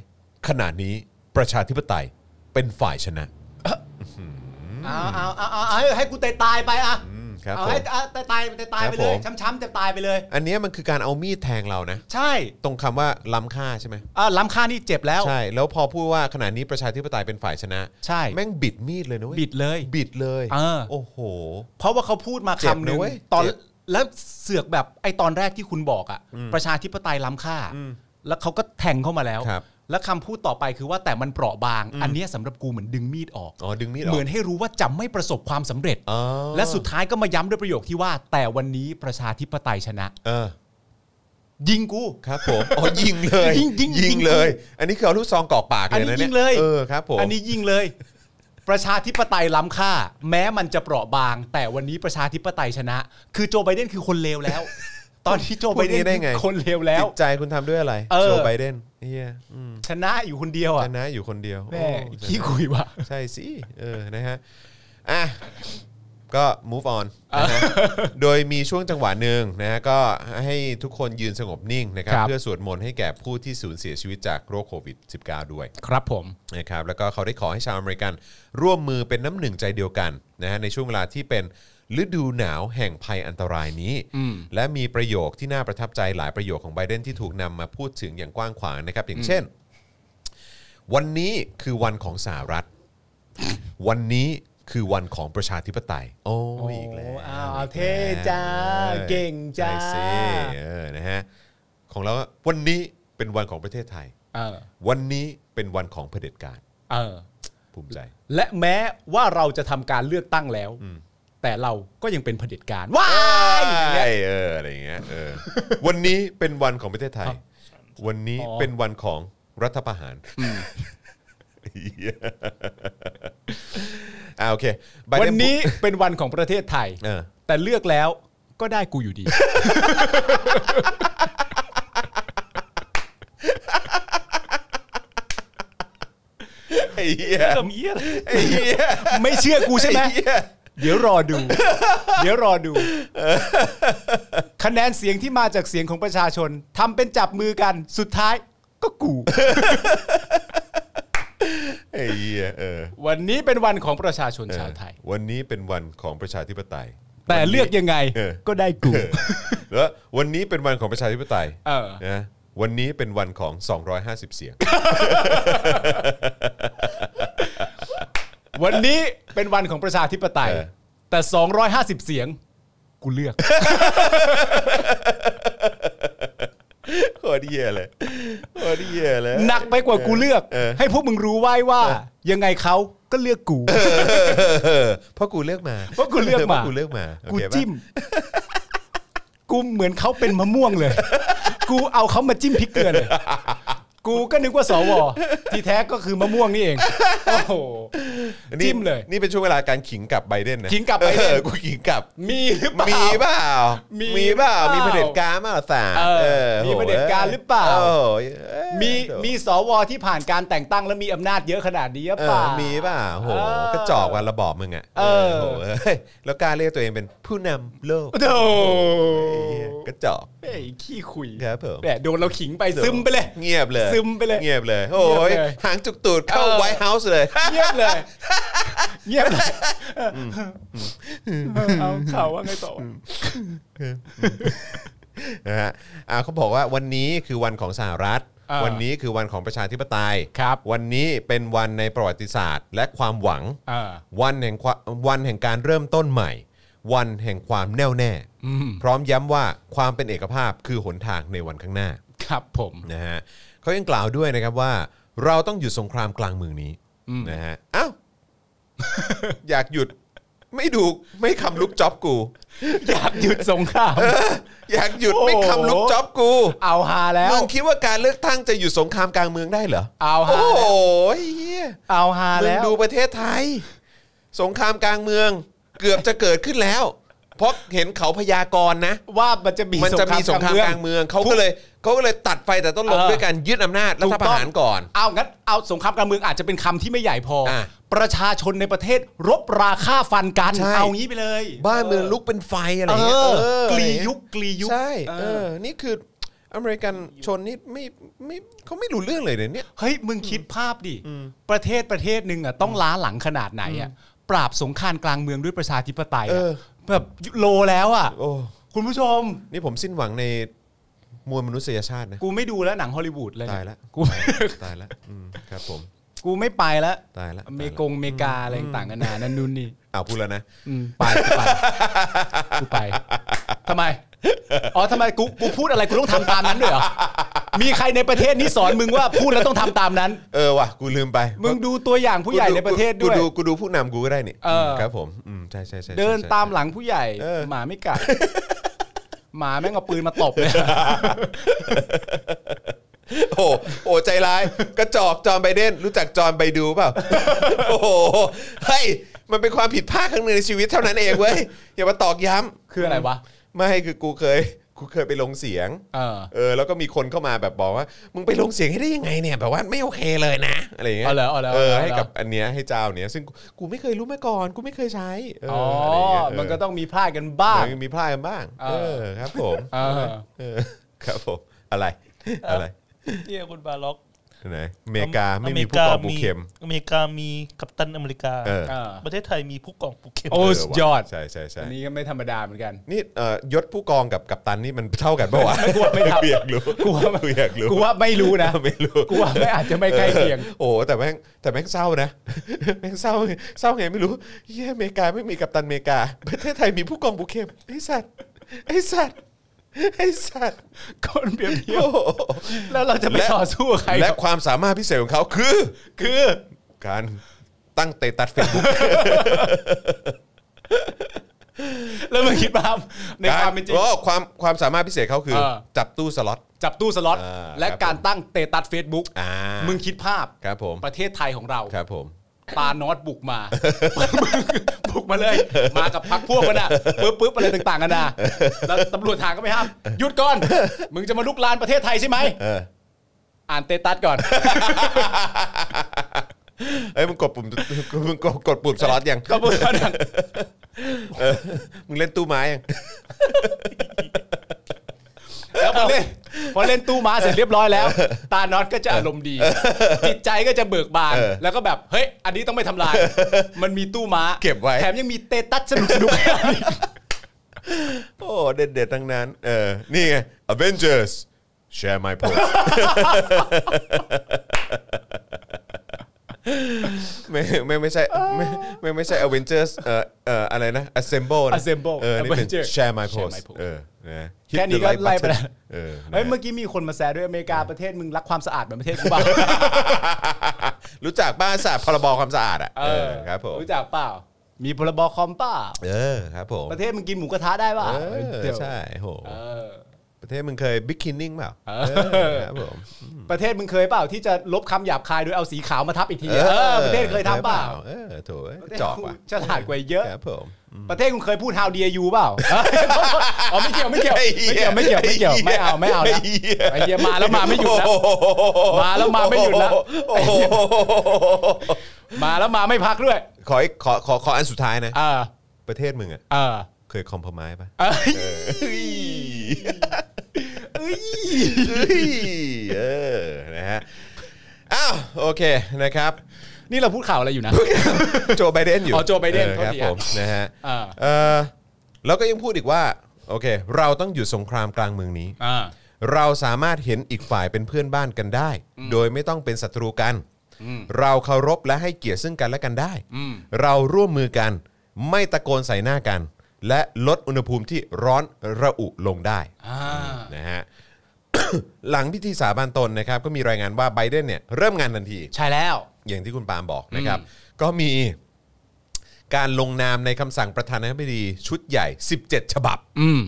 ขณะนี้ประชาธิปไตยเป็นฝ่ายชนะ
เอาเอาเอาเอาเอาให้ให้กูตายตายๆไปอ่ะ
อืมครับ
เอา
ผม
ให้เอาตายตายๆตายตายๆไป
ค
เล
รับ
ย
ผม
ช้ำๆจะตายไปเลย
อันเนี้ยมันคือการเอามีดแทงเรานะ
ใช่
ตรงคำว่าล้ำค่าใช่ไหม
อ่าล้ำค่านี่เจ็บแล้ว
ใช่ แล้วพอพูดว่าขณะนี้ประชาธิปไตยเป็นฝ่ายชนะ
ใช่
แม่งบิดมีดเลยนะเว้ย
บิดเลย
บิดเลย
เออ
โอ้โห
เพราะว่าเขาพูดมา
เจ็บ
คำหนึ่ง
นะเว้ย
ตอน
เจ็บ
แล้วเสือกแบบไอ้ตอนแรกที่คุณบอกอะประชาธิปไตยล้ำค่า แล้วเขาก็แทงเข้ามาแล้ว
ครับ
แล้วคำพูดต่อไปคือว่าแต่มันเปราะบาง อันเนี้ยสำหรับกูเหมือนดึงมีดออก
อ๋อดึงมีดออก
เหมือนให้รู้ว่าจะไม่ประสบความสำเร็จ
อ๋อ
และสุดท้ายก็มาย้ำด้วยประโยคที่ว่า แต่วันนี้ประชาธิปไตยชนะ
เออ
ยิงกู
ครับผมอ๋อยิงเลย
ยิงยิงยิง
เลย อันนี้คือเอาลูกซองกรอกปากเลย
อั
นะ
นนี้
เนี่
ยิงเลย
เออครับผม
อันนี้ยิงเลย ประชาธิปไตยล้ำค่า แม้มันจะเปราะบาง แต่วันนี้ประชาธิปไตยชนะ คือโจไบเดนคือคนเลวแล้ว ตอนที่โจ
พู
ไบ
ด
เด
งี้
นคือคนเลวแล้ว
จิตใจคุณทำด้วยอะไร
เออ
โจไบเดนเฮียอืม
ชนะอยู่คนเดียว
ช
อ่ะ
นะอยู่คนเดียว
แม่
โอ้ชนะ
ขี้คุยว่ะ
ใช่สิเออนะฮะอ่ะก็ move on นะฮะโดยมีช่วงจังหวะหนึ่งนะฮะก็ให้ทุกคนยืนสงบนิ่งนะครับ
ครับ
เพื่อสวดมนต์ให้แก่ผู้ที่สูญเสียชีวิตจากโรคโควิด -19 ด้วย
ครับผม
นะครับแล้วก็เขาได้ขอให้ชาวอเมริกัน ร่วมมือเป็นน้ำหนึ่งใจเดียวกันนะฮะในช่วงเวลาที่เป็นฤดูหนาวแห่งภัยอันตรายนี้ และมีประโยคที่น่าประทับใจหลายประโยคของไบเดนที่ถูกนำมาพูดถึงอย่างกว้างขวางนะครับ อย่างเช่น วันนี้คือวันของสหรัฐ วันนี้คือวันของประชาธิปไตย โอ้ยอีกแล้ว
อ้าว
อีกแล้ว
เท่จ้าเก่งจ้า
ใช่สิเออนะฮะของเราก็วันนี้เป็นวันของประเทศไทย
เออ
วันนี้เป็นวันของเผด็จการ
เออ
ภูมิใจ
และแม้ว่าเราจะทำการเลือกตั้งแล้ว แต่เราก็ยังเป็นเผด็จการว้า
ใช่
ยอย่างเงี้ย
เอออะไรอย่างเงี้ยเออ วันนี้เป็นวันของประเทศไทย วันนี้
อ๋อ
เป็นวันของรัฐประหารเหี้ยอ่าโอเคไบ
วั
เด
นนี้เป็นวันของประเทศไทย
เออ
แต่เลือกแล้วก็ได้กูอยู่ดี
ไอ้เหี้ย
กับเยี่ยอะไร
ไอ้เหี้ย
ไม่เชื่อกูใช่ไหม
ไอ้เหี้ย
เดี๋ยวรอดู เดี๋ยวรอดู คะแนนเสียงที่มาจากเสียงของประชาชนทำเป็นจับมือกันสุดท้ายก็กู
ไอ้เหี้ยเออ
วันนี้เป็นวันของประชาชนชาวไทย
เออวันนี้เป็นวันของประชาธิปไตย
แต่เลือกยังไง
เออ
ก็ได้กู
แล้ววันนี้เป็นวันของประชาธิปไตย
เออ
นะวันนี้เป็นวันของ 250 เสียง
วันนี้เป็นวันของประชาธิปไตย
เออ
แต่ 250 เสียง กูเลือก
โคตรเหี้ยเลยโคตรเหี้ยเลย
หนักไปกว่ากูเลือก
เออ
ให้พวกมึงรู้ไว้ว่า ยังไงเขาก็เลือกกู
เออเพราะกูเลือกมา
เพราะกูเลือกมา
พระกูเลือกมาโอ
กู
เคปะ
จิ้ม กูเหมือนเขาเป็นมะม่วงเลย กูเอาเขามาจิ้มพริกเกลือเลย กูก็นึกว่าสวที่แท้ก็คือมะม่วงนี่เอง โอ้โห
นี่
จิ้มเลย
นี่เป็นช่วงเวลาการขิงกับไบเดนนะ
ขิงกลับไป
เอ
เลย
อกูขิงกลับ
มีหรือเปล่า
มีเปล่า
มี
มีเปล่า
เปล่ามี
มีเผด็จการมาสาร
เออมีเผด็จการหรือเปล่า มีมีสวที่ผ่านการแต่งตั้งและมีอำนาจเยอะขนาดนี้หรือ
เอ
เป
อ
ล่า
มีเปล่าโห
เออก
ระจอกวันระบอบมึงอ่ะ
เออ
โหเฮ้ยแล้วกล้าเรียกตัวเองเป็นผู้นำโลก
โอ้โห
เหี้ยกระจอก
เฮ้ยขี้คุย
ครับผม
แหมโดนเราขิงไปซึมไปเลย
เงียบเลย
ซึมไปเลย
เงียบเลยโอ้ย
เงียบเลย
หางจุกตูดเข้า
เออ
ไวท์เฮาส์เลย
เงียบเลย เงียบเลยเอาข่าวว่าไงต่อ
นะฮะอ่าเขาบอกว่าวันนี้คือวันของสหรัฐ
เออ
วันนี้คือวันของประชาธิปไตย
ครับ
วันนี้เป็นวันในประวัติศาสตร์ และความหวัง
อ่า
วันแห่งคววันแห่งการเริ่มต้นใหม่ วันแห่งความแน่วแน่
อืม
พร้อมย้ำว่าความเป็นเอกภาพคือหนทางในวันข้างหน้า
ครับผม
นะฮะเขายังกล่าวด้วยนะครับว่า เราต้องหยุดสงครามกลางเมืองนี้
อืม
นะฮะอ้าว อยากหยุดไม่ดูไม่คำลุกจ็อบกู
อยากหยุดสงคราม
อยากหยุดไม่คำลุกจ็อบกู
เอาฮาแล้ว
มึงคิดว่าการเลือกตั้งจะหยุดสงครามกลางเมืองได้เหรอ
เอาฮะ
โอ้โหเหี้ย
เอาฮา
มึง
แล้ว
ดูประเทศไทย สงครามกลางเมืองเกือบจะเกิดขึ้นแล้ว เพราะเห็นเขาพยากรณ์นะ
ว่ามันจะมี
มันจะมีสงครามกลาง
เอ
เมืองเขาก็เลยเขาก็เลยตัดไฟแต่ต้นลม
เออ
ด้วยการยึดอำนาจรั
ถู
ฐ
ก
ป
ต้
ระ
อง
หารก่อน
เอางั้นเอาสงครามกลางเมืองอาจจะเป็นคำที่ไม่ใหญ่พอ
อ่ะ
ประชาชนในประเทศรบราฆ่าฟันกัน
ใช่
เอางี้ไปเลย
บ้านเมืองลุกเป็นไฟอะไร
เอ
เงี้ย
อ
เออก
ลียุคกลียุค
ใช่
เอ
เอ
อ
อนี่คืออเมริกันชนนี่ไม่ไม่เขาไม่รู้เรื่องเลยเนี่ยเนี่ย
เฮ้ยมึงคิดภาพดิ ประเทศประเทศหนึ่งอ่ะต้องล้าหลังขนาดไหนอ่ะปราบสงครามกลางเมืองด้วยประชาธิปไตย
เอ
อ่ะ
อ
แบบโลแล้วอ่ะ
โอ้
คุณผู้ชม
นี่ผมสิ้นหวังในมวลมนุษยชาตินะ
กูไม่ดูแล้วหนังฮอลลีวูดเลย
ตายแล้ว
กู
ตายแล้วอืมครับผม
กูไม่ไปแล้ว
ตายละ
อเมกงอเมริกาอะไรต่างกันานานั่นนู่นนี่
อ้าวพูดแล้วนะ
อืมไปกูไปกูไปทำไมอ๋อทำไมกูกูพูดอะไรกูต้องทำตามนั้นด้วยเหรอมีใครในประเทศนี้สอนมึงว่าพูดแล้วต้องทำตามนั้น
เออว่ะกูลืมไป
มึงดูตัวอย่างผู้ใหญ่ในประเทศด้วย
กูกูดูผู้นำกูก็ได้นี่
เออ
ครับผมอืมใช่ใช่ใช่ใช่
เดิน
ใช่
ตาม
ใช่
หลังผู้ใหญ่
เออ
หมาไม่กัดหมาแม่งเอาปืนมาตบเลย
โอ้โหใจร้ายกระจอกจอห์นไบเดนรู้จักจอห์นไบดูเปล่า โอ้โหเฮ้ยมันเป็นความผิดพลาดครั้งหนึ่งในชีวิตเท่านั้นเองเว้ยอย่ามาตอกย้ำ
คืออะไรวะ
ไม่คือกูเคยกูเคยไปลงเสียง
เออ
เออแล้วก็มีคนเข้ามาแบบบอกว่า มึงไปลงเสียงให้ได้ยังไงเนี่ยแบบว่าไม่โอเคเลยนะอะไรอย่างเงี้ย
เอาเหรอเอาเหรอ
เออ
เอาเหรอ
ให้กับอันเนี้ยให้เจ้าเนี้ยซึ่งกูกูไม่เคยรู้มาก่อน กูไม่เคยใช้เ
อ๋อ
อะไรย่างเงี้ยเ
มันก็ต้องมีพลาดกันบ้าง
มันมีพลาดกันบ้าง
เอ
เอ
อ
อครับผม
เออ
เออครับผมอะไรอะไร
เที่ยคุณบาล็อก
ไหนอเมริกาไม่มีผู้กองปูเข็ม
อเมริกามีกัปตันอเมริกา
เออ
เออ
ประเทศไทยมีผู้กองปูเข็ม
โอ้
เ
สุดยอด
ว่ะใช่ใช่ใช่
อันนี้ก็ไม่ธรรมดาเหมือนกัน
นี่เอ่อยศผู้กองกับกัปตันนี่มันเท่ากันปะวะ
กลัวไม่เท่า
อยากรู้
กูว่าไม่
กูอยากรู้
กูว่าไม่รู้นะ
ไม่รู้
กูว่าไม่อาจจะไม่ใกล้เคียง
ออโอ้แต่แม่งแต่แม่งเศร้านะ แม่งเศร้าเศร้าไงไม่รู้เฮียอเมริกาไม่มีกัปตันอเมริกา ประเทศไทยมีผู้กองปูเข็มไอ้สัตว์ไอ้สัตว์ไอ้สัตว์
คนเปรียบเทียบ
โอ้โห
แล้วเราจะไป
และ
ต่อสู้กับใคร
และ
หรอก
ความสามารถพิเศษของเขาคือ
คือ
การตั้งเตตัสเฟซบุ๊ก
แล้วมึงคิดภาพใน
การ
ความเป็นจริง
โอ้ความความสามารถพิเศษเขาคือ
เออ
จับตู้สล็อต
จับตู้สล็อต
อ่า
และ
ครับ
การ
ผม
ตั้งเตตัสเฟซบุ๊ก
อ่า
มึงคิดภาพ
ครับผม
ประเทศไทยของเรา
ครับผม
ปานอตบุกมา บุกมาเลย มากับพักพวกมันอ่ะปึ๊บปึ๊บอะไรต่างๆกันนะแล้วตำรวจทางก็ไม่ห้ามหยุดก่อน มึงจะมาลุกลานประเทศไทยใช่ไหม
เออ
อ่านเตตัสก่อน
เอ้ยมึงกดปุ่ม มึงกดกดปุ่มสล็อตยัง
ก็พูดเท่านั้น
เออ มึงเล่นตู้ไม้ยัง
แล้วพอเล่นพอเล่นตู้ม้าเสร็จเรียบร้อยแล้ว ตานอตก็จะอารมณ์ดี จิตใจก็จะเบิกบาน แล้วก็แบบเฮ้ย อันนี้ต้องไม่ ทำลาย มันมีตู้ม้า
เก็บไว้
แถมยังมีเตตัสสนุกสนุก
โอ้เด็ดๆทั้งนั้น เออ นี่ไง Avengers share my post ไม่ไม่ไม่ใช่ไม่ไม่ไม่ใช่ Avengers เอ่อเอ่ออะไรนะ Assemble นะ
Assemble
เออนี่เป็น
Avenger
Share My
Share
Post
My Post
เออนะ
แค่นี้ก็ไล่ไปแล้ว
เออนะ
เฮ้ยเมื่อกี้มีคนมาแซวด้วยอเมริกาประเทศมึงรักความสะอาดเหมือนประเทศกูบ้า
รู้จักบ้านสะอาดพรบความสะอาดอ่ะเออครับผม
รู้จักเปล่า มีพรบคอมเปล่า
เออครับผม
ประเทศมึงกินหมูกระทะได้เปล่า
เออใช่โห
เออ
ประเทศมึงเคย Big Killing เปล่า
เออ
เออครับผม
ประเทศมึงเคยเปล่าที่จะลบคำหยาบคายโดยเอาสีขาวมาทับอีกทีอะเออประเทศเคยทำเปล่า
เออโถูก
ประเทศ
จอกว่ะ
ฉลาดกว่าเยอะ
ครับผม
ประเทศคุณเคยพูด how dare you เป ล่าเอออ๋อไม่เกี่ยวไม่เกี่ยวไม่เกี่ยวไม่เกี่ยวไม่เกี่ยวไม่เอาไม่เอาแล้วไอ้เหี้ยมาแล้วมาไม่หยุดแล้ว มาแล้วมาไม่หยุดแล้ว
โอ้โห
มาแล้วมาไม่พักด้วย
ขออีกขอขอขออันสุดท้ายนะ
เออ
ประเทศมึงอ่ะ
เออ
เคยคอมเพลมไป่ะ
เอ้ย
เฮ้ย
เอ้ย
เออนะฮะอ้าวโอเคนะครับ
นี่เราพูดข่าวอะไรอยู่นะ
โจไบเดนอยู่
อ๋อโจไบเดน
ออ
โทษ
ครับ
ที
ผมนะฮะ
อ่า
เออแล้วก็ยังพูดอีกว่าโอเค เราต้องหยุดสงครามกลางเมืองนี้
อ่า
เราสามารถเห็นอีกฝ่ายเป็นเพื่อนบ้านกันได้ โดยไม่ต้องเป็นศัตรูกัน เราเคารพและให้เกียรติซึ่งกันและกันได้
อืม
เราร่วมมือกัน ไม่ตะโกนใส่หน้ากัน และลดอุณหภูมิที่ร้อนระอุลงได้
อ่า
นะฮะ หลังพิธีสาบานตนนะครับก็มีรายงานว่าไบเดนเนี่ยเริ่มงานทันที
ใช่แล้ว
อย่างที่คุณปาล์มบอกนะครับ ก็มีการลงนามในคำสั่งประธานาธิบดีชุดใหญ่ 17 ฉบับ
อืม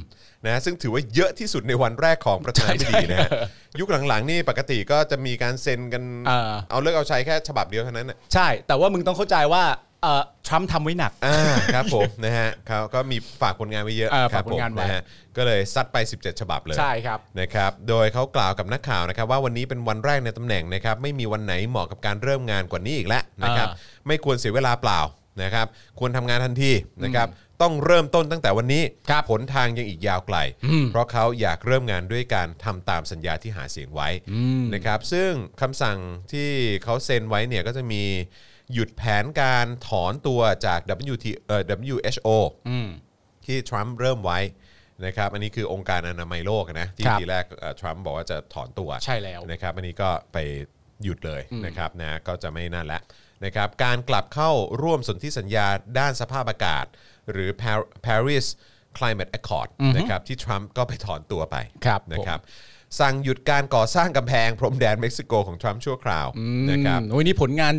นะซึ่งถือว่าเยอะที่สุดในวันแรกของประธานาธิบดีนะฮะยุคหลังๆนี่ปกติก็จะมีการเซ็นกัน
เออ
เอาเลิกเอาใช้แค่ฉบับเดียวเท่านั้นน่ะ
ใช่ แต่ว่ามึงต้องเข้าใจว่าเอ่อทรัมป์ทำไว้หนัก
อ่าครับผมนะฮะเขาก็มีฝากผลงานไว้เยอะ
เออ
ครั
ฝากผลงานไว้
ผมะฮะก็เลยซัดไป 17 ฉบับเลย
ใช่ครับ
นะครับโดยเขากล่าวกับนักข่าวนะครับ ว่าวันนี้เป็นวันแรกในตำแหน่งนะครับไม่มีวันไหนเหมาะกับการเริ่มงานกว่านี้อีกแล้วนะครับ
เออ
ไม่ควรเสียเวลาเปล่านะครับควรทำงานทันทีนะครับต้องเริ่มต้นตั้งแต่วันนี้ผลทางยังอีกยาวไกล เพราะเขาอยากเริ่มงานด้วยการทำตามสัญญาที่หาเสียงไว้นะครับซึ่งคำสั่งที่เขาเซ็นไว้เนี่ยก็จะมีหยุดแผนการถอนตัวจาก WT เอ่อ WHO ที่ทรัมป์เริ่มไว้นะครับอันนี้คือองค์การอนามัยโลกนะที่
ครับ
ทีแรกเอ่อทรัมป์บอกว่าจะถอนตัว
ใช่แล้ว
นะครับอันนี้ก็ไปหยุดเลยนะครับนะก็จะไม่นั่นละนะครับการกลับเข้าร่วมสนธิสัญญาด้านสภาพอากาศ หรือ Par- Paris Climate Accord นะครับที่ทรัมป์ก็ไปถอนตัวไป
ครับ
นะครับสั่งหยุดการก่อสร้างกำแพงพรมแดนเม็กซิโกของทรัมป์ชั่วคราวนะครับ
ับโอ้ยนี่ผลงาน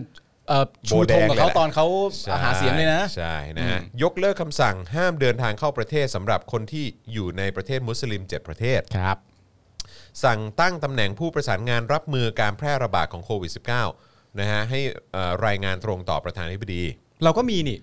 เอ่อชูธงกับเขา
โบแดงเลยแหละ
ตอนเขา
ใช่
หาเสียงเลยนะ
ใช่นะฮะยกเลิกคำสั่งห้ามเดินทางเข้าประเทศสำหรับคนที่อยู่ในประเทศมุสลิม 7 ประเทศ
ครับ
สั่งตั้งตำแหน่งผู้ประสานงานรับมือการแพร่ระบาดของโควิด -19 นะฮะให้เอ่อรายงานตรงต่อประธานาธิบดี
เราก็มีนี่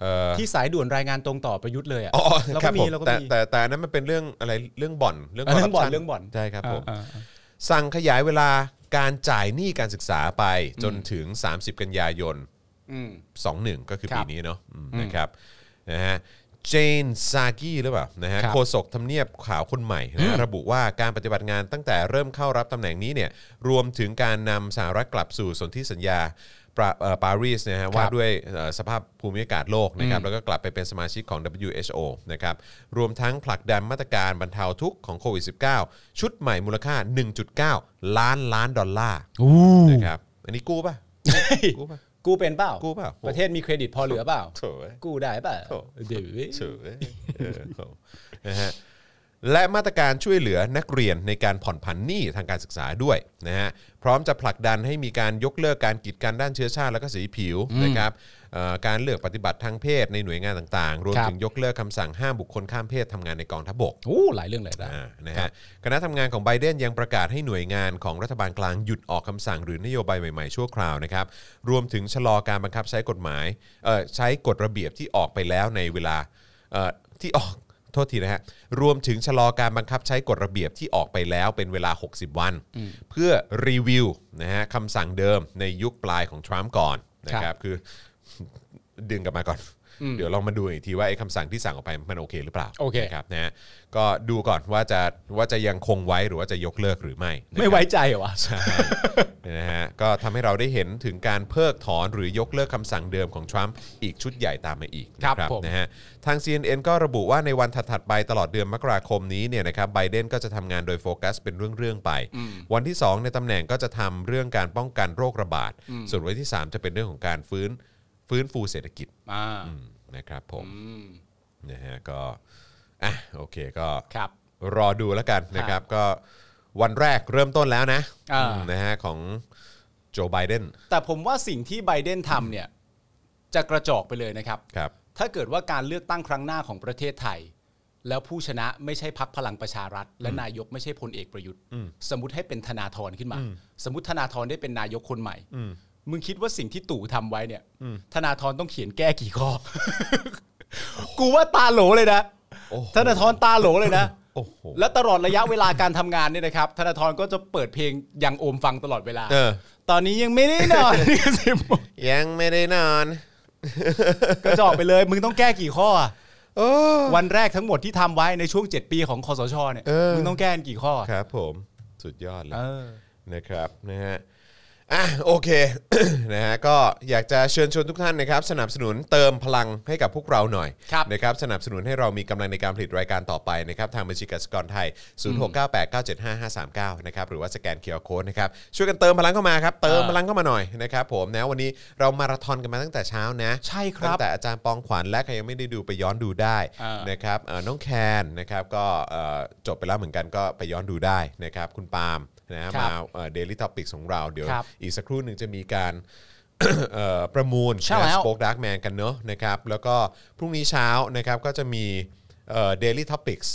เอ่อ
ที่สายด่วนรายงานตรงต่อประยุทธ์เลยอ่ะ
อ๋อ
เรา
ค
ก็
รับ
มี
ผม
เราก็
แต่
มี
แต่แต่อันนั้นมันเป็นเรื่องอะไรเรื่องบ่อนเรื่อง
เออเรื่องบ่อน
corruption
เรื่องบ่อน
ใช่ครับผม
อ่าอ่า
สั่งขยายเวลาการจ่ายหนี้การศึกษาไปจนถึง 30 กันยายน 21 ก็คือ
ครั
ปี
บ
นี้เนาะอืมนะครับนะฮะเจนซากี้หรือเปล่านะฮะ
ครับ
โฆษกทำเนียบข่าวคนใหม่นะฮะระบุว่าการปฏิบัติงานตั้งแต่เริ่มเข้ารับตำแหน่งนี้เนี่ยรวมถึงการนำสหรัฐกลับสู่สนธิสัญญาปราเอ่อปารีสนะฮะว่าด้วยเอ่อสภาพภูมิอากาศโลกนะครับแล้วก็กลับไปเป็นสมาชิกของ WHO นะครับรวมทั้งผลักดันมาตรการบรรเทาทุกข์ของโควิด -19 ชุดใหม่มูลค่า 1.9 ล้านล้านดอลลาร์นะครับอันนี้กู้ป่ะกู้ป่ะ
กูเป็นเปล่า
กู
กู
เปล่า
ประเทศมีเครดิตพอเหลือเปล่า
โถ่เว้ย
กูได้เปล่า
โถ่
เดี๋ยวดิ
เฉยเออครับนะฮะและมาตรการช่วยเหลือนักเรียนในการผ่อนผันหนี้ทางการศึกษาด้วยนะฮะพร้อมจะผลักดันให้มีการยกเลิกการกีดกันด้านเชื้อชาติและก็สีผิวนะครับเอ่อการเลือกปฏิบัติทางเพศในหน่วยงานต่างๆ รวมถึงยกเลิกคำสั่งห้ามบุคคลข้ามเพศทำงานในกองทัพบก
โอ้หลายเรื่องหลายราว
อ่านะฮะคณะทำงานของไบเดนยังประกาศให้หน่วยงานของรัฐบาลกลางหยุดออกคำสั่งหรือนโยบายใหม่ๆ ชั่วคราวนะครับรวมถึงชะลอการบังคับใช้กฎหมายเอ่อใช้กฎระเบียบที่ออกไปแล้วในเวลาเอ่อที่ออก โทษทีนะฮะรวมถึงชะลอการบังคับใช้กฎระเบียบที่ออกไปแล้วเป็นเวลา 60 วัน เพื่อรีวิวนะฮะคำสั่งเดิมในยุคปลายของทรัมป์ก่อนนะค
ครั
รับบ คือ ดึงกลับมาก่อน
อืม
เดี๋ยวลองมาดูอีกทีว่าไอ้คำสั่งที่สั่งออกไปมันโอเคหรือเปล่า
โอเค
นะครับนะฮะก็ดูก่อนว่าจะว่าจะยังคงไว้หรือว่าจะยกเลิกหรือไม่ นะครับ
ไม่ไว้ใจเหรอวะ
ใช่ นะฮะก็ทำให้เราได้เห็นถึงการเพิกถอนหรือยกเลิกคำสั่งเดิมของทรัมป์อีกชุดใหญ่ตามมาอีกนะครับ
ผม
นะฮะทาง CNN ก็ระบุว่าในวันถัดๆไปตลอดเดือนมกราคมนี้เนี่ยนะครับไบเดนก็จะทำงานโดยโฟกัสเป็นเรื่องๆไป วันที่ 2 ในตำแหน่งก็จะทำเรื่องการป้องกันโรคระบาด ส่วนวันที่ 3 จะเป็นเรื่องของการฟื้นฟื้นฟูเศรษฐกิจ
อ่า
อืมนะครับผม
อืม
นะฮะก็อ่ะโอเคก็
ครับ
รอดูแล้วกันนะครับก็วันแรกเริ่มต้นแล้วนะ
อ่า
อืมนะฮะของโจไบเดน
แต่ผมว่าสิ่งที่ไบเดนทำเนี่ยจะกระจอกไปเลยนะครับ
ครับ
ถ้าเกิดว่าการเลือกตั้งครั้งหน้าของประเทศไทย แล้วผู้ชนะไม่ใช่พักพลังประชารัฐ และนายกไม่ใช่พลเอกประยุทธ์ สมมติให้เป็นธนาธรขึ้นมา สมมติธนาธรได้เป็นนายกคนใหม่ มึงคิดว่าสิ่งที่ตู่ทำไว้เนี่ยธนาธรต้องเขียนแก้กี่ข้อ กูว่าตาโหลเลยนะธนาธรตาโหลเลยนะ
โอ้โห
และตลอดระยะเวลาการทำงานเนี่ยนะครับธนาธรก็จะเปิดเพลงยังโอมฟังตลอดเวลา
เออ
ตอนนี้ยังไม่ได้นอน สิบโมง
ยังไม่ได้นอน
กระจอกไปเลย มึงต้องแก้กี่ข้ออะ
โอ้
วันแรกทั้งหมดที่ทำไว้ในช่วง 7 ปีของคอสชเนี่ย
เออ
มึงต้องแก้กันกี่ข้อ
ครับผมสุดยอดเล
เอย อ
นะครับนะฮะอ่ะโอเค นะฮะก็อยากจะเชิญชวนทุกท่านนะครับ สนับสนุนเติมพลังให้กับพวกเราหน่อย
ครับ
นะครับสนับสนุนให้เรามีกำลังในการผลิตรายการต่อไปนะครับทางบัญชีกสิกรไทย 0698975539นะครับหรือว่าสแกนเคอร์โค้ดนะครับช่วยกันเติมพลังเข้ามาครับเติมพลังเข้ามาหน่อยนะครับผมนะวันนี้เรามาราธอนกันมาตั้งแต่เช้านะ
ใช่ครับ
ตั้งแต่อาจารย์ปองขวัญและใครยังไม่ได้ดูไปย้อนดูได้
อ่าน
นะครับเอ่อน้องแคนนะครับก็เอ่อจบไปแล้วเหมือนกันก็ไปย้อนดูได้นะครับคุณปาล์มนะฮะ
ครั
มา
บ
เดลิทอปิกของเราเดี๋ยว เดี๋ยว
ครับ
อีกสักครู่หนึ่งจะมีการ เอ่อประมูล
ใช่แล้ว
สป็อกดักแมนกันเนอะนะครับ แล้วก็พรุ่งนี้เช้านะครับก็จะมีเดลี่ท็อปิกส์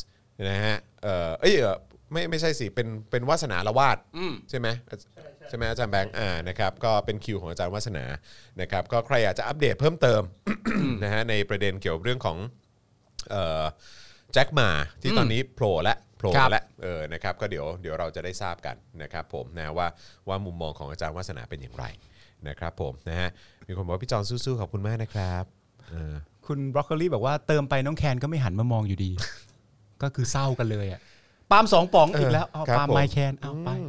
นะฮะเอ่อเอ้ยเอ่อไม่ไม่ใช่สิ เป็นเป็นวาสนาละวาดใช่ไหมใช่ไหมอาจารย์แบงค์อ่านะครับก็เป็นคิวของอาจารย์วาสนานะครับก็ใครอยากจะอัปเดตเพิ่มเติม นะฮะในประเด็นเกี่ยวกับเรื่องของ เอ่อแจ็คหมาที่ตอนนี้โผล่และโผล่
ครับ
และเออนะครับก็เดี๋ยวเดี๋ยวเราจะได้ทราบกันนะครับผมนะว่าว่ามุมมองของอาจารย์วัฒนาเป็นอย่างไรนะครับผมนะฮะมีคนบอกว่าพี่จอนสู้ๆขอบคุณมากนะครับเออ
คุณบรอกโคลีบอกว่าเติมไปน้องแคนก็ไม่หันมามอง อยู่ดี ก็คือเศร้ากันเลยอ่ะปาล์มสองป๋องอีกแล้วเอา
ครับ
ปาล์ม
ผ
ไมค์แคนเอาไป
ม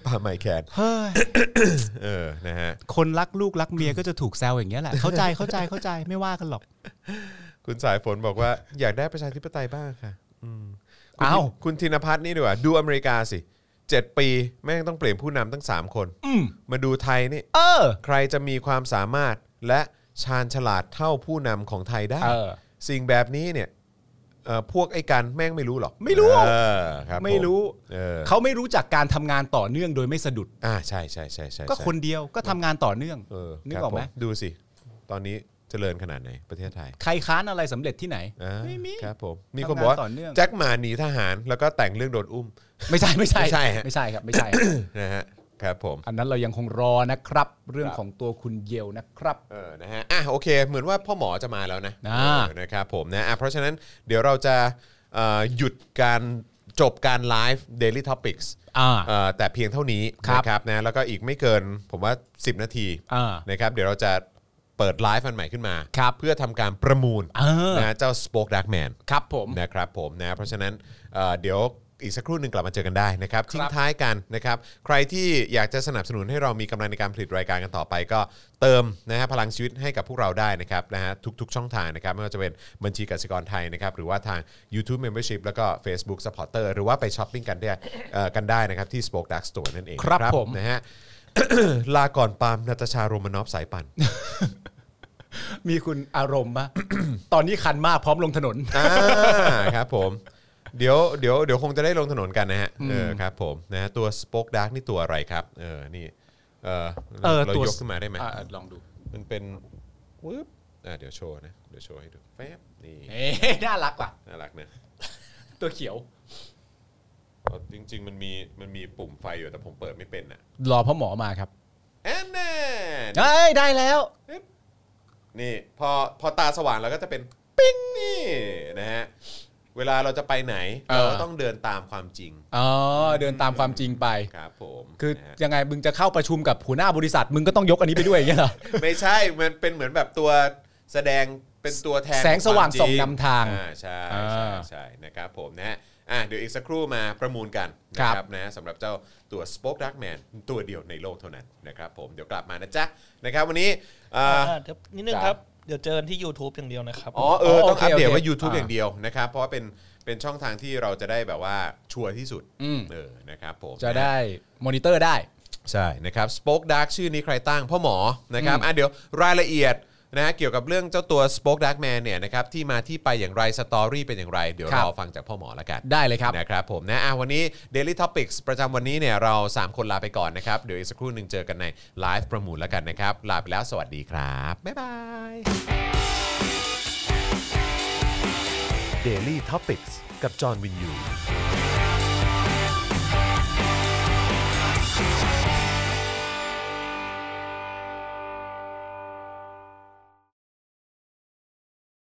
ปาล์มไมค์แคน
เฮ้ย
เออนะฮะ
คนรักลูกรักเมียก็จะถูกแซวอย่างเงี้ยแหละ เข้าใจเข้าใจเข้าใจไม่ว่ากันหรอก
คุณสายฝนบอกว่าอยากได้ประชาธิปไตยบ้างค่ะอืมคุณ
อ้าว
คุณธินพัฒน์นี่ดีกว่าดูอเมริกาสิเจ็ดปีแม่งต้องเปลี่ยนผู้นำตั้งสามคนมาดูไทยนี่
เออ
ใครจะมีความสามารถและชาญฉลาดเท่าผู้นำของไทยได้
เออ
สิ่งแบบนี้เนี่ยเอ่อพวกไอ้กันแม่งไม่รู้หรอก
ไม่รู้
เออครับ
ไม่รู้
ผเออ
เขาไม่รู้จักการทำงานต่อเนื่องโดยไม่สะดุด
อ่าใช่ใช่ใช่ใช่
ก็
ใช่
คนเดียวก็ทำงานต่อเนื่อง
เออ
นึ
ค
ก
รับ
ออกไหม
ผดูสิ ตอนนี้เจริญขนาดไหนประเทศไทย
ใครค้านอะไรสำเร็จที่ไหน
อ่า
ไม่มี
ครับผมมีคนบอกว่า
ทำงานต่อเนื่อง
แจ็คหมาหนีทหารแล้วก็แต่งเรื่องโดนอุ้ม
ไม่ใช่ไม่ใช่
ไม่ใช่ฮะ
ไม่ใช่ครับไม่ใช่
นะฮะครับผม
อันนั้นเรายังคงรอนะครับ เรื่องของตัวคุณเยลนะครับ
เออ นะฮะ อ่ะ โอเค เหมือนว่าพ่อหมอจะมาแล้วนะ
อ่า
เออนะครับผมนะ อ่ะ เพราะฉะนั้นเดี๋ยวเราจะเอ่อหยุดการจบการไลฟ์ Daily Topics
อ่า
เอ่อแต่เพียงเท่านี้
ครับ
นะครับนะ แล้วก็อีกไม่เกินผมว่า 10 นาที
อ่า
นะครับ เดี๋ยวเราจะเปิดไลฟ์อันใหม่ขึ้นมา
ครับ
เพื่อทำการประมูล
เออ
นะเจ้า Spoke Dark Man
ครับผม
นะครับผมนะเพราะฉะนั้นเอ่อเดี๋ยวอีกสักครู่หนึ่งกลับมาเจอกันได้นะครับทิ้งท้ายกันนะครับ ใครที่อยากจะสนับสนุนให้เรามีกำลังในการผลิตรายการกันต่อไป ก็เติมนะฮะพลังชีวิตให้กับพวกเราได้นะครับนะฮะทุกๆช่องทางนะครับไม่ว่าจะเป็นบัญชีกสิกรไทยนะครับหรือว่าทาง YouTube Membership แล้วก็ Facebook Supporter หรือว่าไปช้อปปิ้งกันได้เอ่อกันได้นะครับที่ Spoke Dark Store นั่นเอง
ครับ
นะ
ผม
นะฮ ะ ลาก่อนปาล์มนัตชาโรมานอฟสายปัน
มีคุณอารมณ์ปะ ตอนนี้คันมากพร้อมลงถนน
อ่าครับผมเดี๋ยวเดี๋ยวเดี๋ยวคงจะได้ลงถนนกันนะฮะเออครับผมนะฮะตัวสป็อกดาร์กนี่ตัวอะไรครับเออนี่เออ
เออ
เรา
ตัว
ยกขึ้นมาได้ไหม
อ่ะลองดู
มันเป็นวึบอ่าเดี๋ยวโชว์นะเดี๋ยวโชว์ให้ดูแป๊บนี่
เอ๊ะ น่ารักว่ะ
น่ารักนะ
ตัวเขียว
เอาจริง ๆ มันมีมันมีปุ่มไฟอยู่แต่ผมเปิดไม่เป็นอ่ะ
รอพ่อหมอมาครับ
แอนแน่
เอ้ยได้แล้ว
นี่พอพอตาสว่างเราก็จะเป็นปิ้งนี่นะฮะเวลาเราจะไปไหน
เออ
เราก็ต้องเดินตามความจริง
อ๋อเดินตามความจริงไป
ครับผม
คือ
นะฮะ
ยังไงมึงจะเข้าประชุม กับหัวหน้าบริษัท มึงก็ต้องยกอันนี้ไปด้วยอย่างเงี้ยเหรอ
ไม่ใช่ มันเป็นเหมือนแบบตัวแสดง เป็นตัวแทน
แสงสว่าง
ขคมจริ
ส่องนำทาง
อ่ใช่ใช่
อ่า
ใช่นะครับผมนะฮะอ่ะเดี๋ยวอีกสักครู่มาประมูลกันนะค
ครั
รับบ นะสำหรับเจ้าตัว Spoke Dark Man ตัวเดียวในโลกเท่านั้นนะครับผมเดี๋ยวกลับมานะจ๊ะนะครับวันนี้เอ่ออ
อ่าเดี๋ยวนิดนึงครับ เดี๋ยวเจอกันที่ YouTube อย่างเดียวนะครับ
อ๋อเออ
อ๋อ
ต้อง
โอเค
อัปเดตว่า
โอเค
YouTube
อ่า
อย่างเดียวนะครับ เพราะว่าเป็นเป็นช่องทางที่เราจะได้แบบว่าชัวร์ที่สุด
อืม
เออนะครับผม
จะได้มอนิเตอร์ได้
ใช่นะครับ Spoke Dark ชื่อนี้ใครตั้งพ่อหมอนะครับอ่ะเดี๋ยวรายละเอียดนะฮะเกี่ยวกับเรื่องเจ้าตัว Spoke Dark Man เนี่ยนะครับที่มาที่ไปอย่างไรสตอรี่เป็นอย่างไร เดี๋ยว
ครับ
รอฟังจากพ่อหมอละกัน
ได้เลยครับ
นะครับผมนะอ่ะวันนี้ Daily Topics ประจำวันนี้เนี่ยเรา 3 คนลาไปก่อนนะครับ เดี๋ยวอีกสักครู่หนึ่งเจอกันในไลฟ์ประมูลแล้วกันนะครับ ลาไปแล้วสวัสดีครับ บ๊ายบาย
Daily t o p i c กกับจอห์นวินยู